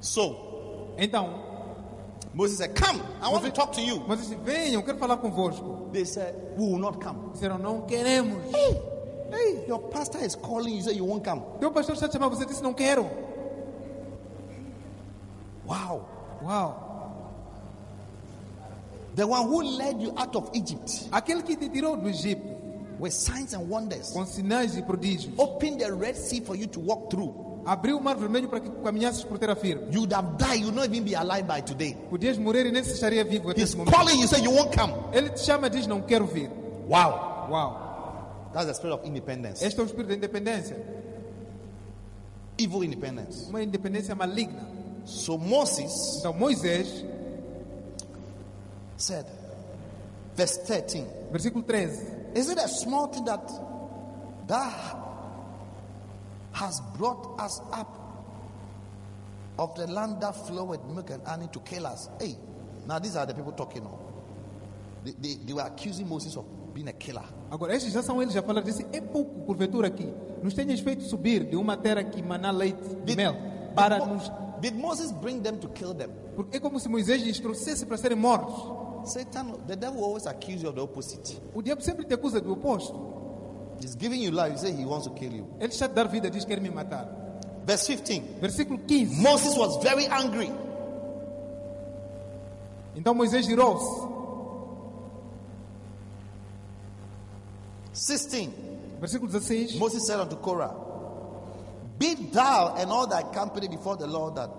Speaker 2: So
Speaker 3: Então,
Speaker 2: Moses said, Come, I want to
Speaker 3: Moses-
Speaker 2: talk to you.
Speaker 3: mas disse, venham, quero falar convosco.
Speaker 2: They said, We will not come.
Speaker 3: Disseram, não queremos.
Speaker 2: Hey, your pastor is calling you, say you won't come.
Speaker 3: Teu pastor está a chamar você, disse, não quero.
Speaker 2: Wow.
Speaker 3: Uau.
Speaker 2: The one who led you out of Egypt
Speaker 3: Aquele que te tirou do Egito,
Speaker 2: with signs and wonders,
Speaker 3: com sinais e prodígios,
Speaker 2: opened the Red Sea for you to walk through.
Speaker 3: abriu o mar vermelho para que caminhasses por terra firme.
Speaker 2: You would have died, you would not even be alive by today.
Speaker 3: Podias morrer e nem se estaria vivo até
Speaker 2: He's
Speaker 3: esse momento.
Speaker 2: calling you, say you won't come.
Speaker 3: Ele te chama e diz, não quero vir.
Speaker 2: Wow.
Speaker 3: Uau.
Speaker 2: That's the spirit of independence.
Speaker 3: Este é o espírito da independência.
Speaker 2: Evil independence.
Speaker 3: uma independência maligna.
Speaker 2: So Moses
Speaker 3: Então Moisés,
Speaker 2: said, verse 13,
Speaker 3: versículo 13,
Speaker 2: is it a small thing that that has brought us up of the land that flow with milk and honey to kill us? Hey, now these are the people talking now. They, they, they were accusing Moses of being a killer.
Speaker 3: agora estes já são eles a falar, disse, é pouco porventura aqui, nos tenhas feito subir de uma terra que maná leite e mel, para
Speaker 2: Mo-
Speaker 3: nos...
Speaker 2: did Moses bring them to kill them?
Speaker 3: Porque é como se Moisés lhes trouxesse para serem mortos.
Speaker 2: Satan, the devil always accuses you of the opposite.
Speaker 3: O diabo sempre te acusa do oposto.
Speaker 2: He's giving you life. You say he wants to kill you.
Speaker 3: Ele está a dar vida, diz, quer me matar.
Speaker 2: Verse 15.
Speaker 3: Versículo 15,
Speaker 2: Moses was very angry.
Speaker 3: então Moisés girou-se.
Speaker 2: 16.
Speaker 3: Versículo 16,
Speaker 2: Moses said unto Korah, Be thou and all thy company before the Lord that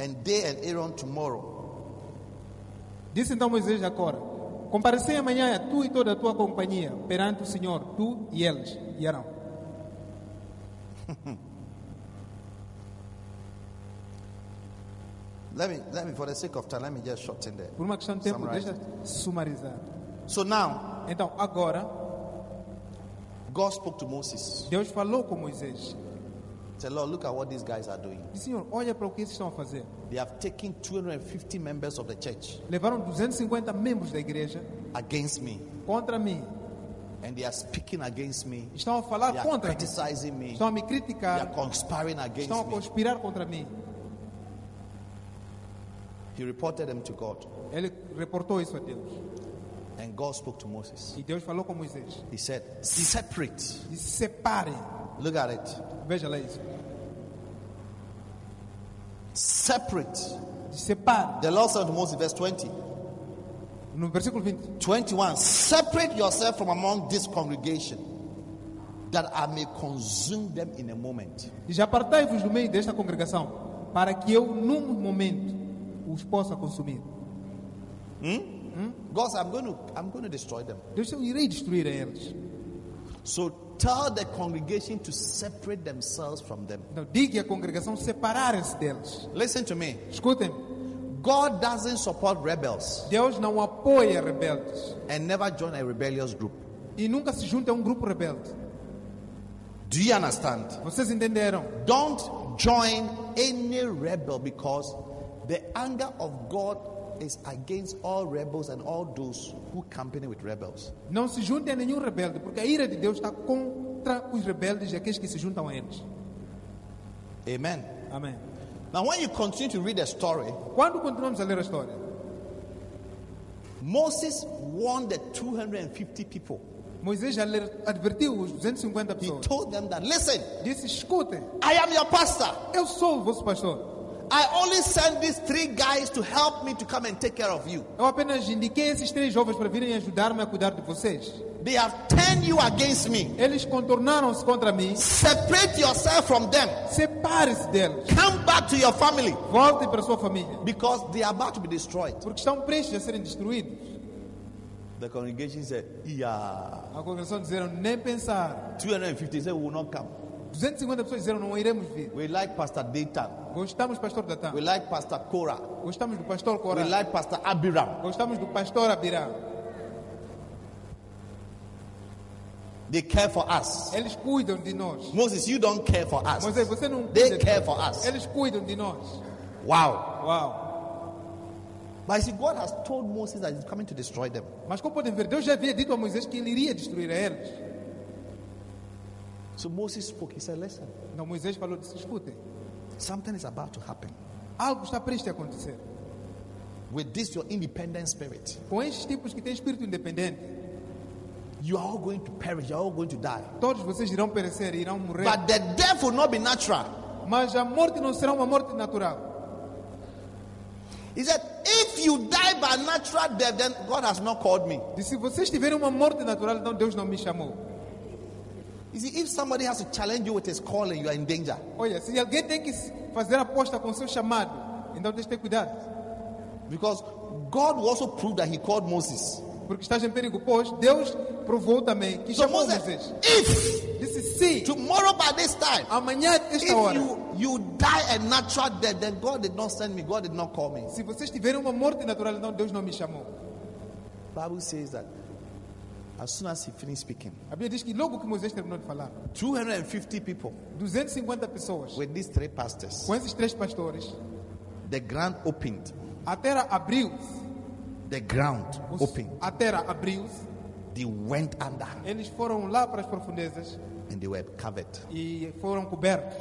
Speaker 2: and they and Aaron tomorrow.
Speaker 3: disse então Moisés a Cora, comparecei amanhã a tu e toda a tua companhia perante o Senhor, tu e eles, e Arão.
Speaker 2: Let me let me for the sake of time, let me just shorten there.
Speaker 3: Por uma questão de tempo,
Speaker 2: Summarize.
Speaker 3: deixa sumarizar.
Speaker 2: So now
Speaker 3: Então, agora,
Speaker 2: God spoke to Moses.
Speaker 3: Deus falou com Moisés.
Speaker 2: He Said, Lord, look at what these guys are doing.
Speaker 3: Disse, Senhor, olha para o que eles estão a fazer.
Speaker 2: They have taken 250 members of the church
Speaker 3: Levaram 250 membros da igreja
Speaker 2: against me.
Speaker 3: contra mim.
Speaker 2: And they are speaking against me.
Speaker 3: Estão a
Speaker 2: They
Speaker 3: falar
Speaker 2: are
Speaker 3: contra mim.
Speaker 2: criticizing me.
Speaker 3: Estão a me
Speaker 2: They are
Speaker 3: criticar.
Speaker 2: conspiring against
Speaker 3: Estão a
Speaker 2: me.
Speaker 3: conspirar contra mim.
Speaker 2: He reported them to God.
Speaker 3: Ele reportou isso a Deus.
Speaker 2: And God spoke to Moses.
Speaker 3: E Deus falou com Moisés.
Speaker 2: He said, Separate.
Speaker 3: Disse, separem.
Speaker 2: Look at it.
Speaker 3: Veja lá isso.
Speaker 2: Separate.
Speaker 3: Disse, separem.
Speaker 2: The Lord said to Moses, verse 20,
Speaker 3: No versículo 20.
Speaker 2: 21, Separate yourself from among this congregation that I may consume them in a moment.
Speaker 3: Diz, apartai-vos do meio desta congregação, para que eu, num momento, os possa consumir.
Speaker 2: God said, I'm going to, I'm going to destroy them.
Speaker 3: Deus, eu irei destruir a eles.
Speaker 2: So tell the congregation to separate themselves from them.
Speaker 3: Então, diga à congregação separarem-se deles.
Speaker 2: Listen to me.
Speaker 3: Escutem,
Speaker 2: God doesn't support rebels
Speaker 3: Deus não apoia rebeldes
Speaker 2: and never join a rebellious group.
Speaker 3: e nunca se junta a um grupo rebelde.
Speaker 2: Do you understand?
Speaker 3: Vocês entenderam?
Speaker 2: Don't join any rebel because the anger of God is against all rebels and all those who company with rebels.
Speaker 3: Não se juntem a nenhum rebelde, porque a ira de Deus está contra os rebeldes e aqueles que se juntam a eles.
Speaker 2: Amen.
Speaker 3: Amém.
Speaker 2: Now, when you continue to read the story,
Speaker 3: Quando continuamos a ler a história,
Speaker 2: Moses warned the 250 people.
Speaker 3: Moisés já ler- advertiu os 250
Speaker 2: He
Speaker 3: pessoas.
Speaker 2: told them that, listen,
Speaker 3: Disse: escutem,
Speaker 2: I am your pastor.
Speaker 3: eu sou o vosso pastor.
Speaker 2: I only sent these three guys to help me to come and take care of you.
Speaker 3: Eu apenas indiquei esses três jovens para virem ajudar-me a cuidar de vocês.
Speaker 2: They have turned you against me.
Speaker 3: Eles contornaram-se contra mim.
Speaker 2: Separate yourself from them.
Speaker 3: Separe-se deles.
Speaker 2: Come back to your family
Speaker 3: Volte para a sua família.
Speaker 2: because they are about to be destroyed.
Speaker 3: Porque estão prestes a serem destruídos.
Speaker 2: The congregation said, Yeah.
Speaker 3: A congregação disseram: nem pensar.
Speaker 2: 250 said, We will not come.
Speaker 3: 250 pessoas disseram: não iremos vir.
Speaker 2: We like Pastor Dayton.
Speaker 3: Gostamos do pastor Datan.
Speaker 2: We like Pastor Korah.
Speaker 3: Gostamos do pastor
Speaker 2: We
Speaker 3: Corá.
Speaker 2: like Pastor Abiram.
Speaker 3: Gostamos do pastor Abirá.
Speaker 2: They care for us.
Speaker 3: Eles cuidam de nós.
Speaker 2: Moses, you don't care for us.
Speaker 3: Moisés, você não
Speaker 2: They
Speaker 3: cuida de
Speaker 2: care
Speaker 3: nós.
Speaker 2: for us.
Speaker 3: Eles cuidam de nós.
Speaker 2: Wow.
Speaker 3: Uau.
Speaker 2: But you see, God has told Moses that he's coming to destroy them.
Speaker 3: Mas como podem ver, Deus já havia dito a Moisés que ele iria destruir a eles.
Speaker 2: So Moses spoke. He said, Listen,
Speaker 3: Então Moisés falou disse, escutem,
Speaker 2: something is about to happen.
Speaker 3: algo está prestes a acontecer.
Speaker 2: With this, your independent spirit,
Speaker 3: Com estes tipos que têm espírito independente,
Speaker 2: you are all going to perish. You are all going to die.
Speaker 3: todos vocês irão perecer, irão morrer.
Speaker 2: But the death will not be natural.
Speaker 3: Mas a morte não será uma morte natural.
Speaker 2: He said, If you die by natural death, then God has not called me.
Speaker 3: E se vocês tiverem uma morte natural, então Deus não me chamou.
Speaker 2: You see, if somebody has to challenge you with his calling, you are in danger.
Speaker 3: Olha, se alguém tem que se- fazer aposta com o seu chamado, então tens de ter cuidado.
Speaker 2: Because God will also prove that he called Moses.
Speaker 3: Porque estás em perigo. Pois Deus provou também que
Speaker 2: So
Speaker 3: chamou
Speaker 2: Moses,
Speaker 3: Moisés.
Speaker 2: if
Speaker 3: Disse sim,
Speaker 2: tomorrow by this time,
Speaker 3: amanhã, esta
Speaker 2: if
Speaker 3: hora.
Speaker 2: you, you die a natural death, then God did not send me, God did not call me.
Speaker 3: Se vocês tiverem uma morte natural, então Deus não me chamou.
Speaker 2: Bible says that as soon as he finished speaking,
Speaker 3: A Bíblia diz que logo que Moisés terminou de falar,
Speaker 2: 250 people
Speaker 3: 250 pessoas,
Speaker 2: with these three pastors,
Speaker 3: com esses três pastores,
Speaker 2: the ground opened.
Speaker 3: a terra abriu-se.
Speaker 2: The ground
Speaker 3: Os-
Speaker 2: opened.
Speaker 3: A terra abriu-se.
Speaker 2: They went under
Speaker 3: Eles foram lá para as profundezas
Speaker 2: and they were covered.
Speaker 3: e foram cobertos.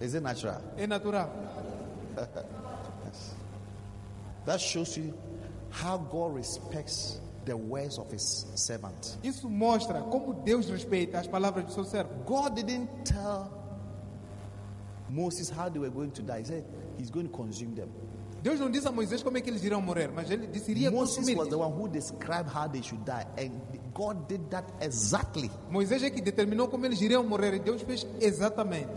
Speaker 2: Is it natural?
Speaker 3: É natural.
Speaker 2: That shows you how God respects the words of his servant.
Speaker 3: Isso mostra como Deus respeita as palavras do seu servo.
Speaker 2: God didn't tell Moses how they were going to die. He said he's going to consume them.
Speaker 3: Deus não diz a Moisés como é que eles irão morrer, mas ele disse iria
Speaker 2: Moses
Speaker 3: consumir.
Speaker 2: was the one who described how they should die, and God did that exactly.
Speaker 3: Moisés é que determinou como eles iriam morrer e Deus fez exatamente.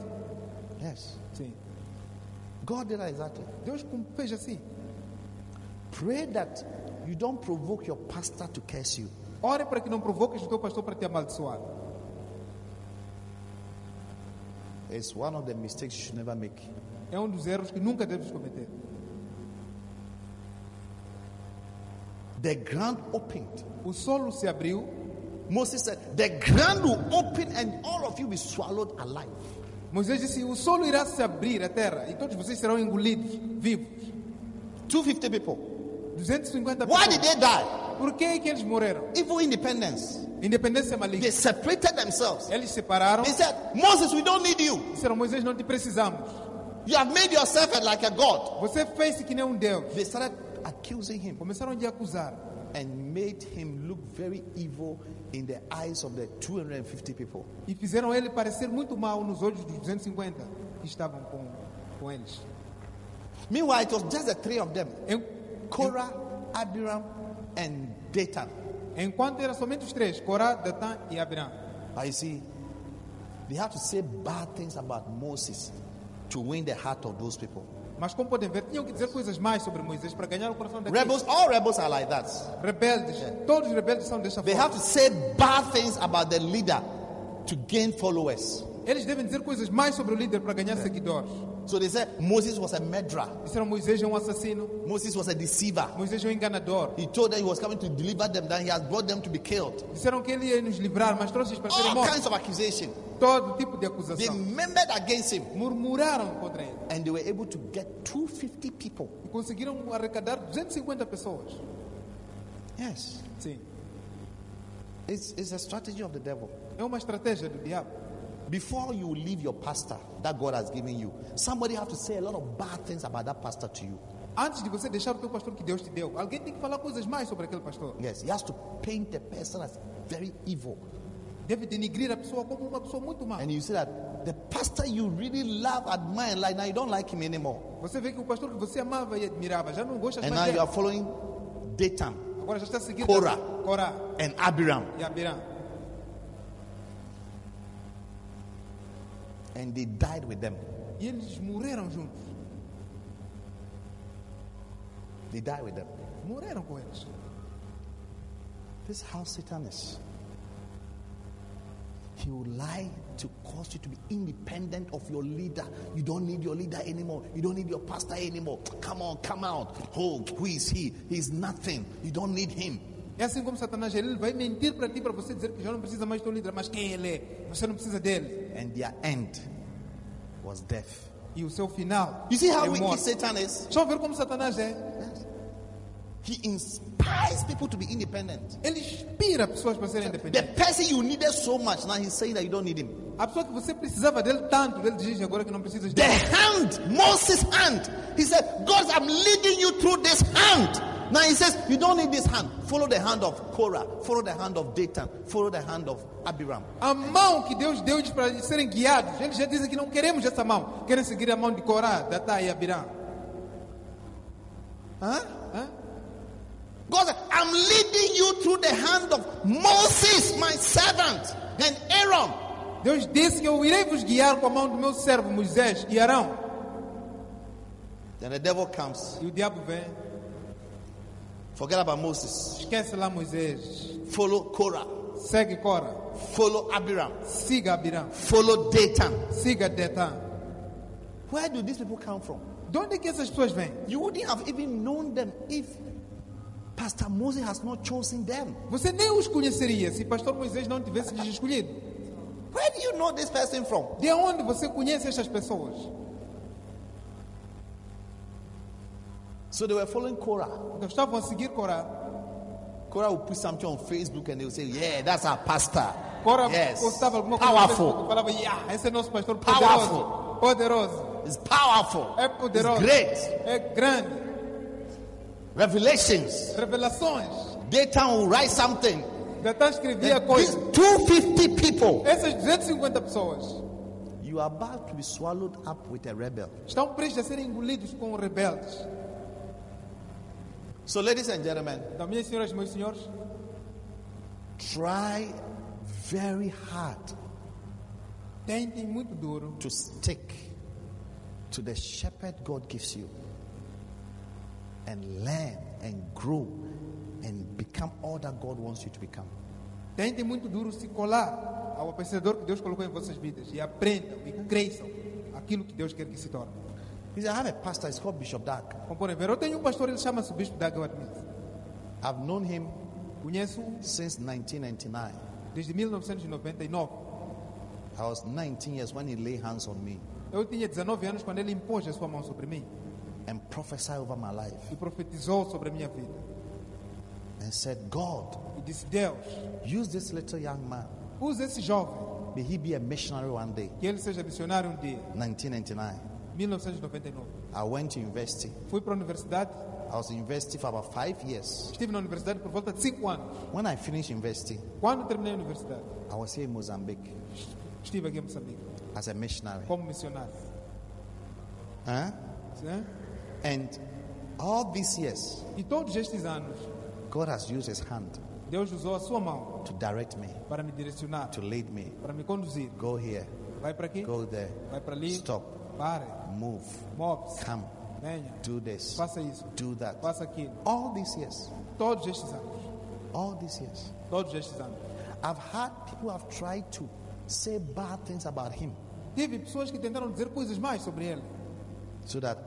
Speaker 2: Yes,
Speaker 3: Sim.
Speaker 2: God did that exactly.
Speaker 3: Deus cum- fez assim.
Speaker 2: Pray that you don't provoke your pastor to curse you.
Speaker 3: Ore para que não provoques o teu pastor para te amaldiçoar.
Speaker 2: It's one of the mistakes you should never make.
Speaker 3: É um dos erros que nunca devemos cometer.
Speaker 2: The ground opened.
Speaker 3: O solo se abriu.
Speaker 2: Moses said, The ground will open and all of you will be swallowed alive.
Speaker 3: Moisés disse: O solo irá se abrir, a terra, e todos vocês serão engolidos vivos.
Speaker 2: 250 people.
Speaker 3: 250
Speaker 2: Why
Speaker 3: pessoas.
Speaker 2: did they die?
Speaker 3: Por que, é que eles morreram?
Speaker 2: Evil independence.
Speaker 3: Independência maligna.
Speaker 2: They separated themselves.
Speaker 3: Eles se separaram.
Speaker 2: They said, Moses, we don't need you.
Speaker 3: Disseram: Moisés, não te precisamos.
Speaker 2: You have made yourself like a God.
Speaker 3: Você fez que nem um Deus.
Speaker 2: They started accusing him.
Speaker 3: Começaram a lhe acusar
Speaker 2: and made him look very evil in the eyes of the 250 people.
Speaker 3: e fizeram ele parecer muito mal nos olhos dos 250 que estavam com, com eles.
Speaker 2: Meanwhile, it was just the three of them
Speaker 3: Em,
Speaker 2: Korah, Abiram, and Datan.
Speaker 3: enquanto era somente os três: Corá, Datã e Abiram.
Speaker 2: I see. They have to say bad things about Moses to win the heart of those people.
Speaker 3: Mas como podem ver, tinham que dizer coisas mais sobre Moisés para ganhar o coração daqueles.
Speaker 2: Rebels, all rebels are like that.
Speaker 3: Rebeldes, todos os rebeldes são desta
Speaker 2: They
Speaker 3: forma.
Speaker 2: have to say bad things about the leader to gain followers.
Speaker 3: Eles devem dizer coisas mais sobre o líder para ganhar seguidores.
Speaker 2: So they said Moses was a murderer.
Speaker 3: Disseram Moisés é um assassino,
Speaker 2: Moses was a deceiver.
Speaker 3: Moisés é um enganador.
Speaker 2: He told them he was coming to deliver them, that he has brought them to be killed.
Speaker 3: Disseram que ele ia nos livrar, mas trouxe-os para serem
Speaker 2: All
Speaker 3: mortos.
Speaker 2: kinds of accusation.
Speaker 3: Todo tipo
Speaker 2: They
Speaker 3: de acusação.
Speaker 2: murmured against him.
Speaker 3: Murmuraram contra ele.
Speaker 2: And they were able to get 250 people.
Speaker 3: E conseguiram arrecadar 250 pessoas.
Speaker 2: Yes.
Speaker 3: Sim.
Speaker 2: It's, it's a strategy of the devil.
Speaker 3: É uma estratégia do diabo.
Speaker 2: Before you leave your pastor that God has given you, somebody have to say a lot of bad things about that pastor to you.
Speaker 3: Antes de você deixar o teu pastor que Deus te deu, alguém tem que falar coisas mais sobre aquele pastor.
Speaker 2: Yes, he has to paint the person as very evil.
Speaker 3: Deve denigrir a pessoa como uma pessoa muito má.
Speaker 2: And you see that the pastor you really love, admire, and like now you don't like him anymore.
Speaker 3: Você vê que o pastor que você amava e admirava já não gosta
Speaker 2: And
Speaker 3: mais
Speaker 2: now you
Speaker 3: dele.
Speaker 2: are following Datan
Speaker 3: Agora já está seguindo
Speaker 2: Cora.
Speaker 3: Cora
Speaker 2: and Abiram.
Speaker 3: e Abirã.
Speaker 2: And they died with them.
Speaker 3: E eles morreram juntos.
Speaker 2: They died with them.
Speaker 3: Morreram com eles.
Speaker 2: This is how Satan is. He will lie to cause you to be independent of your leader. You don't need your leader anymore. You don't need your pastor anymore. Come on, come out. Oh, who is he? He's nothing. You don't need him.
Speaker 3: É assim como Satanás, ele vai mentir para ti, para você dizer que já não precisa mais do teu líder, mas quem ele é? Você não precisa dele.
Speaker 2: And their end was death.
Speaker 3: E o seu final
Speaker 2: You see how
Speaker 3: é
Speaker 2: wicked
Speaker 3: morte.
Speaker 2: Satan is?
Speaker 3: Só ver como Satanás é.
Speaker 2: He inspires people to be independent.
Speaker 3: Ele inspira pessoas para serem
Speaker 2: The
Speaker 3: independentes.
Speaker 2: person you needed so much, now he's saying that you don't need him.
Speaker 3: A pessoa que você precisava dele tanto, ele diz agora que não precisas
Speaker 2: The
Speaker 3: dele.
Speaker 2: hand, Moses' hand. He said, God, I'm leading you through this hand. Now he says, You don't need this hand. Follow the hand of Korah. Follow the hand of Datan. Follow the hand of Abiram.
Speaker 3: A mão que Deus deu eles para serem guiados. Eles já dizem que não queremos essa mão. Querem seguir a mão de Corá, Datá e Abirã.
Speaker 2: Huh?
Speaker 3: Hã?
Speaker 2: God, said, I'm leading you through the hand of Moses, my servant, and Aaron.
Speaker 3: Deus disse que eu irei vos guiar com a mão do meu servo Moisés e Arão.
Speaker 2: Then the devil comes.
Speaker 3: E o diabo vem,
Speaker 2: Forget about Moses.
Speaker 3: esquece lá Moisés,
Speaker 2: Follow Korah.
Speaker 3: segue Cora,
Speaker 2: Follow Abiram.
Speaker 3: siga Abirã,
Speaker 2: Follow Datan.
Speaker 3: siga Datã.
Speaker 2: Where do these people come from?
Speaker 3: De onde é que essas pessoas vêm?
Speaker 2: You wouldn't have even known them if Pastor Moses has not chosen them.
Speaker 3: Você nem os conheceria se pastor Moisés não tivesse lhes escolhido.
Speaker 2: Where do you know this person from?
Speaker 3: De onde você conhece estas pessoas?
Speaker 2: So they were following Korah.
Speaker 3: Então estavam a seguir Corá.
Speaker 2: Korah will put something on Facebook and they will say, Yeah, that's our pastor.
Speaker 3: Cora
Speaker 2: yes.
Speaker 3: postava alguma coisa no Facebook
Speaker 2: Powerful.
Speaker 3: e falava, yeah, esse é nosso pastor
Speaker 2: Powerful.
Speaker 3: poderoso. Poderoso.
Speaker 2: It's powerful.
Speaker 3: É
Speaker 2: It's
Speaker 3: poderoso.
Speaker 2: great.
Speaker 3: É grande.
Speaker 2: Revelations.
Speaker 3: Revelações.
Speaker 2: Datan will write something.
Speaker 3: Datã escrevia
Speaker 2: And These
Speaker 3: coisas.
Speaker 2: 250 people.
Speaker 3: Essas 250 pessoas
Speaker 2: You are about to be swallowed up with a rebel.
Speaker 3: estão prestes a serem engolidos com rebeldes.
Speaker 2: So, ladies and gentlemen,
Speaker 3: Então, minhas senhoras e meus senhores,
Speaker 2: try very hard
Speaker 3: tentem muito duro
Speaker 2: to stick to the shepherd God gives you and learn and grow and become all that God wants you to become.
Speaker 3: Tentem muito duro se colar ao apreciador que Deus colocou em vossas vidas e aprendam e cresçam aquilo que Deus quer que se torne.
Speaker 2: He said, I have a pastor, he's called Bishop Dark.
Speaker 3: Como por exemplo, eu tenho um pastor, ele chama-se Bispo Dagel Admins.
Speaker 2: I've known him
Speaker 3: Conheço-o
Speaker 2: since 1999.
Speaker 3: desde 1999.
Speaker 2: I was 19 years when he lay hands on me
Speaker 3: Eu tinha 19 anos quando ele impôs a sua mão sobre mim
Speaker 2: and prophesied over my life
Speaker 3: e profetizou sobre a minha vida.
Speaker 2: and said, God,
Speaker 3: E disse, Deus,
Speaker 2: use this little young man.
Speaker 3: usa esse jovem,
Speaker 2: May he be a missionary one day.
Speaker 3: que ele seja missionário um dia.
Speaker 2: 1999.
Speaker 3: 1999.
Speaker 2: I went to university.
Speaker 3: Fui para a universidade,
Speaker 2: I was in university for about five years.
Speaker 3: estive na universidade por volta de 5 anos.
Speaker 2: When I finished university,
Speaker 3: Quando terminei a universidade,
Speaker 2: I was here in Mozambique
Speaker 3: estive aqui em Moçambique
Speaker 2: as a missionary.
Speaker 3: como missionário.
Speaker 2: Huh?
Speaker 3: Sim?
Speaker 2: And all these years,
Speaker 3: E todos estes anos,
Speaker 2: God has used His hand
Speaker 3: Deus usou a sua mão
Speaker 2: to direct me,
Speaker 3: para me direcionar,
Speaker 2: to lead me.
Speaker 3: para me conduzir.
Speaker 2: Go here,
Speaker 3: Vai para aqui,
Speaker 2: go there,
Speaker 3: vai para ali,
Speaker 2: stop,
Speaker 3: pare,
Speaker 2: move,
Speaker 3: move-se,
Speaker 2: come,
Speaker 3: venha,
Speaker 2: do this,
Speaker 3: faça isso,
Speaker 2: do that.
Speaker 3: faça aquilo.
Speaker 2: All these years,
Speaker 3: Todos estes anos,
Speaker 2: all these years,
Speaker 3: todos estes anos.
Speaker 2: I've had people have tried to say bad things about Him,
Speaker 3: Teve pessoas que tentaram dizer coisas mais sobre ele,
Speaker 2: so that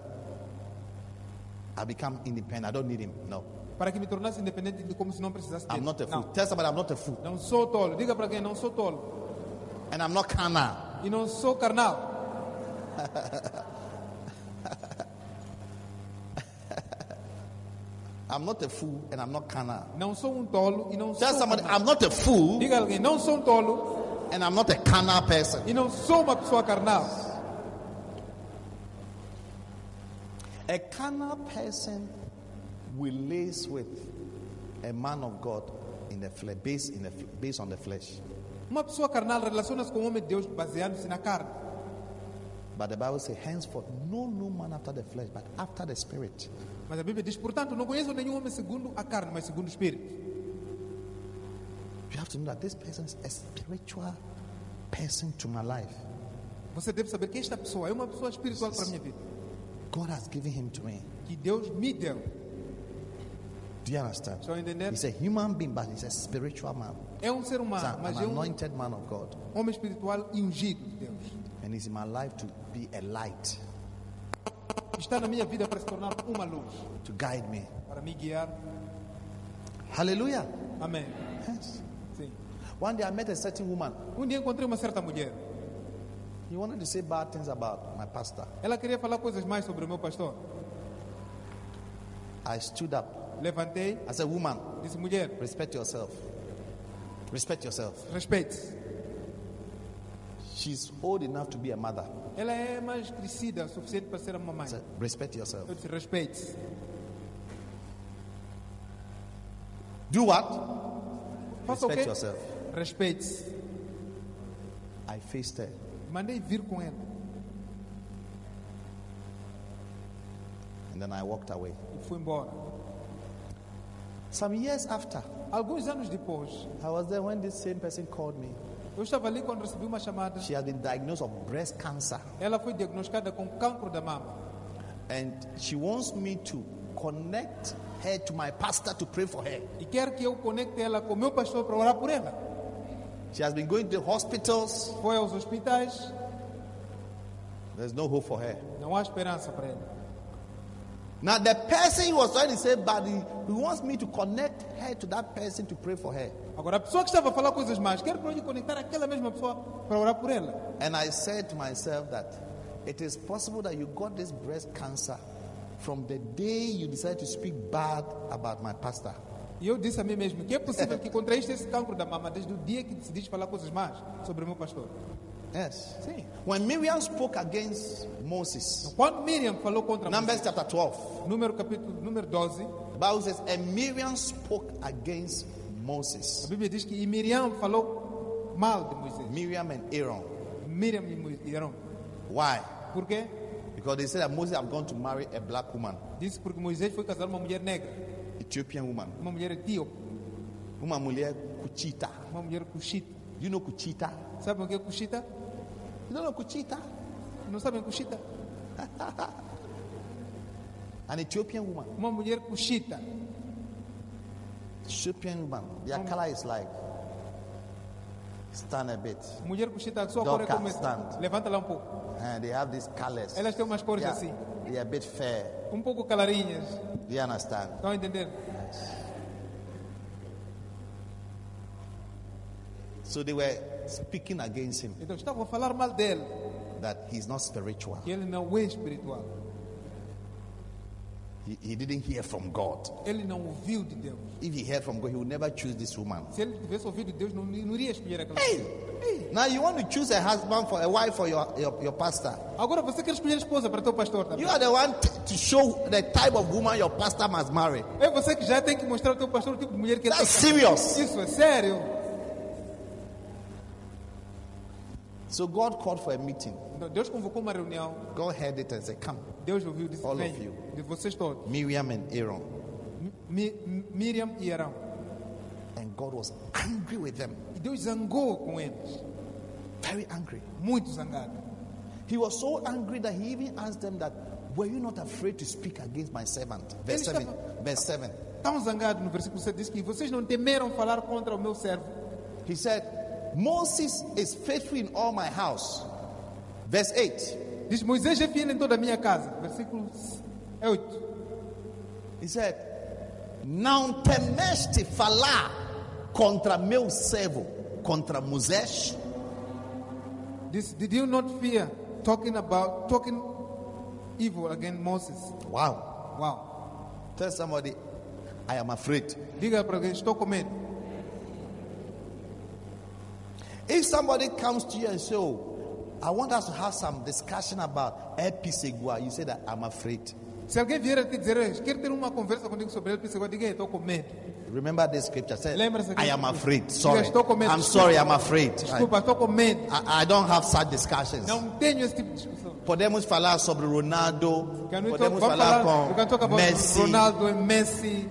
Speaker 2: I become independent. I don't need him. No.
Speaker 3: Para que me tornasse independente de como se não precisasse dele.
Speaker 2: I'm not a fool.
Speaker 3: Não.
Speaker 2: Tell somebody I'm not a fool.
Speaker 3: Não sou tolo. Diga para quem não sou tolo.
Speaker 2: And I'm not carnal.
Speaker 3: E não sou carnal.
Speaker 2: I'm not a fool and I'm not carnal.
Speaker 3: Não sou um tolo e não
Speaker 2: Tell
Speaker 3: sou
Speaker 2: somebody
Speaker 3: carnal.
Speaker 2: I'm not a fool
Speaker 3: Diga a alguém, não sou um tolo
Speaker 2: and I'm not a carnal person.
Speaker 3: e não sou uma pessoa carnal.
Speaker 2: A carnal person relates with a man of God in the flesh, based, in the, fl- based on the flesh.
Speaker 3: Uma pessoa carnal relaciona-se com o homem de Deus baseando-se na carne.
Speaker 2: But the Bible says, henceforth, no no man after the flesh, but after the spirit.
Speaker 3: Mas a Bíblia diz, portanto, não conheço nenhum homem segundo a carne, mas segundo o Espírito.
Speaker 2: You have to know that this person is a spiritual person to my life.
Speaker 3: Você deve saber que esta pessoa é uma pessoa espiritual para a minha vida.
Speaker 2: God has given him to me.
Speaker 3: Que Deus me deu.
Speaker 2: Do you understand?
Speaker 3: Estão a entender?
Speaker 2: He's a human being, but he's a spiritual man.
Speaker 3: É um ser
Speaker 2: He's
Speaker 3: humano,
Speaker 2: an,
Speaker 3: mas
Speaker 2: an
Speaker 3: é um
Speaker 2: anointed man of God.
Speaker 3: homem espiritual e ungido de Deus.
Speaker 2: And he's in my life to be a light,
Speaker 3: Está na minha vida para se tornar uma luz,
Speaker 2: to guide me.
Speaker 3: para me guiar.
Speaker 2: Hallelujah.
Speaker 3: Amém.
Speaker 2: Yes.
Speaker 3: Sim.
Speaker 2: One day I met a certain woman.
Speaker 3: Um dia encontrei uma certa mulher.
Speaker 2: He wanted to say bad things about my pastor.
Speaker 3: Ela queria falar coisas mais sobre o meu pastor.
Speaker 2: I stood up.
Speaker 3: Levantei,
Speaker 2: I said, Woman,
Speaker 3: disse: mulher,
Speaker 2: respect yourself. Respect yourself.
Speaker 3: respeite-se.
Speaker 2: She's old enough to be a mother.
Speaker 3: Ela é mais crescida o suficiente para ser uma
Speaker 2: I
Speaker 3: mamãe.
Speaker 2: said, Respect yourself.
Speaker 3: Eu disse, respeite.
Speaker 2: Do what?
Speaker 3: Faça o
Speaker 2: Respect
Speaker 3: quê?
Speaker 2: yourself.
Speaker 3: Respeite.
Speaker 2: I faced her.
Speaker 3: Mandei vir com ela
Speaker 2: And then I walked away.
Speaker 3: e fui embora.
Speaker 2: Some years after,
Speaker 3: Alguns anos depois,
Speaker 2: I was there when this same person called me.
Speaker 3: eu estava ali quando recebi uma chamada.
Speaker 2: She had been diagnosed with breast cancer.
Speaker 3: Ela foi diagnosticada com cancro da mama.
Speaker 2: And she wants me to connect her to my pastor to pray for her.
Speaker 3: E quer que eu conecte ela com o meu pastor para orar por ela.
Speaker 2: She has been going to hospitals.
Speaker 3: Foi aos hospitais,
Speaker 2: There's no hope for her.
Speaker 3: não há esperança para ela.
Speaker 2: Now, the person he was trying to say, but he, he wants me to connect her to that person to pray for her.
Speaker 3: Agora, a pessoa que estava a falar coisas más, quer para eu conectar aquela mesma pessoa para orar por ela.
Speaker 2: And I said to myself that it is possible that you got this breast cancer from the day you decided to speak bad about my pastor.
Speaker 3: E eu disse a mim mesmo que é possível que contraíste esse cancro da mama desde o dia que decidiste falar coisas más sobre o meu pastor.
Speaker 2: Yes.
Speaker 3: Sim.
Speaker 2: When Miriam spoke against Moses,
Speaker 3: Quando Miriam falou contra
Speaker 2: Numbers chapter 12,
Speaker 3: Moisés, número capítulo número 12,
Speaker 2: the Bible says, and Miriam spoke against
Speaker 3: a
Speaker 2: Moses,
Speaker 3: Bíblia diz que e Miriam falou mal de Moisés.
Speaker 2: Miriam and Aaron.
Speaker 3: Miriam e Moisés. e Arão.
Speaker 2: Why?
Speaker 3: Por quê?
Speaker 2: Because they said that Moses have gone to marry a black woman,
Speaker 3: Disse porque Moisés foi casar uma mulher negra,
Speaker 2: Ethiopian woman,
Speaker 3: uma mulher etíope,
Speaker 2: uma mulher Kuchita.
Speaker 3: uma mulher cuxita.
Speaker 2: You know Kuchita?
Speaker 3: Sabem o que é cuxita?
Speaker 2: You don't know Kuchita?
Speaker 3: Não sabem é cuxita?
Speaker 2: An Ethiopian woman.
Speaker 3: Uma mulher cuxita.
Speaker 2: Ethiopian woman. Their color is like stand a bit.
Speaker 3: Mulher cuxita, a sua cor é
Speaker 2: Dorcas,
Speaker 3: como essa.
Speaker 2: stand.
Speaker 3: Levanta lá um pouco.
Speaker 2: And they have these colors.
Speaker 3: Elas têm umas cores
Speaker 2: They are-
Speaker 3: assim.
Speaker 2: they are a bit fair.
Speaker 3: Um pouco calarinhas.
Speaker 2: Do you understand?
Speaker 3: Estão a entender?
Speaker 2: So they were speaking against him
Speaker 3: Então estavam a falar mal dele,
Speaker 2: that he's not spiritual.
Speaker 3: que ele não é espiritual.
Speaker 2: He, he didn't hear from God.
Speaker 3: Ele não ouviu de Deus.
Speaker 2: If he heard from God, he would never choose this woman.
Speaker 3: Se ele tivesse ouvido de Deus, não, não iria escolher aquela
Speaker 2: Hey,
Speaker 3: pessoa.
Speaker 2: hey. Now you want to choose a husband for a wife for your, your, your pastor.
Speaker 3: Agora você quer escolher esposa para teu pastor também.
Speaker 2: You are the one t- to show the type of woman your pastor must marry.
Speaker 3: É você que já tem que mostrar ao teu pastor o tipo de mulher que ele
Speaker 2: That's
Speaker 3: tem.
Speaker 2: serious.
Speaker 3: Isso é sério.
Speaker 2: So God called for a meeting.
Speaker 3: Então, Deus convocou uma reunião.
Speaker 2: God heard it and said, Come.
Speaker 3: Deus ouviu e disse:
Speaker 2: All of
Speaker 3: Venham,
Speaker 2: you.
Speaker 3: de vocês todos.
Speaker 2: Miriam and Aaron.
Speaker 3: Mi- Mi- Miriam e Arão.
Speaker 2: And God was angry with them.
Speaker 3: E Deus zangou com eles.
Speaker 2: Very angry.
Speaker 3: Muito zangado.
Speaker 2: He was so angry that he even asked them that, Were you not afraid to speak against my servant? Verse 7. Verse 7.
Speaker 3: Tão zangado no versículo 7 diz que vocês não temeram falar contra o meu servo.
Speaker 2: He said, Moses is faithful in all my house. Verse 8.
Speaker 3: Diz: Moisés é fiel em toda a minha casa. Versículo 8.
Speaker 2: He said, Não temeste falar contra meu servo, contra Moisés?
Speaker 3: This, did you not fear talking about talking evil against Moses?
Speaker 2: Wow.
Speaker 3: Wow.
Speaker 2: Tell somebody, I am afraid.
Speaker 3: Diga para quem estou com medo.
Speaker 2: If somebody comes to you and say, oh, I want us to have some discussion about Episegua, you say that I'm afraid.
Speaker 3: Se alguém vier a te dizer, "Eu quero ter uma conversa contigo sobre ele, você vai dizer, "Ei, estou com medo.
Speaker 2: Remember this scripture says,
Speaker 3: Lembra-se que-
Speaker 2: I am afraid. Sorry.
Speaker 3: Estou com medo.
Speaker 2: I'm sorry, I'm afraid. I,
Speaker 3: Desculpa, estou com medo.
Speaker 2: I- I don't have such discussions.
Speaker 3: Não tenho esse tipo de discussão.
Speaker 2: Podemos falar sobre Ronaldo.
Speaker 3: Can we talk-
Speaker 2: Podemos
Speaker 3: vamos
Speaker 2: falar
Speaker 3: eu quero
Speaker 2: com
Speaker 3: tocar para
Speaker 2: Messi,
Speaker 3: Ronaldo e Messi.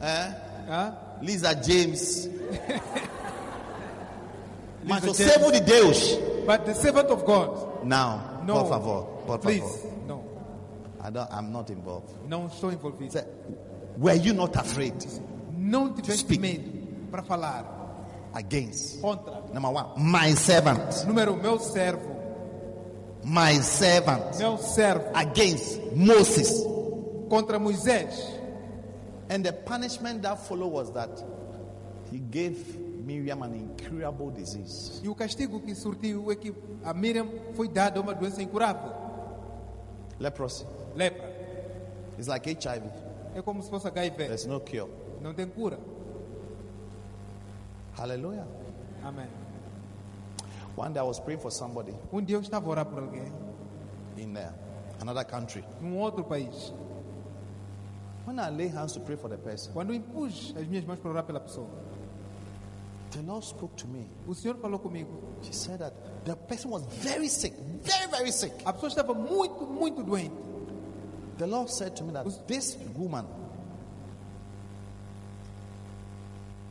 Speaker 3: É?
Speaker 2: eh?
Speaker 3: Hã?
Speaker 2: Lisa James. Mas o
Speaker 3: James.
Speaker 2: servo de Deus.
Speaker 3: But the servant of God,
Speaker 2: Não,
Speaker 3: no.
Speaker 2: por favor, por
Speaker 3: Please,
Speaker 2: favor.
Speaker 3: não.
Speaker 2: I don't, I'm not involved.
Speaker 3: Não estou envolvido.
Speaker 2: Say, were you not afraid
Speaker 3: Não tiveste
Speaker 2: speak.
Speaker 3: medo para falar
Speaker 2: against?
Speaker 3: contra.
Speaker 2: Number one, my servant,
Speaker 3: Número um, meu servo.
Speaker 2: my servant
Speaker 3: Meu servo
Speaker 2: against Moses.
Speaker 3: contra Moisés.
Speaker 2: And the punishment that followed was that he gave Miriam an incurable disease.
Speaker 3: E o castigo que surtiu é que a Miriam foi dada uma doença incurável.
Speaker 2: Leprosy.
Speaker 3: Lepra.
Speaker 2: It's like HIV.
Speaker 3: É como se fosse HIV.
Speaker 2: There's no cure.
Speaker 3: Não tem cura.
Speaker 2: Hallelujah.
Speaker 3: Amém.
Speaker 2: One day I was praying for somebody
Speaker 3: Um dia eu estava a orar por alguém,
Speaker 2: in uh, another country.
Speaker 3: num outro país.
Speaker 2: When I lay hands to pray for the person,
Speaker 3: Quando eu impus as minhas mãos para orar pela pessoa,
Speaker 2: the Lord spoke to me.
Speaker 3: o Senhor falou comigo.
Speaker 2: She said that the person was very sick, very, very sick.
Speaker 3: A pessoa estava muito, muito doente.
Speaker 2: The Lord said to me that this woman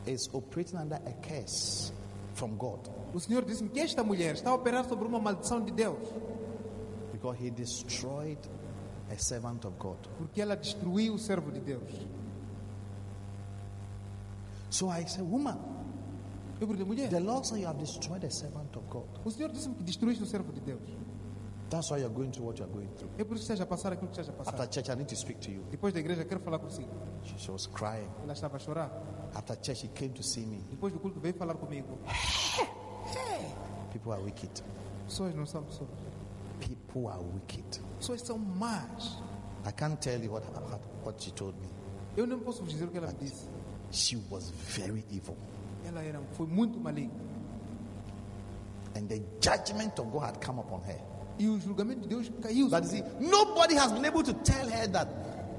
Speaker 2: is operating under a curse from God
Speaker 3: O Senhor disse-me que esta mulher está a operar sobre uma maldição de Deus,
Speaker 2: because he destroyed a servant of God.
Speaker 3: porque ela destruiu o servo de Deus.
Speaker 2: So I said, Woman,
Speaker 3: Eu perguntei, mulher,
Speaker 2: the Lord said you have destroyed a servant of God.
Speaker 3: o Senhor disse-me que destruíste o servo de Deus.
Speaker 2: That's why you're going through what you're going through.
Speaker 3: É por isso que estás a passar aquilo que estás a
Speaker 2: After
Speaker 3: passar.
Speaker 2: church, I need to speak to you.
Speaker 3: Depois da igreja, quero falar consigo.
Speaker 2: She, she was crying.
Speaker 3: Ela estava a chorar.
Speaker 2: After church, she came to see me.
Speaker 3: Depois do culto, veio falar comigo.
Speaker 2: People are wicked.
Speaker 3: Pessoas não são pessoas.
Speaker 2: People are wicked.
Speaker 3: Pessoas são más.
Speaker 2: I can't tell you what, what, what she told me.
Speaker 3: Eu não posso vos dizer o que ela me disse.
Speaker 2: She was very evil.
Speaker 3: Ela era, foi muito maligna.
Speaker 2: And the judgment of God had come upon her.
Speaker 3: E o julgamento de Deus caiu.
Speaker 2: That is it. Nobody has been able to tell her that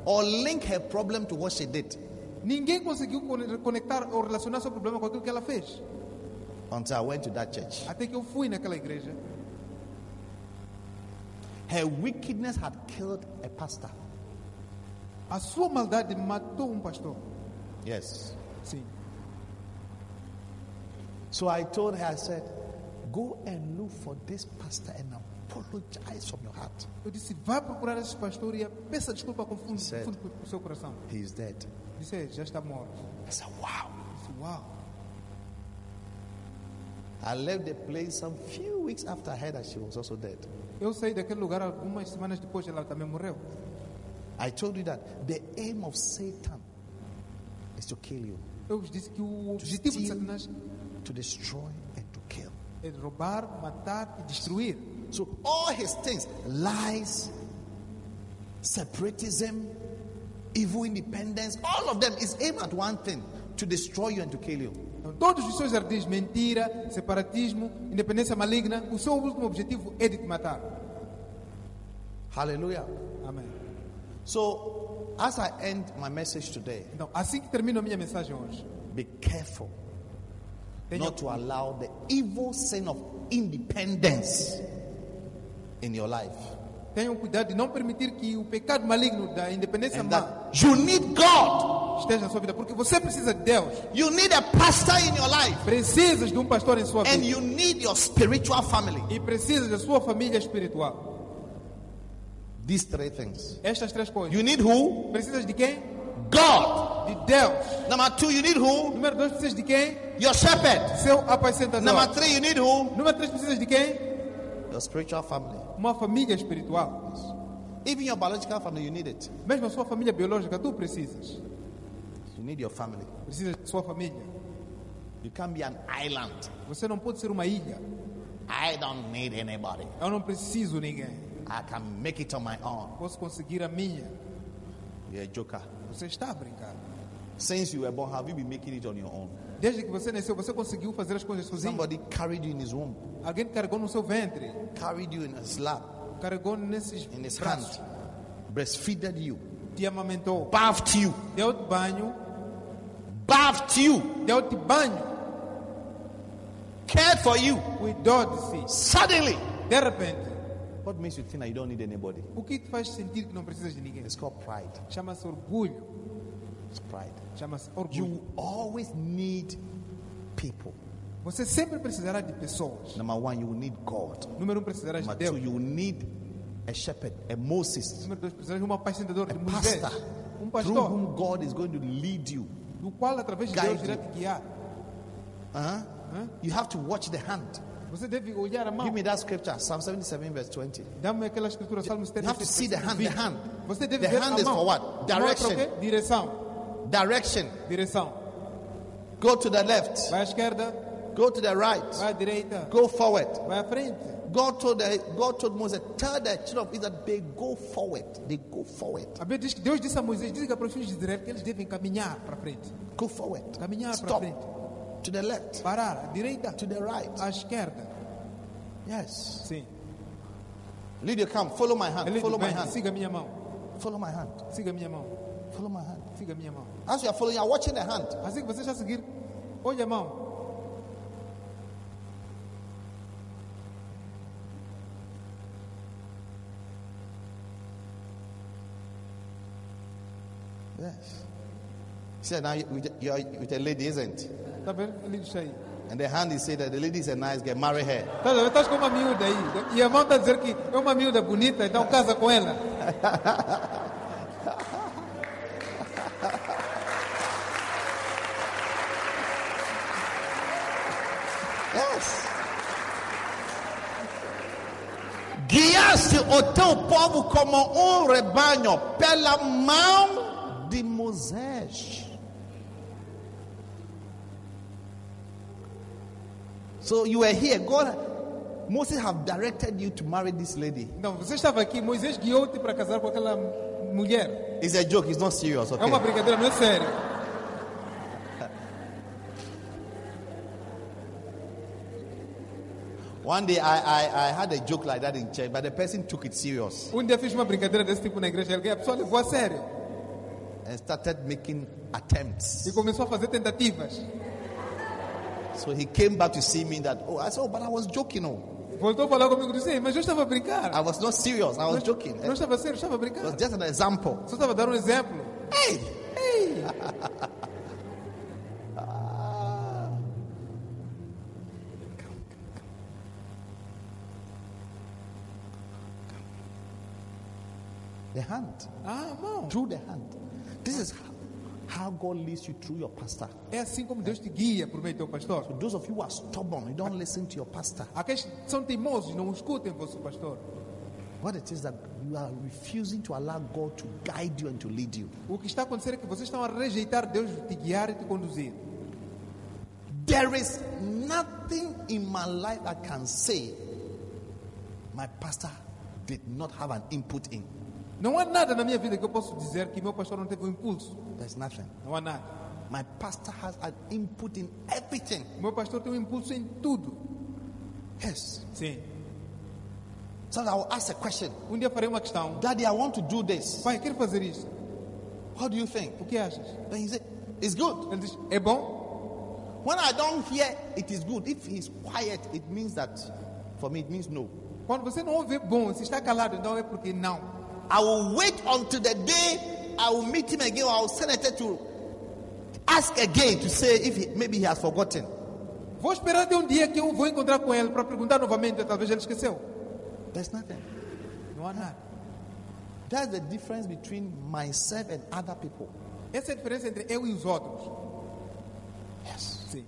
Speaker 2: or link her problem to what she did
Speaker 3: Ninguém conseguiu con- conectar ou relacionar seu problema com aquilo que ela fez.
Speaker 2: until I went to that church.
Speaker 3: Até que eu fui naquela igreja.
Speaker 2: Her wickedness had killed a pastor.
Speaker 3: A sua maldade matou um pastor.
Speaker 2: Yes.
Speaker 3: Sim.
Speaker 2: So I told her, I said, go and look for this pastor and apologize from your heart.
Speaker 3: Eu disse, vá procurar esse pastor e peça desculpa com fundo,
Speaker 2: Certo.
Speaker 3: fundo do seu coração.
Speaker 2: He's dead.
Speaker 3: Disse, é, já está morto.
Speaker 2: I said, wow.
Speaker 3: Eu disse, uau.
Speaker 2: I left the place some few weeks after I heard that she was also dead.
Speaker 3: Eu saí daquele lugar algumas semanas depois, ela também morreu.
Speaker 2: I told you that the aim of Satan is to kill you,
Speaker 3: Eu vos disse que o objetivo de
Speaker 2: steal.
Speaker 3: Satanás
Speaker 2: to destroy, and to kill.
Speaker 3: é roubar, matar e destruir.
Speaker 2: So all his things, lies, separatism, evil independence, all of them is aimed at one thing to destroy you and to kill you.
Speaker 3: Então, todos os seus ardis, mentira, separatismo, independência maligna, o seu último objetivo é de te matar.
Speaker 2: Hallelujah.
Speaker 3: Amém.
Speaker 2: So as I end my message today,
Speaker 3: Então, assim que termino a minha mensagem hoje,
Speaker 2: be careful
Speaker 3: tenha,
Speaker 2: not to allow the evil sin of independence in your life.
Speaker 3: tenham cuidado de não permitir que o pecado maligno da independência
Speaker 2: And
Speaker 3: má
Speaker 2: that you need God.
Speaker 3: esteja na sua vida, porque você precisa de Deus.
Speaker 2: You need a pastor in your life.
Speaker 3: Precisas de um pastor em sua
Speaker 2: And
Speaker 3: vida
Speaker 2: you need your spiritual family.
Speaker 3: e precisas da sua família espiritual.
Speaker 2: These three things.
Speaker 3: Estas três coisas.
Speaker 2: You need who?
Speaker 3: Precisas de quem?
Speaker 2: God.
Speaker 3: De Deus.
Speaker 2: Number two, you need who?
Speaker 3: Número dois, precisas de quem?
Speaker 2: Your shepherd.
Speaker 3: Seu apacentador.
Speaker 2: Number three, you need who?
Speaker 3: Número 3, precisas de quem?
Speaker 2: your spiritual family,
Speaker 3: uma família espiritual.
Speaker 2: even your biological family, you need it.
Speaker 3: Mesmo a sua família biológica, tu precisas.
Speaker 2: You need your family.
Speaker 3: Precisas de sua família.
Speaker 2: You can't be an island.
Speaker 3: Você não pode ser uma ilha.
Speaker 2: I don't need anybody.
Speaker 3: Eu não preciso de ninguém.
Speaker 2: I can make it on my own.
Speaker 3: Posso conseguir a minha.
Speaker 2: You're a joker.
Speaker 3: Você está a brincar.
Speaker 2: Since you were born, have you been making it on your own?
Speaker 3: Desde que você nasceu, você conseguiu fazer as coisas sozinho.
Speaker 2: Somebody carried you in his womb,
Speaker 3: Alguém te carregou no seu ventre,
Speaker 2: carried you in his lap,
Speaker 3: carregou nesses
Speaker 2: in his hand,
Speaker 3: braços,
Speaker 2: breastfeeded you,
Speaker 3: te amamentou,
Speaker 2: bathed you,
Speaker 3: deu-te banho,
Speaker 2: bathed you,
Speaker 3: deu-te banho,
Speaker 2: cared for you.
Speaker 3: cuidou de si.
Speaker 2: Suddenly,
Speaker 3: De repente,
Speaker 2: what makes you think that you don't need anybody?
Speaker 3: o que te faz sentir que não precisas de ninguém?
Speaker 2: It's called pride.
Speaker 3: Chama-se orgulho.
Speaker 2: It's pride.
Speaker 3: Chama-se
Speaker 2: You
Speaker 3: orgulho.
Speaker 2: always need people.
Speaker 3: Você sempre precisará de pessoas.
Speaker 2: Number one, you will need God.
Speaker 3: Número um, precisarás de
Speaker 2: Number two,
Speaker 3: Deus.
Speaker 2: you will need a shepherd, a Moses,
Speaker 3: Número dois, precisarás de um apacentador, de
Speaker 2: a
Speaker 3: Moisés.
Speaker 2: pastor,
Speaker 3: Um
Speaker 2: through
Speaker 3: pastor,
Speaker 2: whom God is going to lead you.
Speaker 3: do qual através de
Speaker 2: Guide
Speaker 3: Deus irá
Speaker 2: you.
Speaker 3: te guiar.
Speaker 2: Uh-huh.
Speaker 3: Huh?
Speaker 2: You have to watch the hand.
Speaker 3: Você deve olhar a mão.
Speaker 2: Give me that scripture, Psalm 77, verse 20.
Speaker 3: Dá-me aquela escritura, Salmo
Speaker 2: You have to see the hand, the
Speaker 3: 77,
Speaker 2: hand.
Speaker 3: Você deve
Speaker 2: The
Speaker 3: ver
Speaker 2: hand
Speaker 3: a
Speaker 2: is
Speaker 3: mão.
Speaker 2: for what?
Speaker 3: A mão é pra
Speaker 2: Direction.
Speaker 3: quê? Direção.
Speaker 2: Direction.
Speaker 3: Direção.
Speaker 2: Go to the left.
Speaker 3: Vai à esquerda,
Speaker 2: Go to the right.
Speaker 3: vai à direita,
Speaker 2: Go forward.
Speaker 3: vai à frente.
Speaker 2: God told the, God told Moses, tell the children of Israel they go forward. They go forward.
Speaker 3: A Bíblia diz que Deus disse a Moisés, diz que para os filhos de Israel que eles devem caminhar para frente.
Speaker 2: Go forward.
Speaker 3: Caminhar para
Speaker 2: Stop.
Speaker 3: frente.
Speaker 2: To the left.
Speaker 3: Parar à direita,
Speaker 2: To the right.
Speaker 3: à esquerda.
Speaker 2: Yes.
Speaker 3: Sim.
Speaker 2: Lydia, come. Follow my hand.
Speaker 3: Ele
Speaker 2: Ah, Follow my
Speaker 3: diz, "Bem,
Speaker 2: hand.
Speaker 3: siga a minha mão,
Speaker 2: Follow my hand.
Speaker 3: siga a minha mão,
Speaker 2: Follow my hand.
Speaker 3: siga a minha mão.
Speaker 2: As you are following, you are watching the hand.
Speaker 3: Assim que você já seguir, olha a mão.
Speaker 2: Yes. He said, now you- with- you are with a lady, isn't it?
Speaker 3: Está Tá vendo? Ele diz aí.
Speaker 2: And the hand is saying that the lady is a nice girl. Marry her.
Speaker 3: Tá vendo? Estás com uma miúda aí. E a mão está a dizer que é uma miúda bonita, então casa com ela.
Speaker 2: Yes. Guiaste o teu povo como um rebanho pela mão de Moisés. So you were here. God, Moses have directed you to marry this lady.
Speaker 3: Então, você estava aqui, Moisés guiou-te para casar com aquela mulher.
Speaker 2: It's a joke. It's not serious.
Speaker 3: É uma
Speaker 2: Okay.
Speaker 3: brincadeira, não é sério.
Speaker 2: One day I, I, I had a joke like that in church, but the person took it serious
Speaker 3: Um dia fiz uma brincadeira desse tipo na igreja, alguém, a pessoa levou a sério
Speaker 2: and started making attempts.
Speaker 3: e começou a fazer tentativas.
Speaker 2: So he came back to see me that, oh, I said, oh, but I was joking. Oh,
Speaker 3: Voltou a falar comigo e disse, "Ei, mas eu estava a brincar.
Speaker 2: I was not serious. I
Speaker 3: Não-
Speaker 2: was joking.
Speaker 3: Não
Speaker 2: It
Speaker 3: estava sério, estava a brincar.
Speaker 2: was just an example.
Speaker 3: Só estava a dar um exemplo.
Speaker 2: Hey!
Speaker 3: Ei,
Speaker 2: The hand.
Speaker 3: ah, mão.
Speaker 2: Through the hand. This is how, how God leads you through your pastor.
Speaker 3: É assim como Deus te guia por meio do teu pastor.
Speaker 2: Those of you who are stubborn, you don't listen to your pastor.
Speaker 3: Aqueles que são teimosos, não escutem vosso pastor.
Speaker 2: What it is that you are refusing to allow God to guide you and to lead you.
Speaker 3: O que está acontecendo é que vocês estão a rejeitar Deus te guiar e te conduzir.
Speaker 2: There is nothing in my life I can say my pastor did not have an input in.
Speaker 3: Não há nada na minha vida que eu possa dizer que meu pastor não teve um impulso.
Speaker 2: There's nothing.
Speaker 3: Não há nada.
Speaker 2: My pastor has an input in everything.
Speaker 3: O meu pastor tem um impulso em tudo.
Speaker 2: Yes.
Speaker 3: Sim.
Speaker 2: So I will ask a question.
Speaker 3: Um dia farei uma questão.
Speaker 2: Daddy, I want to do this.
Speaker 3: Pai, quero fazer isto.
Speaker 2: What do you think?
Speaker 3: O que achas?
Speaker 2: Then he said, It's good.
Speaker 3: Ele diz, é bom?
Speaker 2: When I don't hear it is good, if he's quiet, it means that for me it means no.
Speaker 3: Quando você não ouve é bom, se está calado, então é porque não.
Speaker 2: I will wait until the day I will meet him again. I will send a letter to ask again to say if he, maybe he has forgotten.
Speaker 3: Vou esperar até um dia que eu vou encontrar com ele para perguntar novamente, talvez ele esqueceu.
Speaker 2: There's nothing.
Speaker 3: Não há nada.
Speaker 2: That's the difference between myself and other people.
Speaker 3: Essa é a diferença entre eu e os outros.
Speaker 2: Yes.
Speaker 3: Sim.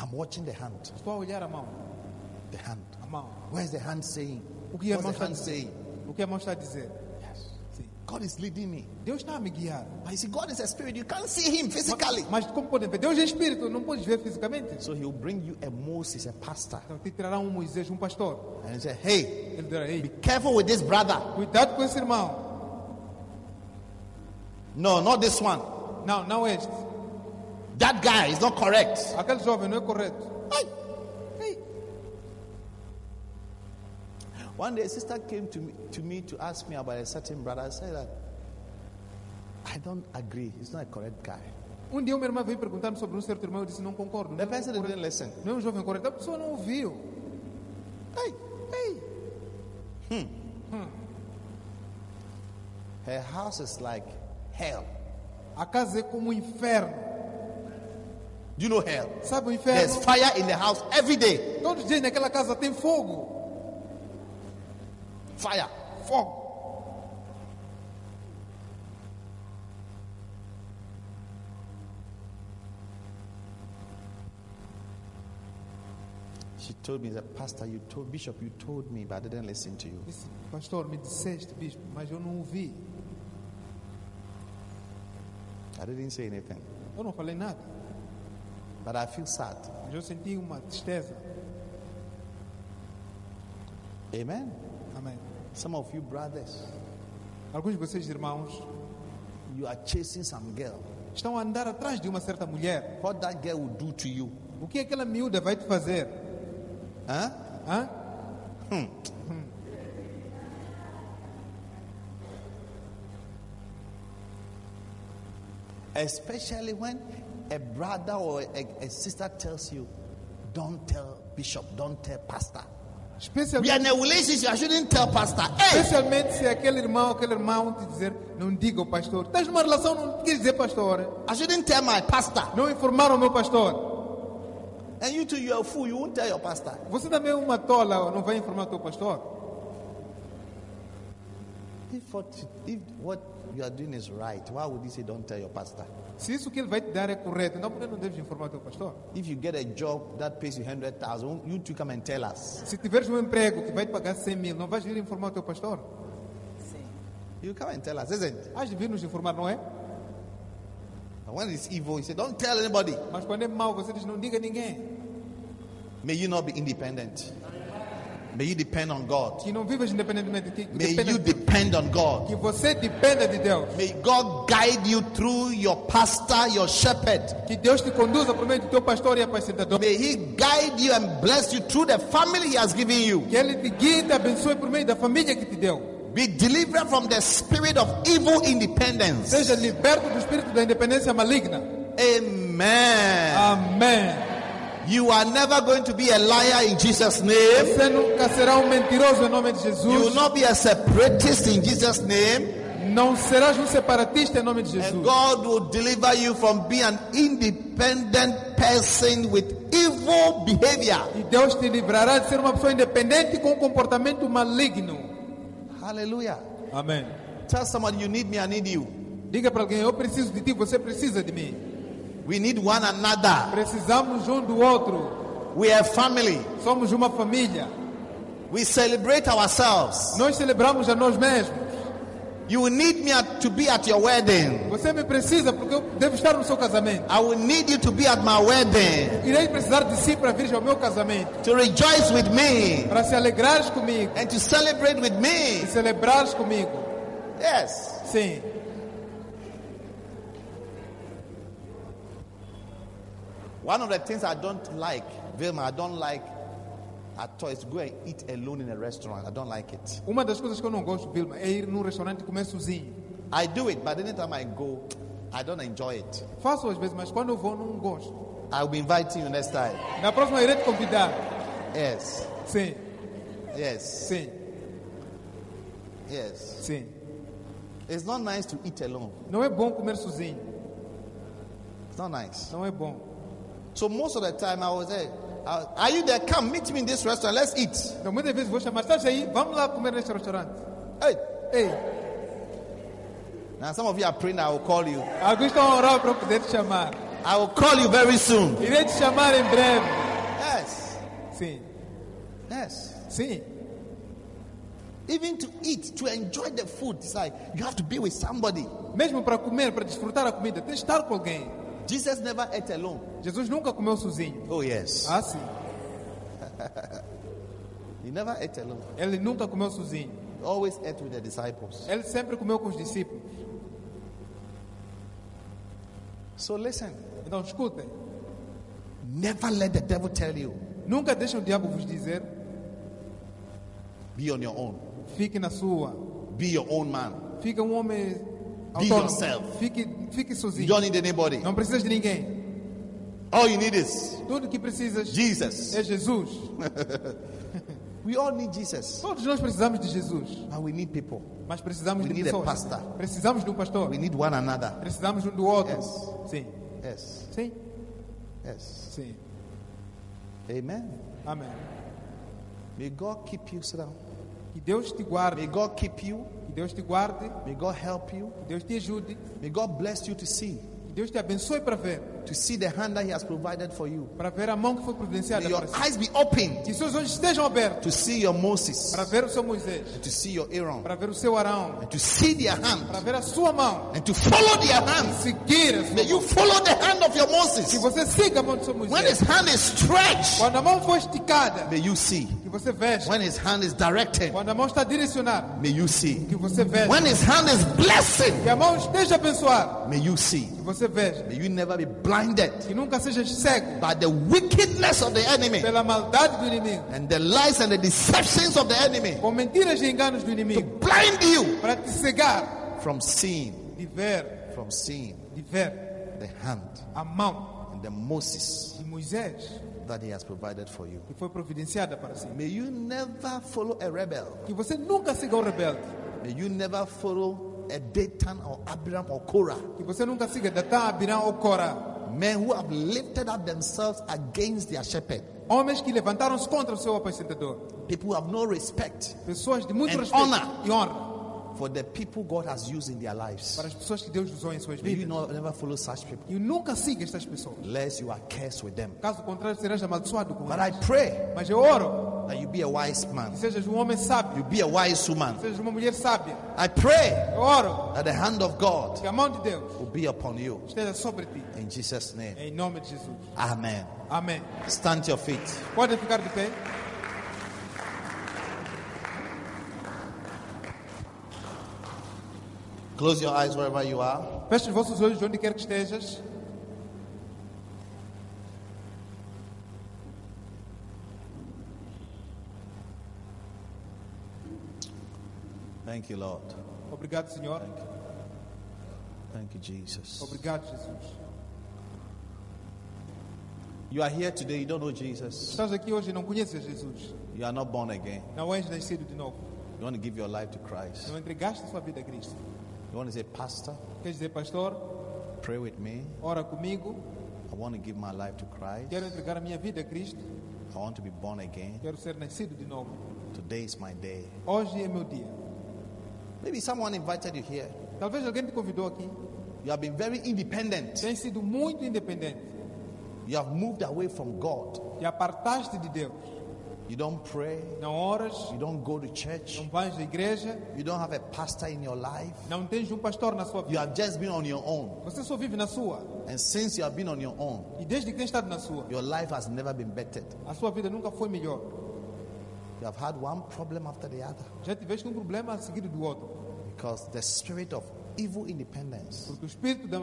Speaker 2: I'm watching the hand.
Speaker 3: Estou a olhar a mão.
Speaker 2: The hand.
Speaker 3: a mão.
Speaker 2: Where's the hand saying?
Speaker 3: O que a
Speaker 2: What's
Speaker 3: mão
Speaker 2: the
Speaker 3: está
Speaker 2: hand saying?
Speaker 3: dizendo? O que a mão está a dizer? Sim.
Speaker 2: God is leading me.
Speaker 3: Deus está a me guiar.
Speaker 2: But you see, God is a spirit. You can't see him physically.
Speaker 3: Mas como podem ver? Deus é espírito, não podes ver fisicamente.
Speaker 2: So he will bring you a Moses, a pastor.
Speaker 3: Então te trará um Moisés, um pastor.
Speaker 2: And he said, Hey,
Speaker 3: Ele dirá: Ei,
Speaker 2: careful with this brother.
Speaker 3: cuidado com esse irmão.
Speaker 2: No, not this one.
Speaker 3: Não, não este.
Speaker 2: That guy is not correct.
Speaker 3: Aquele jovem não é correto.
Speaker 2: Hey.
Speaker 3: Ei.
Speaker 2: One day, a sister came to me, to me to ask me about a certain brother. I said that I don't agree. He's not a correct guy.
Speaker 3: Um dia uma irmã veio perguntar-me sobre um certo irmão. Eu disse: Não concordo. né?
Speaker 2: The person didn't listen.
Speaker 3: Não é um jovem correto. A pessoa não ouviu.
Speaker 2: Hey. Hmm.
Speaker 3: Ei.
Speaker 2: Her house is like hell.
Speaker 3: A casa é como um inferno.
Speaker 2: Do you know hell?
Speaker 3: Sabe o
Speaker 2: There's
Speaker 3: inferno?
Speaker 2: fire in the house every day.
Speaker 3: Todos os dias naquela casa tem fogo.
Speaker 2: Fire.
Speaker 3: Fogo.
Speaker 2: She told me that, Pastor, you told Bishop, you told me, but I didn't listen to you.
Speaker 3: Disse, pastor, me disseste, bispo, mas eu não ouvi.
Speaker 2: I didn't say anything.
Speaker 3: Eu não falei nada.
Speaker 2: But I feel sad.
Speaker 3: Mas eu senti uma tristeza.
Speaker 2: Amen.
Speaker 3: Amém.
Speaker 2: Some of you brothers,
Speaker 3: Alguns de vocês, irmãos,
Speaker 2: you are chasing some girl.
Speaker 3: estão a andar atrás de uma certa mulher.
Speaker 2: What that girl will do to you?
Speaker 3: O que aquela miúda vai te fazer?
Speaker 2: Huh?
Speaker 3: Hã?
Speaker 2: Especially when a brother or a, a sister tells you, don't tell bishop, don't tell pastor. We
Speaker 3: Especialmente,
Speaker 2: are in a relationship, I shouldn't tell pastor. Hey!
Speaker 3: especialmente se aquele irmão, aquele irmão te dizer, não diga ao pastor. Estás numa relação, não quer dizer pastor.
Speaker 2: I shouldn't tell my pastor.
Speaker 3: Não informaram o meu pastor.
Speaker 2: And you too, you're a fool, you won't tell your pastor.
Speaker 3: Você também é uma tola, não vai informar o teu pastor.
Speaker 2: If what, if what you are doing is right, why would you say don't tell your pastor?
Speaker 3: Se isso que ele vai te dar é correto, então por que não deves informar o teu pastor?
Speaker 2: If you get a job that pays you 100,000, you too come and tell us.
Speaker 3: Se tiveres um emprego que vai te pagar 100 mil, não vais vir informar o teu pastor?
Speaker 2: You come and tell us, isn't it?
Speaker 3: Hás de vir nos informar, não é?
Speaker 2: And when it's evil, you say, don't tell anybody.
Speaker 3: Mas quando é mau, você diz, não diga a ninguém.
Speaker 2: May you not be independent. May you depend on God.
Speaker 3: Que não vivas independentemente de ti. que
Speaker 2: May
Speaker 3: dependa
Speaker 2: you
Speaker 3: de Deus.
Speaker 2: depend on God.
Speaker 3: Que você dependa de Deus.
Speaker 2: May God guide you through your pastor, your shepherd.
Speaker 3: Que Deus te conduza por meio do teu pastor e apacentador.
Speaker 2: May He guide you and bless you through the family He has given you.
Speaker 3: Que Ele te guie e te abençoe por meio da família que te deu.
Speaker 2: Be delivered from the spirit of evil independence.
Speaker 3: Seja liberto do espírito da independência maligna.
Speaker 2: Amen.
Speaker 3: Amém.
Speaker 2: You are never going to be a liar in Jesus' name.
Speaker 3: Você nunca será um mentiroso em nome de
Speaker 2: You will
Speaker 3: Jesus.
Speaker 2: not be a separatist in Jesus' name.
Speaker 3: Não serás um separatista em nome de
Speaker 2: And
Speaker 3: Jesus.
Speaker 2: É God will deliver you from being an independent person with evil behavior.
Speaker 3: E Deus te livrará de ser uma pessoa independente com um comportamento maligno.
Speaker 2: Hallelujah.
Speaker 3: Amém.
Speaker 2: Tell somebody you need me, I need you.
Speaker 3: Diga para alguém, eu preciso de ti, você precisa de mim.
Speaker 2: We need one another.
Speaker 3: Precisamos um do outro.
Speaker 2: We are family.
Speaker 3: Somos uma família.
Speaker 2: We celebrate ourselves.
Speaker 3: Nós celebramos a nós mesmos.
Speaker 2: You will need me at- to be at your wedding.
Speaker 3: Você me precisa porque eu devo estar no seu casamento.
Speaker 2: I will need you to be at my wedding.
Speaker 3: Irei precisar de si para vir ao meu casamento,
Speaker 2: To rejoice with me
Speaker 3: para se alegrares comigo
Speaker 2: and to celebrate with
Speaker 3: e
Speaker 2: me.
Speaker 3: celebrares comigo.
Speaker 2: Yes.
Speaker 3: Sim.
Speaker 2: One of the things I don't like, Vilma, I don't like at all is to go and eat alone in a restaurant. I don't like it.
Speaker 3: Uma das coisas que eu não gosto, Vilma, é ir num restaurante comer sozinho.
Speaker 2: I do it, but anytime I go, I don't enjoy it.
Speaker 3: Faço às vezes, mas quando eu vou, não gosto.
Speaker 2: I'll be inviting you next time.
Speaker 3: Na próxima, irei te convidar.
Speaker 2: Yes.
Speaker 3: Sim,
Speaker 2: Yes.
Speaker 3: sim,
Speaker 2: Yes.
Speaker 3: sim.
Speaker 2: It's not nice to eat alone.
Speaker 3: Não é bom comer sozinho.
Speaker 2: It's not nice.
Speaker 3: Não é bom.
Speaker 2: So most of the time I was there. I- Are you there? Come meet me in this restaurant. Let's eat.
Speaker 3: Então, muitas vezes vou chamar, estás aí? Vamos lá comer neste restaurante.
Speaker 2: Hey.
Speaker 3: Ei,
Speaker 2: Now some of you are praying. I will call you.
Speaker 3: alguns estão a orar para eu poder te chamar.
Speaker 2: I will call you very soon.
Speaker 3: Irei te chamar em breve.
Speaker 2: Yes.
Speaker 3: Sim.
Speaker 2: Yes.
Speaker 3: Sim.
Speaker 2: Even to eat, to enjoy the food, it's like you have to be with somebody.
Speaker 3: Mesmo para comer, para desfrutar a comida, tem de estar com alguém.
Speaker 2: Jesus never ate alone.
Speaker 3: Jesus nunca comeu sozinho.
Speaker 2: Oh, yes.
Speaker 3: Ah, sim.
Speaker 2: He never ate alone.
Speaker 3: Ele nunca comeu sozinho.
Speaker 2: He always ate with the disciples.
Speaker 3: Ele sempre comeu com os discípulos.
Speaker 2: So listen,
Speaker 3: Então escutem.
Speaker 2: never let the devil tell you,
Speaker 3: Nunca deixem o diabo vos dizer,
Speaker 2: be on your own,
Speaker 3: fique na sua.
Speaker 2: be your own man.
Speaker 3: Fique um homem
Speaker 2: Be
Speaker 3: autônomo.
Speaker 2: yourself.
Speaker 3: Fique, fique
Speaker 2: You
Speaker 3: sozinho.
Speaker 2: don't need anybody.
Speaker 3: Não precisas de ninguém.
Speaker 2: All you need is
Speaker 3: Tudo que precisas
Speaker 2: Jesus.
Speaker 3: é Jesus.
Speaker 2: We all need Jesus,
Speaker 3: Todos nós precisamos de Jesus,
Speaker 2: but we need people.
Speaker 3: mas precisamos
Speaker 2: We
Speaker 3: de
Speaker 2: need a
Speaker 3: pessoas.
Speaker 2: pastor.
Speaker 3: Precisamos de um pastor.
Speaker 2: We need one another.
Speaker 3: Precisamos um do outro.
Speaker 2: Yes.
Speaker 3: Sim.
Speaker 2: Yes,
Speaker 3: Sim.
Speaker 2: yes.
Speaker 3: Sim.
Speaker 2: Amen.
Speaker 3: Amém.
Speaker 2: May God keep you, sir.
Speaker 3: Que Deus te
Speaker 2: May
Speaker 3: guarde.
Speaker 2: God keep you.
Speaker 3: Que Deus te guarde.
Speaker 2: May God help you.
Speaker 3: Que Deus te ajude. Que
Speaker 2: May God bless you to see,
Speaker 3: Deus te abençoe para ver.
Speaker 2: to see the hand that He has provided for you.
Speaker 3: Para ver a mão que foi providenciada
Speaker 2: May your
Speaker 3: para si.
Speaker 2: eyes be open
Speaker 3: Que seus olhos estejam abertos.
Speaker 2: to see your Moses,
Speaker 3: Para ver o seu Moisés.
Speaker 2: to see your Aaron,
Speaker 3: Para ver o seu Arão.
Speaker 2: and to see their hand
Speaker 3: Para ver a sua mão.
Speaker 2: and to follow their
Speaker 3: E
Speaker 2: hand.
Speaker 3: seguir a sua
Speaker 2: May you follow the hand of your
Speaker 3: Que
Speaker 2: Moses.
Speaker 3: você siga a mão do seu
Speaker 2: When
Speaker 3: Moisés.
Speaker 2: his hand is stretched,
Speaker 3: Quando a mão for esticada,
Speaker 2: may you see.
Speaker 3: que você veja.
Speaker 2: When his hand is directed,
Speaker 3: Quando a mão está direcionada,
Speaker 2: may you see.
Speaker 3: que você veja.
Speaker 2: When his hand is blessing,
Speaker 3: Que a mão esteja abençoada,
Speaker 2: may you see.
Speaker 3: que você veja.
Speaker 2: May you never be blinded
Speaker 3: Que nunca sejas cego
Speaker 2: by the wickedness of the enemy
Speaker 3: pela maldade do inimigo,
Speaker 2: and the lies and the deceptions of the enemy
Speaker 3: com mentiras e enganos do
Speaker 2: to
Speaker 3: inimigo,
Speaker 2: blind you
Speaker 3: para te cegar
Speaker 2: from seeing,
Speaker 3: de ver,
Speaker 2: from seeing
Speaker 3: de ver
Speaker 2: the hand
Speaker 3: a mão
Speaker 2: and the Moses
Speaker 3: de Moisés
Speaker 2: that he has provided for you.
Speaker 3: que foi providenciada para si.
Speaker 2: May you never follow a rebel.
Speaker 3: Que você nunca siga um rebelde,
Speaker 2: May you never follow a Datan or Abiram or Korah.
Speaker 3: que você nunca siga Datã, Abirã ou Corá,
Speaker 2: Men who have lifted up themselves against their shepherd.
Speaker 3: homens que levantaram-se contra o seu apacentador,
Speaker 2: People who have no respect
Speaker 3: pessoas de muito
Speaker 2: And
Speaker 3: respeito
Speaker 2: honor.
Speaker 3: e honra
Speaker 2: for the people God has used in their lives.
Speaker 3: para as pessoas que Deus usou em suas
Speaker 2: May you
Speaker 3: vidas.
Speaker 2: not, never follow such people,
Speaker 3: E nunca siga estas pessoas.
Speaker 2: lest you are cursed with them.
Speaker 3: Caso contrário, serás amaldiçoado com
Speaker 2: But
Speaker 3: ele.
Speaker 2: I pray
Speaker 3: Mas eu oro
Speaker 2: that you be a wise man,
Speaker 3: que sejas um homem sábio,
Speaker 2: you be a wise woman.
Speaker 3: sejas uma mulher sábia.
Speaker 2: I pray
Speaker 3: Eu oro
Speaker 2: that the hand of
Speaker 3: que
Speaker 2: God
Speaker 3: a mão de Deus
Speaker 2: will be upon you.
Speaker 3: esteja sobre ti.
Speaker 2: In Jesus' name,
Speaker 3: Em nome de Jesus.
Speaker 2: Amen.
Speaker 3: Amém.
Speaker 2: Stand to your feet.
Speaker 3: Podem ficar de pé.
Speaker 2: Close your eyes wherever you are.
Speaker 3: Feche os vossos olhos onde quer que estejas.
Speaker 2: Thank you, Lord.
Speaker 3: Obrigado, Senhor.
Speaker 2: Thank you, Jesus.
Speaker 3: Obrigado, Jesus.
Speaker 2: You are here today, you don't know Jesus.
Speaker 3: Estás aqui hoje e não conheces Jesus.
Speaker 2: You are not born again.
Speaker 3: Não és nascido de novo.
Speaker 2: You want to give your life to Christ.
Speaker 3: Não entregaste a sua vida a Cristo.
Speaker 2: You want to say, Pastor,
Speaker 3: Queres dizer, pastor,
Speaker 2: pray with me.
Speaker 3: ora comigo.
Speaker 2: I want to give my life to Christ.
Speaker 3: Quero entregar a minha vida a Cristo.
Speaker 2: I want to be born again.
Speaker 3: Quero ser nascido de novo.
Speaker 2: Today is my day.
Speaker 3: Hoje é meu dia.
Speaker 2: Maybe someone invited you here.
Speaker 3: Talvez alguém te convidou aqui.
Speaker 2: You have been very independent.
Speaker 3: Tens sido muito independente.
Speaker 2: You have moved away from God.
Speaker 3: Te apartaste de Deus.
Speaker 2: You don't pray.
Speaker 3: Não oras.
Speaker 2: You don't go to church.
Speaker 3: Não vais à igreja.
Speaker 2: You don't have a pastor in your life.
Speaker 3: Não tens um pastor na sua
Speaker 2: You
Speaker 3: vida.
Speaker 2: have just been on your own.
Speaker 3: Você só vive na sua.
Speaker 2: And since you have been on your own,
Speaker 3: E desde que tens estado na sua,
Speaker 2: your life has never been bettered.
Speaker 3: a sua vida nunca foi melhor.
Speaker 2: You have had one problem after the other
Speaker 3: Já tiveste um problema a seguir do outro.
Speaker 2: because the spirit of evil independence
Speaker 3: Porque o espírito da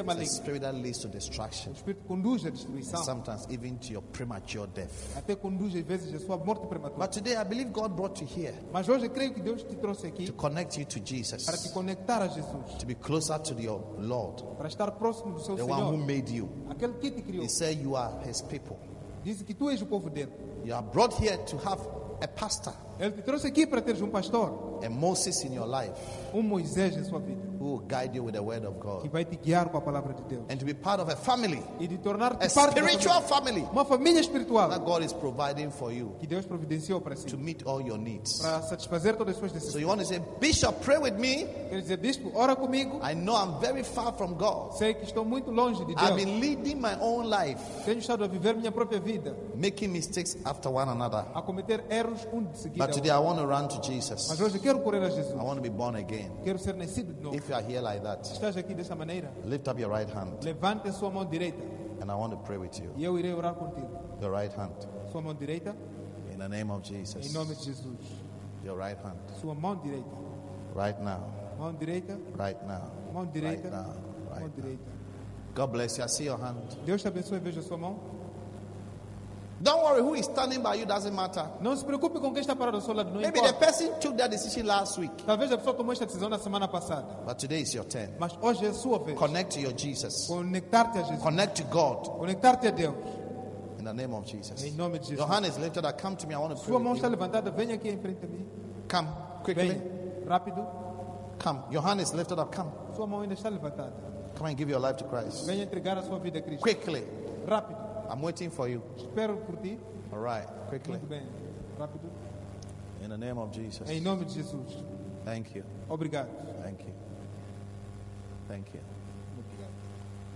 Speaker 2: is
Speaker 3: é
Speaker 2: a
Speaker 3: maligno.
Speaker 2: spirit that leads to
Speaker 3: O
Speaker 2: destruction
Speaker 3: espírito conduz à
Speaker 2: and
Speaker 3: destruição.
Speaker 2: sometimes even to your premature death.
Speaker 3: Até conduz às vezes à sua morte prematura.
Speaker 2: But today I believe God brought you here
Speaker 3: Mas hoje eu creio que Deus te trouxe aqui
Speaker 2: to connect you to
Speaker 3: para te
Speaker 2: Jesus,
Speaker 3: conectar a Jesus.
Speaker 2: to be closer to your Lord,
Speaker 3: Para estar próximo do seu
Speaker 2: the one who
Speaker 3: Senhor.
Speaker 2: made you.
Speaker 3: Aquele que te criou.
Speaker 2: He said you are his people.
Speaker 3: Disse que tu és o povo dele.
Speaker 2: You are brought here to have a pastor,
Speaker 3: Ele te trouxe aqui para teres um pastor,
Speaker 2: a Moses in your life
Speaker 3: um Moisés em sua vida,
Speaker 2: who will guide you with the word of
Speaker 3: que
Speaker 2: God
Speaker 3: vai te guiar com a palavra de Deus
Speaker 2: and to be part of a family,
Speaker 3: e de tornar-te
Speaker 2: a
Speaker 3: parte da
Speaker 2: spiritual
Speaker 3: família.
Speaker 2: family
Speaker 3: uma família espiritual
Speaker 2: that God is providing for you
Speaker 3: que Deus providenciou para si,
Speaker 2: to meet all your needs.
Speaker 3: para satisfazer todas as suas
Speaker 2: So
Speaker 3: necessidades.
Speaker 2: you want to say, Bishop, pray with me.
Speaker 3: Quer dizer, bispo, ora comigo.
Speaker 2: I know I'm very far from God.
Speaker 3: Sei que estou muito longe de
Speaker 2: I've
Speaker 3: Deus.
Speaker 2: been leading my own life,
Speaker 3: Tenho estado a viver minha própria vida,
Speaker 2: making mistakes after one another.
Speaker 3: a cometer erros um de seguida.
Speaker 2: But
Speaker 3: ao
Speaker 2: today
Speaker 3: outro.
Speaker 2: I want to run to Jesus.
Speaker 3: Mas hoje quero correr a Jesus.
Speaker 2: I want to be born again.
Speaker 3: Quero ser nascido de novo.
Speaker 2: If you are here like that,
Speaker 3: Estás aqui dessa maneira?
Speaker 2: lift up your right hand
Speaker 3: Levante a sua mão direita
Speaker 2: and I want to pray with you.
Speaker 3: e eu irei orar contigo.
Speaker 2: Your right hand.
Speaker 3: Sua mão direita,
Speaker 2: In the name of
Speaker 3: em
Speaker 2: Jesus.
Speaker 3: nome de Jesus.
Speaker 2: Your right hand.
Speaker 3: Sua mão direita,
Speaker 2: Right now.
Speaker 3: mão direita,
Speaker 2: Right now.
Speaker 3: mão direita,
Speaker 2: Right now.
Speaker 3: mão
Speaker 2: Right now.
Speaker 3: direita.
Speaker 2: God bless you. I see your hand.
Speaker 3: Deus te abençoe, veja a sua mão.
Speaker 2: Don't worry, who is standing by you doesn't matter.
Speaker 3: Não se preocupe com quem está parado ao seu lado, não
Speaker 2: Maybe the
Speaker 3: importa.
Speaker 2: person took that decision last week,
Speaker 3: Talvez a pessoa tomou esta decisão na semana passada,
Speaker 2: but today is your turn.
Speaker 3: mas hoje é a sua vez.
Speaker 2: Connect to your Jesus.
Speaker 3: Conectar-te a Jesus.
Speaker 2: Connect to God
Speaker 3: Conectar-te a Deus.
Speaker 2: in the name of Jesus.
Speaker 3: Em nome de Jesus.
Speaker 2: Your hand is lifted. up. Come to me. I want to pray.
Speaker 3: Sua mão
Speaker 2: With
Speaker 3: está
Speaker 2: you.
Speaker 3: levantada, venha aqui em frente a mim.
Speaker 2: Come quickly.
Speaker 3: Venha, rápido.
Speaker 2: Come. Your hand is lifted up. Come.
Speaker 3: Sua mão ainda está levantada.
Speaker 2: Come and give your life to Christ.
Speaker 3: Venha entregar a sua vida a Cristo.
Speaker 2: Quickly.
Speaker 3: Rápido.
Speaker 2: I'm waiting for you.
Speaker 3: Espero por ti.
Speaker 2: All right. Quickly.
Speaker 3: Muito bem. Rápido.
Speaker 2: In the name of Jesus.
Speaker 3: Em nome de Jesus.
Speaker 2: Thank you.
Speaker 3: Obrigado.
Speaker 2: Thank you. Thank you.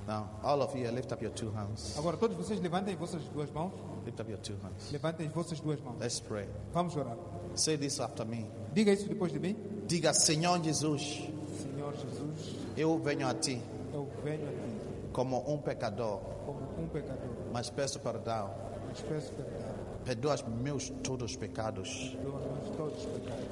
Speaker 2: Now, all of you, lift up your two hands.
Speaker 3: Agora todos vocês levantem vossas duas mãos.
Speaker 2: Lift up your two hands.
Speaker 3: Levantem as vossas duas mãos.
Speaker 2: Let's pray.
Speaker 3: Vamos orar.
Speaker 2: Say this after me.
Speaker 3: Diga isso depois de mim.
Speaker 2: Diga, Senhor Jesus,
Speaker 3: Senhor Jesus,
Speaker 2: eu venho a ti
Speaker 3: eu venho a ti
Speaker 2: como um pecador,
Speaker 3: como um pecador.
Speaker 2: mas peço perdão.
Speaker 3: Mas peço perdão.
Speaker 2: Perdoa os meus todos os pecados.
Speaker 3: Perdoa-nos todos os pecados.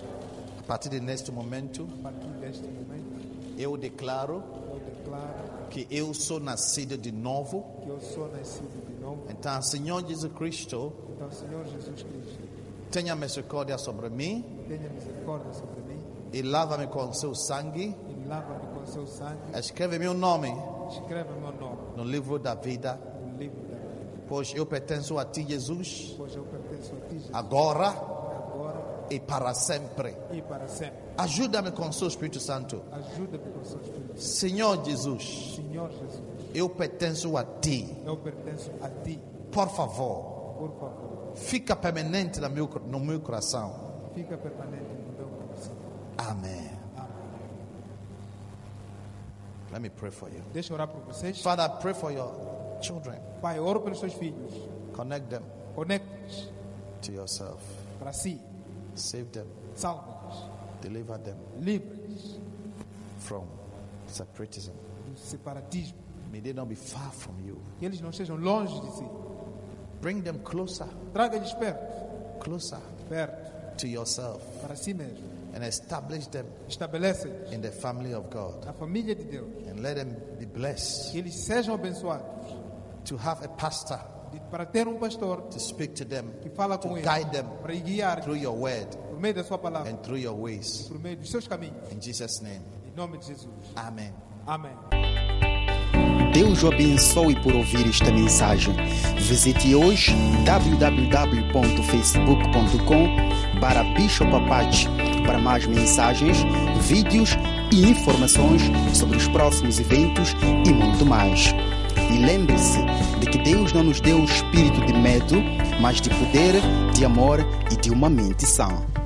Speaker 2: A partir de neste momento,
Speaker 3: A partir deste momento,
Speaker 2: eu declaro
Speaker 3: eu declaro
Speaker 2: que eu sou nascido de novo.
Speaker 3: que eu sou nascido de novo.
Speaker 2: Então, Senhor Jesus Cristo,
Speaker 3: Então, Senhor Jesus Cristo,
Speaker 2: tenha misericórdia sobre mim
Speaker 3: tenha misericórdia sobre mim
Speaker 2: e lava-me com o seu sangue.
Speaker 3: e lava-me com o seu sangue.
Speaker 2: Escreve meu nome
Speaker 3: Escreve o meu nome
Speaker 2: no livro da vida,
Speaker 3: no livro da vida,
Speaker 2: pois eu pertenço a ti, Jesus,
Speaker 3: pois eu pertenço a ti, Jesus,
Speaker 2: agora
Speaker 3: agora
Speaker 2: e para sempre.
Speaker 3: e para sempre.
Speaker 2: Ajuda-me com o seu Espírito Santo.
Speaker 3: Ajuda-me com o seu Espírito.
Speaker 2: Senhor Jesus,
Speaker 3: Senhor Jesus,
Speaker 2: eu pertenço a ti.
Speaker 3: eu pertenço a ti.
Speaker 2: Por favor,
Speaker 3: Por favor,
Speaker 2: fica permanente no meu, no meu coração.
Speaker 3: fica permanente no meu coração.
Speaker 2: Amém.
Speaker 3: Amém.
Speaker 2: Let me pray for you.
Speaker 3: Deixa eu orar por vocês.
Speaker 2: Father, I pray for your children.
Speaker 3: Pai, eu oro pelos seus filhos.
Speaker 2: Connect them
Speaker 3: Conecte-os
Speaker 2: to yourself.
Speaker 3: para si.
Speaker 2: Save them.
Speaker 3: Salva-os.
Speaker 2: Deliver them
Speaker 3: Livre-os
Speaker 2: from separatism.
Speaker 3: do separatismo.
Speaker 2: May they not be far from you.
Speaker 3: Que eles não estejam longe de si.
Speaker 2: Bring them closer,
Speaker 3: Traga-lhes perto.
Speaker 2: closer
Speaker 3: Perto.
Speaker 2: to yourself
Speaker 3: Para si mesmo.
Speaker 2: and establish them
Speaker 3: Estabelece-os
Speaker 2: in the family of God.
Speaker 3: na família de Deus.
Speaker 2: And let them be blessed
Speaker 3: que eles sejam abençoados
Speaker 2: to have a pastor
Speaker 3: de- para ter um pastor
Speaker 2: to speak to them,
Speaker 3: que fala com
Speaker 2: to
Speaker 3: eles,
Speaker 2: guide them
Speaker 3: para guiar
Speaker 2: through your word
Speaker 3: por meio da sua palavra,
Speaker 2: and through your ways.
Speaker 3: por meio dos seus caminhos.
Speaker 2: In Jesus' name,
Speaker 3: Em nome de Jesus.
Speaker 2: Amen.
Speaker 3: Amém.
Speaker 1: Deus o abençoe por ouvir esta mensagem. Visite hoje www.facebook.com para Bishop Apache para mais mensagens, vídeos e informações sobre os próximos eventos e muito mais. E lembre-se de que Deus não nos deu o espírito de medo, mas de poder, de amor e de uma mente sã.